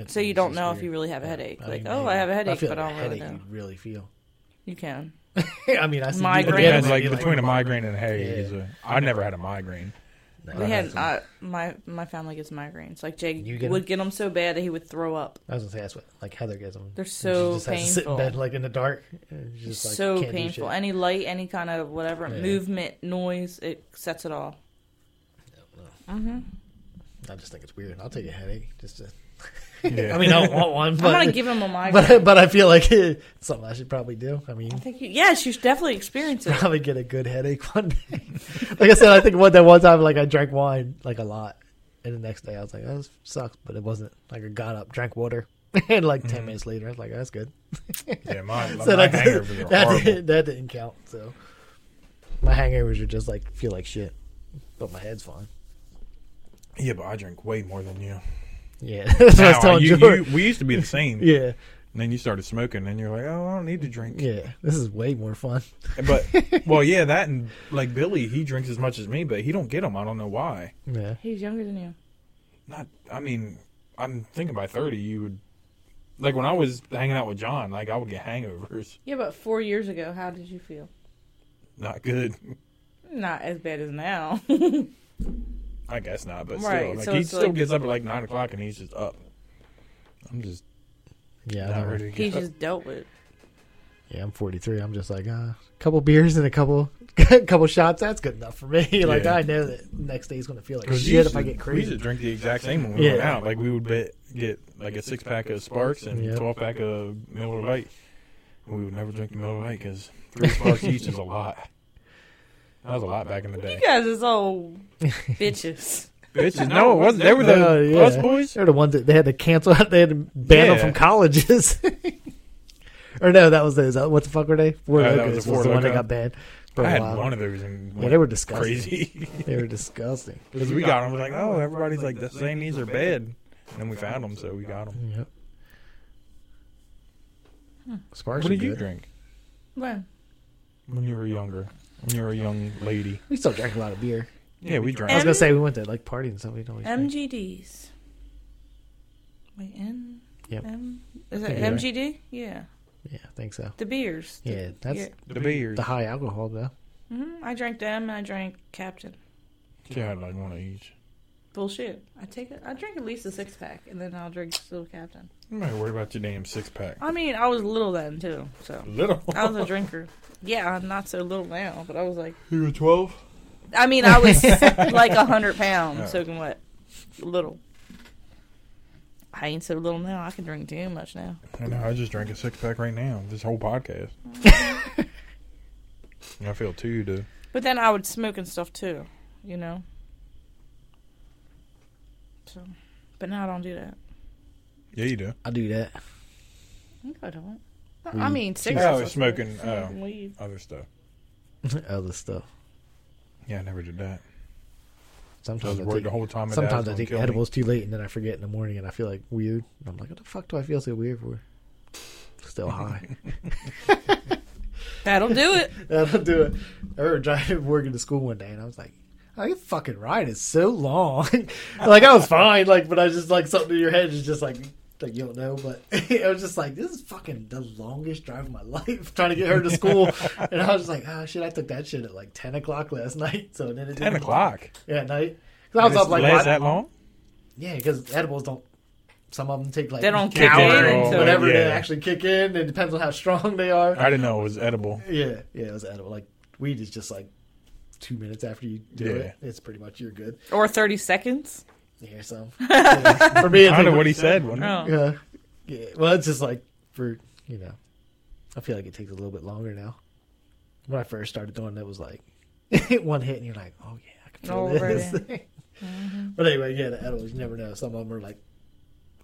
Speaker 3: it's-
Speaker 1: so you
Speaker 3: it's
Speaker 1: don't
Speaker 3: just
Speaker 1: know if
Speaker 3: weird.
Speaker 1: you really have a headache.
Speaker 3: I
Speaker 1: like,
Speaker 3: mean,
Speaker 1: oh,
Speaker 3: maybe.
Speaker 1: I have a headache,
Speaker 3: feel
Speaker 1: but I
Speaker 3: like
Speaker 1: don't
Speaker 3: a
Speaker 1: really
Speaker 3: headache
Speaker 1: know.
Speaker 3: You really
Speaker 1: <laughs>
Speaker 3: feel.
Speaker 1: You can.
Speaker 3: I mean, I see
Speaker 2: It
Speaker 1: Migraine.
Speaker 2: depends,
Speaker 1: Yeah,
Speaker 2: like
Speaker 3: like
Speaker 2: between a migraine and a headache.
Speaker 3: Yeah.
Speaker 2: Is a, I never had a
Speaker 3: <laughs>
Speaker 2: migraine.
Speaker 1: We
Speaker 2: I
Speaker 1: had
Speaker 2: had
Speaker 1: uh, my my family gets migraines. Like Jake
Speaker 3: You get
Speaker 1: would
Speaker 3: 'em?
Speaker 1: get them so bad that he would throw up.
Speaker 3: I was gonna say that's what like Heather gets them.
Speaker 1: They're
Speaker 3: And
Speaker 1: so
Speaker 3: she just Has to sit
Speaker 1: painful.
Speaker 3: in bed like in the dark. and she's just, like,
Speaker 1: so
Speaker 3: can't do
Speaker 1: painful.
Speaker 3: shit.
Speaker 1: Any light, any kind of whatever
Speaker 3: Yeah.
Speaker 1: movement, noise, it sets it all.
Speaker 3: I just think it's weird. I'll take a headache. Just to,
Speaker 2: Yeah.
Speaker 3: I mean, I don't want one,
Speaker 1: <laughs>
Speaker 3: but
Speaker 1: I'm gonna give him a migraine.
Speaker 3: <laughs> but but I feel like it's something I should probably do. I mean, <laughs>
Speaker 1: I think you, yes, you should definitely experience it.
Speaker 3: probably get a good headache one day. <laughs> like I said, I think one that one time like I drank wine like a lot, and the next day I was like, oh, "This sucks," but it wasn't. Like I got up, drank water, <laughs> and like 10 minutes later, I was like, "That's good."
Speaker 2: Yeah, my, Mm-hmm. my
Speaker 3: So like
Speaker 2: hangovers are
Speaker 3: that,
Speaker 2: horrible.
Speaker 3: didn't, that didn't count. So my hangovers are just like feel like shit, but my head's fine.
Speaker 2: Yeah, but I drink way more than you.
Speaker 3: Yeah, <laughs> that's what I was
Speaker 2: Now,
Speaker 3: telling
Speaker 2: you,
Speaker 3: George.
Speaker 2: you- we used to be the same.
Speaker 3: <laughs> yeah,
Speaker 2: And then you started smoking, and you're like, oh, I don't need to drink.
Speaker 3: yeah, this is way more fun. <laughs>
Speaker 1: <laughs>
Speaker 2: But well, yeah, that and like Billy, he drinks as much as me, but he don't get them. I don't know why.
Speaker 3: Yeah,
Speaker 1: He's younger than you.
Speaker 2: Not. I mean, I'm thinking by thirty, you would. Like when I was hanging out with John, like I would get hangovers.
Speaker 1: Yeah, but four years ago, how did you feel?
Speaker 2: Not good.
Speaker 1: Not as bad as now. <laughs>
Speaker 2: I guess not, but still,
Speaker 1: Right,
Speaker 2: like
Speaker 1: so
Speaker 2: he
Speaker 1: it's
Speaker 2: still
Speaker 1: like-
Speaker 2: gets up at like nine o'clock and he's just up. I'm just
Speaker 3: yeah, I
Speaker 2: not
Speaker 3: know.
Speaker 2: ready to
Speaker 1: He's
Speaker 2: get up.
Speaker 1: just dealt with. it.
Speaker 3: yeah. I'm 43. I'm just like uh, a couple beers and a couple <laughs> couple shots. That's good enough for me. <laughs> like
Speaker 2: Yeah.
Speaker 3: I know that next day's gonna feel like
Speaker 2: 'Cause we
Speaker 3: shit
Speaker 2: used
Speaker 3: if I
Speaker 2: to-
Speaker 3: get
Speaker 2: We used
Speaker 3: crazy.
Speaker 2: to drink the exact same when we went
Speaker 3: Yeah.
Speaker 2: out. Like we would bet, get like a six pack of Sparks and
Speaker 3: Yeah.
Speaker 2: twelve pack of Miller Lite. And we would never drink the Miller Lite because three
Speaker 3: <laughs>
Speaker 2: Sparks each is a lot. That was a lot back in the
Speaker 1: You
Speaker 2: day.
Speaker 1: guys is
Speaker 3: <laughs>
Speaker 1: all bitches.
Speaker 2: <laughs> Bitches, no, it wasn't. They were the
Speaker 3: Oh, yeah.
Speaker 2: bus boys.
Speaker 3: They're the ones that they had to cancel out. They had to ban them
Speaker 2: Yeah.
Speaker 3: from colleges. <laughs> or no, that was those. uh, What the fuck were they? Four
Speaker 2: No, that
Speaker 3: Locos
Speaker 2: was
Speaker 3: was,
Speaker 2: the Four
Speaker 3: the one that
Speaker 2: Loco.
Speaker 3: got banned. For
Speaker 2: I
Speaker 3: a
Speaker 2: had
Speaker 3: while.
Speaker 2: one of those and
Speaker 3: Yeah, they were disgusting. <laughs>
Speaker 2: crazy
Speaker 3: They were disgusting.
Speaker 2: because we got them. We're like, oh, everybody's like the same. These are bad. And then we found them, so we got them.
Speaker 3: Yep. Sparks
Speaker 2: What
Speaker 3: are
Speaker 2: did you
Speaker 3: good.
Speaker 2: drink
Speaker 1: When?
Speaker 2: when you were younger? When you were a young lady?
Speaker 3: We still drank a lot of beer.
Speaker 2: Yeah, we drank.
Speaker 3: I was
Speaker 1: M-
Speaker 3: gonna say we went to like parties and stuff. We always drink.
Speaker 1: MGDs. Wait, N.
Speaker 3: Yep.
Speaker 1: M. Is that
Speaker 3: Think you're right.
Speaker 1: MGD? Yeah,
Speaker 3: Yeah, I think so.
Speaker 1: the beers. The-
Speaker 3: Yeah, that's
Speaker 1: yeah.
Speaker 2: The beers.
Speaker 3: the high alcohol though.
Speaker 1: Mhm, I drank them and I drank Captain.
Speaker 2: She had like one of each.
Speaker 1: Bullshit. I take it. I drink at least a six pack and then I'll drink still Captain.
Speaker 2: I'm not worried about your damn six pack.
Speaker 1: I mean, I was little then too, so
Speaker 2: <laughs> Little.
Speaker 1: I was a drinker. Yeah, I'm not so little now, but I was like,
Speaker 2: You were 12?
Speaker 1: I mean, I was like a hundred pounds soaking wet, little. I ain't so little now. I can drink too much now.
Speaker 2: I know. I just drank a six pack right now. This whole <laughs> podcast. And I feel too, dude.
Speaker 1: But then I would smoke and stuff too, you know. So, but now I don't do that.
Speaker 2: Yeah, you do.
Speaker 3: I do that.
Speaker 1: I think I don't. I- I mean, cigarettes.
Speaker 2: Oh,
Speaker 1: I
Speaker 2: smoking,
Speaker 1: smoke.
Speaker 2: oh.
Speaker 1: Smoking weed.
Speaker 2: Other stuff.
Speaker 3: <laughs> Other stuff.
Speaker 2: Yeah, I never did that. I was
Speaker 3: Sometimes I
Speaker 2: worried
Speaker 3: take,
Speaker 2: the whole time. my dad
Speaker 3: sometimes
Speaker 2: was
Speaker 3: I
Speaker 2: gonna
Speaker 3: take
Speaker 2: kill me.
Speaker 3: edibles too late and then I forget in the morning and I feel like weird. And I'm like, what the fuck do I feel so weird for?
Speaker 2: <laughs>
Speaker 3: Still high. <laughs>
Speaker 1: That'll do it.
Speaker 3: That'll do it. I remember driving <laughs> working to school one day, and I was like, "I fucking ride is so long." <laughs> like I was fine, like, but I just like something in your head is just like, like you don't know, but <laughs> I was just like, "This is fucking the longest drive of my <laughs> life." Trying to get her
Speaker 2: <laughs>
Speaker 3: to school, and I was just like, "Oh shit!" I took that shit at like ten o'clock last <laughs> night. So then it
Speaker 2: Ten
Speaker 3: didn't-
Speaker 2: o'clock.
Speaker 3: Yeah, at night. 'Cause I was up like,
Speaker 2: last
Speaker 3: what?
Speaker 2: that long?
Speaker 3: yeah, because edibles don't. Some of them take like
Speaker 1: They don't
Speaker 3: an
Speaker 1: kick
Speaker 3: hour
Speaker 1: in
Speaker 3: or
Speaker 1: until-
Speaker 3: whatever
Speaker 2: Yeah.
Speaker 3: to actually kick in. It depends on how strong they are.
Speaker 2: I didn't know it was edible.
Speaker 3: Yeah, yeah, it was edible. Like weed is just like two minutes after you do
Speaker 2: Yeah.
Speaker 3: it, it's pretty much you're good.
Speaker 1: Or 30 seconds. <laughs>
Speaker 3: Yeah, so yeah. for me, it's
Speaker 2: I don't
Speaker 3: like,
Speaker 2: know what he said. wasn't it?
Speaker 1: Oh.
Speaker 3: Yeah, yeah. Well, it's just like for you know, I feel like it takes a little bit longer now. When I first started doing it, it was like <laughs> one hit, and you're like, oh yeah, I can feel
Speaker 1: Oh,
Speaker 3: this.
Speaker 1: right.
Speaker 3: <laughs>
Speaker 1: Mm-hmm.
Speaker 3: But anyway, yeah, the edibles. You never know. Some of them are like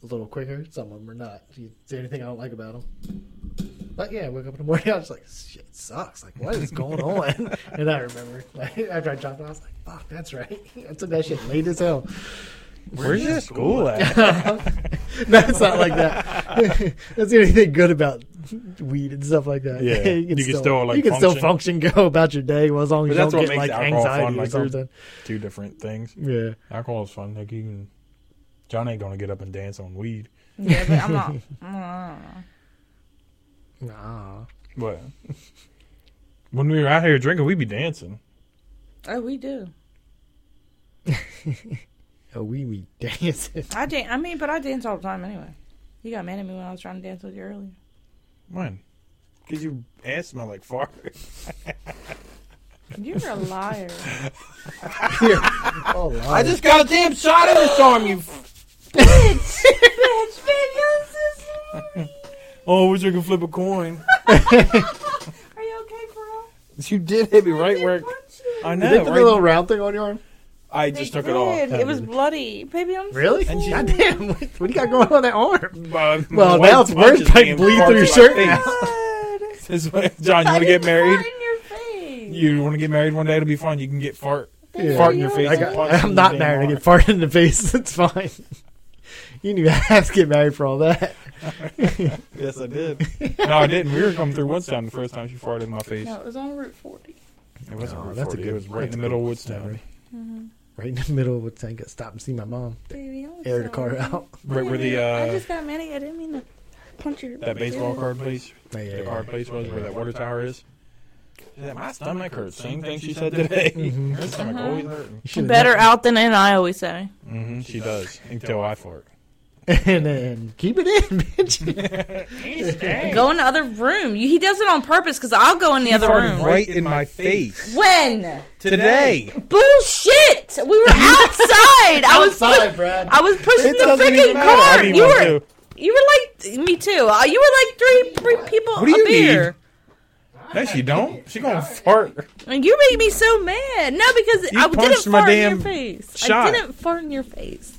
Speaker 3: a little quicker. Some of them are not. You see anything I don't like about them? But yeah, I woke up in the morning. <laughs> I was like, shit sucks. Like, what is
Speaker 2: <laughs>
Speaker 3: going on? and I remember like, <laughs> after I dropped it, I was like, fuck, that's right. <laughs> I took that shit late as
Speaker 2: <laughs>
Speaker 3: hell. <laughs>
Speaker 2: Where's your school at?
Speaker 3: no, it's not like that. <laughs> that's the only thing good about weed and stuff like that. <laughs>
Speaker 2: Yeah, you can still, like,
Speaker 3: you can still function, go about your day well, as long
Speaker 2: But
Speaker 3: as you
Speaker 2: that's
Speaker 3: don't
Speaker 2: what
Speaker 3: get
Speaker 2: makes
Speaker 3: like
Speaker 2: alcohol
Speaker 3: anxiety
Speaker 2: fun,
Speaker 3: or
Speaker 2: like, you're-
Speaker 3: something.
Speaker 2: <laughs> Two different things.
Speaker 3: Yeah.
Speaker 2: Alcohol's fun. Like you can. John ain't gonna get up and dance on weed.
Speaker 1: Yeah, but I'm not. mm. I don't know.
Speaker 3: Nah.
Speaker 2: But when we were out here drinking, we'd be dancing.
Speaker 1: Oh, we do.
Speaker 3: Oh, we we dancing.
Speaker 1: I dan- I mean, but I dance all the time anyway. You got mad at me when I was trying to dance with you earlier.
Speaker 2: When? Cause your ass smell like fart.
Speaker 1: You're a
Speaker 3: <laughs>
Speaker 1: liar.
Speaker 3: Oh, Lord.
Speaker 4: I just got a damn shot in this arm, you.
Speaker 3: <laughs>
Speaker 2: Oh, I wish I could flip a coin.
Speaker 1: Are you okay, girl?
Speaker 4: <laughs> You did hit me right where.
Speaker 2: I
Speaker 3: Did
Speaker 2: know.
Speaker 3: they put
Speaker 2: right?
Speaker 3: a little round thing on your arm?
Speaker 2: I
Speaker 1: They
Speaker 2: just took
Speaker 1: did.
Speaker 2: it off.
Speaker 1: It
Speaker 2: <laughs>
Speaker 1: was bloody, baby. I'm
Speaker 3: Really?
Speaker 2: And she-
Speaker 3: God damn, what, what do you got going on that arm?
Speaker 2: Well,
Speaker 3: Well, now it's worse by bleed through your shirt now.
Speaker 2: <laughs>
Speaker 1: Good.
Speaker 2: This way. John, you want to get married?
Speaker 1: In your face.
Speaker 2: You want to get married one day? It'll be fun. You can get fart,
Speaker 3: Yeah.
Speaker 2: fart in your face.
Speaker 3: I
Speaker 2: and punch
Speaker 3: got,
Speaker 2: in
Speaker 3: I'm
Speaker 2: the
Speaker 3: not
Speaker 2: damn
Speaker 3: married. I
Speaker 2: arm.
Speaker 3: get farted in the face. <laughs> That's fine. You didn't even have to get married for all that.
Speaker 2: Yes, I did. <laughs> no, I didn't. We were coming through Woodstown the first time she farted in my face.
Speaker 1: No, it was on Route 40.
Speaker 2: It wasn't
Speaker 3: No,
Speaker 2: Route
Speaker 3: that's a
Speaker 2: 40,
Speaker 3: good-
Speaker 2: It was right in
Speaker 3: that's
Speaker 2: the
Speaker 3: a
Speaker 2: middle of
Speaker 3: good
Speaker 2: Woodstown,
Speaker 3: story. Right in the middle of a tank. I stopped and see my mom.
Speaker 1: Baby, I'm
Speaker 3: Air the
Speaker 1: sorry.
Speaker 3: car out.
Speaker 2: right where the
Speaker 1: I
Speaker 2: uh,
Speaker 1: just got mad at you. I didn't mean to punch your.
Speaker 2: that baseball card place,
Speaker 3: Yeah.
Speaker 2: the card place was where that water tower is. She said, My stomach hurts. Same thing she said today. <laughs> Uh-huh. Her stomach always hurting.
Speaker 3: You should've
Speaker 1: Better out than in, I always say.
Speaker 2: hmm she does until I fart.
Speaker 3: not- <laughs> And then keep it in, <laughs> bitch.
Speaker 1: Go in the other room. You- He does it on purpose because I'll go in the other room.
Speaker 2: in my face
Speaker 1: When?
Speaker 2: today.
Speaker 1: Bullshit! We
Speaker 2: <laughs>
Speaker 1: were outside. I was
Speaker 3: Outside, Brad.
Speaker 1: I was pushing
Speaker 2: It
Speaker 1: the
Speaker 2: doesn't
Speaker 1: freaking
Speaker 2: even matter. I
Speaker 1: car.
Speaker 2: need
Speaker 1: You
Speaker 2: one
Speaker 1: were
Speaker 2: too.
Speaker 1: you were like me too. Uh, you were like three, three people
Speaker 2: What do you
Speaker 1: a beer.
Speaker 2: No, she don't. She <laughs> gonna fart.
Speaker 1: And you made me so mad. No, because
Speaker 2: You
Speaker 1: I didn't
Speaker 2: punched my
Speaker 1: fart in
Speaker 2: damn
Speaker 1: your face. I
Speaker 2: shot.
Speaker 1: didn't fart in your face.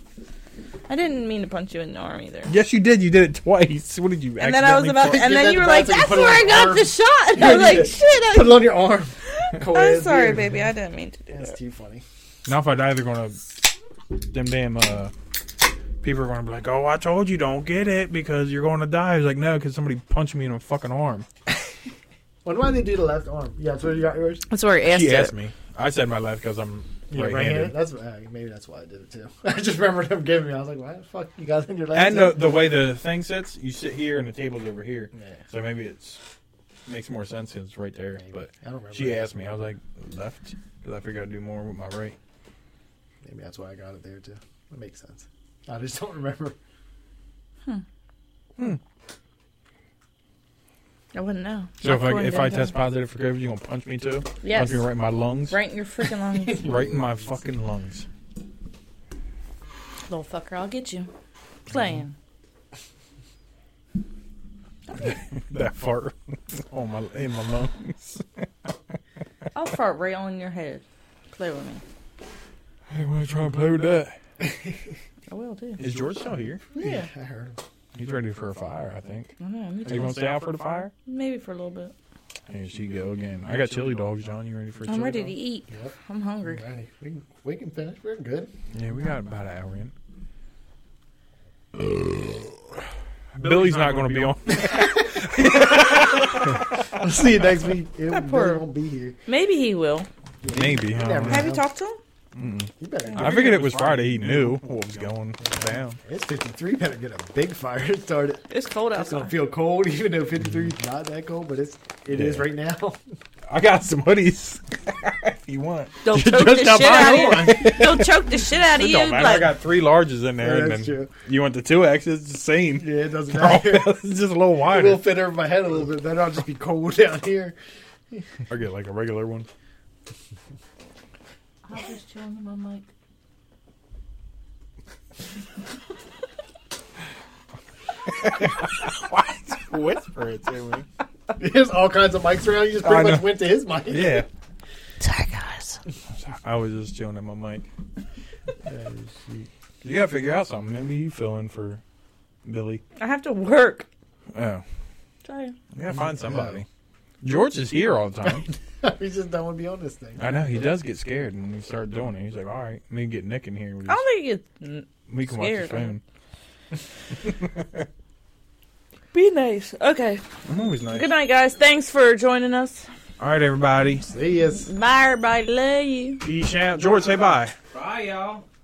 Speaker 1: I didn't mean to punch you in the arm either.
Speaker 2: Yes, you did. You did it twice. What did you?
Speaker 1: And then I was about, and
Speaker 3: Give
Speaker 1: then
Speaker 3: that
Speaker 1: you were
Speaker 3: to
Speaker 1: like,
Speaker 3: Bronson,
Speaker 1: "That's
Speaker 3: put
Speaker 1: where I
Speaker 3: it on your
Speaker 1: got
Speaker 3: arm."
Speaker 1: the shot."
Speaker 2: <laughs>
Speaker 1: And I
Speaker 3: you
Speaker 1: was like,
Speaker 3: did.
Speaker 1: "Shit,
Speaker 3: Put it on your arm.
Speaker 1: I, <laughs> I'm sorry, baby. I didn't mean to do
Speaker 3: That's
Speaker 1: that."
Speaker 3: too funny.
Speaker 2: Now if I die, they're gonna them damn uh, people are gonna be like, "Oh, I told you, don't get it because you're going to die." It's like, no, because somebody punched me in the fucking arm.
Speaker 3: Well, why do they do the left arm? Yeah, that's where you got yours.
Speaker 1: That's where he asked
Speaker 2: She
Speaker 1: it.
Speaker 2: asked me. I said my left because I'm
Speaker 3: Yeah,
Speaker 2: right-handed.
Speaker 3: right-handed. That's uh, maybe that's why I did it too. <laughs> I just remembered him giving me. I was like, why the fuck you got in your left?
Speaker 2: And the,
Speaker 3: hand?
Speaker 2: the way the thing sits, you sit here and the table's over here,
Speaker 3: yeah,
Speaker 2: so maybe it's makes more sense since it's right there. But
Speaker 3: I don't remember.
Speaker 2: she asked me, I was like, left. Because I figured I'd do more with my right.
Speaker 3: Maybe that's why I got it there too. That makes sense. I just don't
Speaker 2: <laughs>
Speaker 3: remember.
Speaker 1: I wouldn't know.
Speaker 2: So if I
Speaker 1: Popcorn
Speaker 2: if I
Speaker 1: downtown.
Speaker 2: test positive for COVID, you gonna punch me too?
Speaker 1: Yes.
Speaker 2: Punch me right in my lungs.
Speaker 1: right in your freaking
Speaker 2: <laughs>
Speaker 1: lungs,
Speaker 2: right in my fucking lungs.
Speaker 1: little fucker, I'll get you. Playing.
Speaker 2: that fart <laughs> on my in my lungs.
Speaker 1: I'll fart right on your head. Play with me.
Speaker 2: Hey, wanna try and play with that?
Speaker 1: I will too.
Speaker 2: Is George still here?
Speaker 1: Yeah.
Speaker 3: I heard him.
Speaker 2: He's ready for a fire, I think.
Speaker 1: I know. Me
Speaker 2: Are you
Speaker 1: too.
Speaker 2: gonna stay out for the fire?
Speaker 1: Maybe for a little bit.
Speaker 2: Here she go again. I got chili dogs, John. You ready for?
Speaker 1: I'm
Speaker 2: chili
Speaker 1: ready
Speaker 2: dogs?
Speaker 1: to eat.
Speaker 3: Yep.
Speaker 1: I'm hungry.
Speaker 3: Alrighty. We can, we can finish.
Speaker 2: <laughs>
Speaker 3: We're good.
Speaker 2: Yeah, we got about an hour in. Billy's not going to be on.
Speaker 3: I'll see you next week. It
Speaker 1: That
Speaker 3: really
Speaker 1: poor-
Speaker 3: won't be here.
Speaker 1: Maybe he will.
Speaker 2: <laughs> Maybe. I, don't know.
Speaker 1: Have you talked to him?
Speaker 3: You better.
Speaker 2: I figured it was Friday. He knew what was going down.
Speaker 3: It's 53. Better get a big fire <laughs> started.
Speaker 1: It's cold
Speaker 3: It's gonna
Speaker 1: outside.
Speaker 3: feel cold, <laughs> even though 53 is not that cold, but it's it is
Speaker 2: Yeah.
Speaker 3: right now. <laughs>
Speaker 2: I got some hoodies <laughs> if you want. <laughs>
Speaker 1: They'll choke the shit out of you. They'll choke the shit out of
Speaker 2: It
Speaker 1: you.
Speaker 2: don't matter. I
Speaker 1: Like,
Speaker 2: got three larges in there.
Speaker 3: Yeah,
Speaker 2: and
Speaker 3: that's
Speaker 2: then
Speaker 3: true.
Speaker 2: you want the two X? It's the same.
Speaker 3: Yeah, it
Speaker 2: <laughs>
Speaker 3: doesn't matter.
Speaker 2: it's just a little
Speaker 3: <laughs> It will
Speaker 2: wider.
Speaker 3: fit over my head a little bit better. I'll just be cold <laughs> down here.
Speaker 2: I get like a regular one.
Speaker 1: I'll just chill on my mic.
Speaker 2: Whisper it to me.
Speaker 3: There's all kinds of mics around. You just
Speaker 2: I
Speaker 3: pretty
Speaker 2: know.
Speaker 3: much went to his mic. <laughs>
Speaker 2: Yeah.
Speaker 1: Sorry, guys.
Speaker 2: I was just chilling at my mic. You gotta figure out something. Maybe you fill in for Billy.
Speaker 1: I have to work.
Speaker 2: Oh.
Speaker 1: Sorry.
Speaker 2: Yeah, find somebody. George is here all the time.
Speaker 3: we just don't want to be on this thing.
Speaker 2: I know he does get scared when we start doing it. He's like, "All right, me and get Nick in here. We,
Speaker 1: I don't think it's. mm,
Speaker 2: we can watch the
Speaker 1: scared, huh?
Speaker 2: phone."
Speaker 1: Be nice. Okay.
Speaker 2: I'm always nice.
Speaker 1: Good night, guys. Thanks for joining us.
Speaker 2: All right, everybody,
Speaker 3: See ya.
Speaker 1: Bye, everybody. Love you.
Speaker 2: peace out. George, say bye.
Speaker 5: Bye, y'all.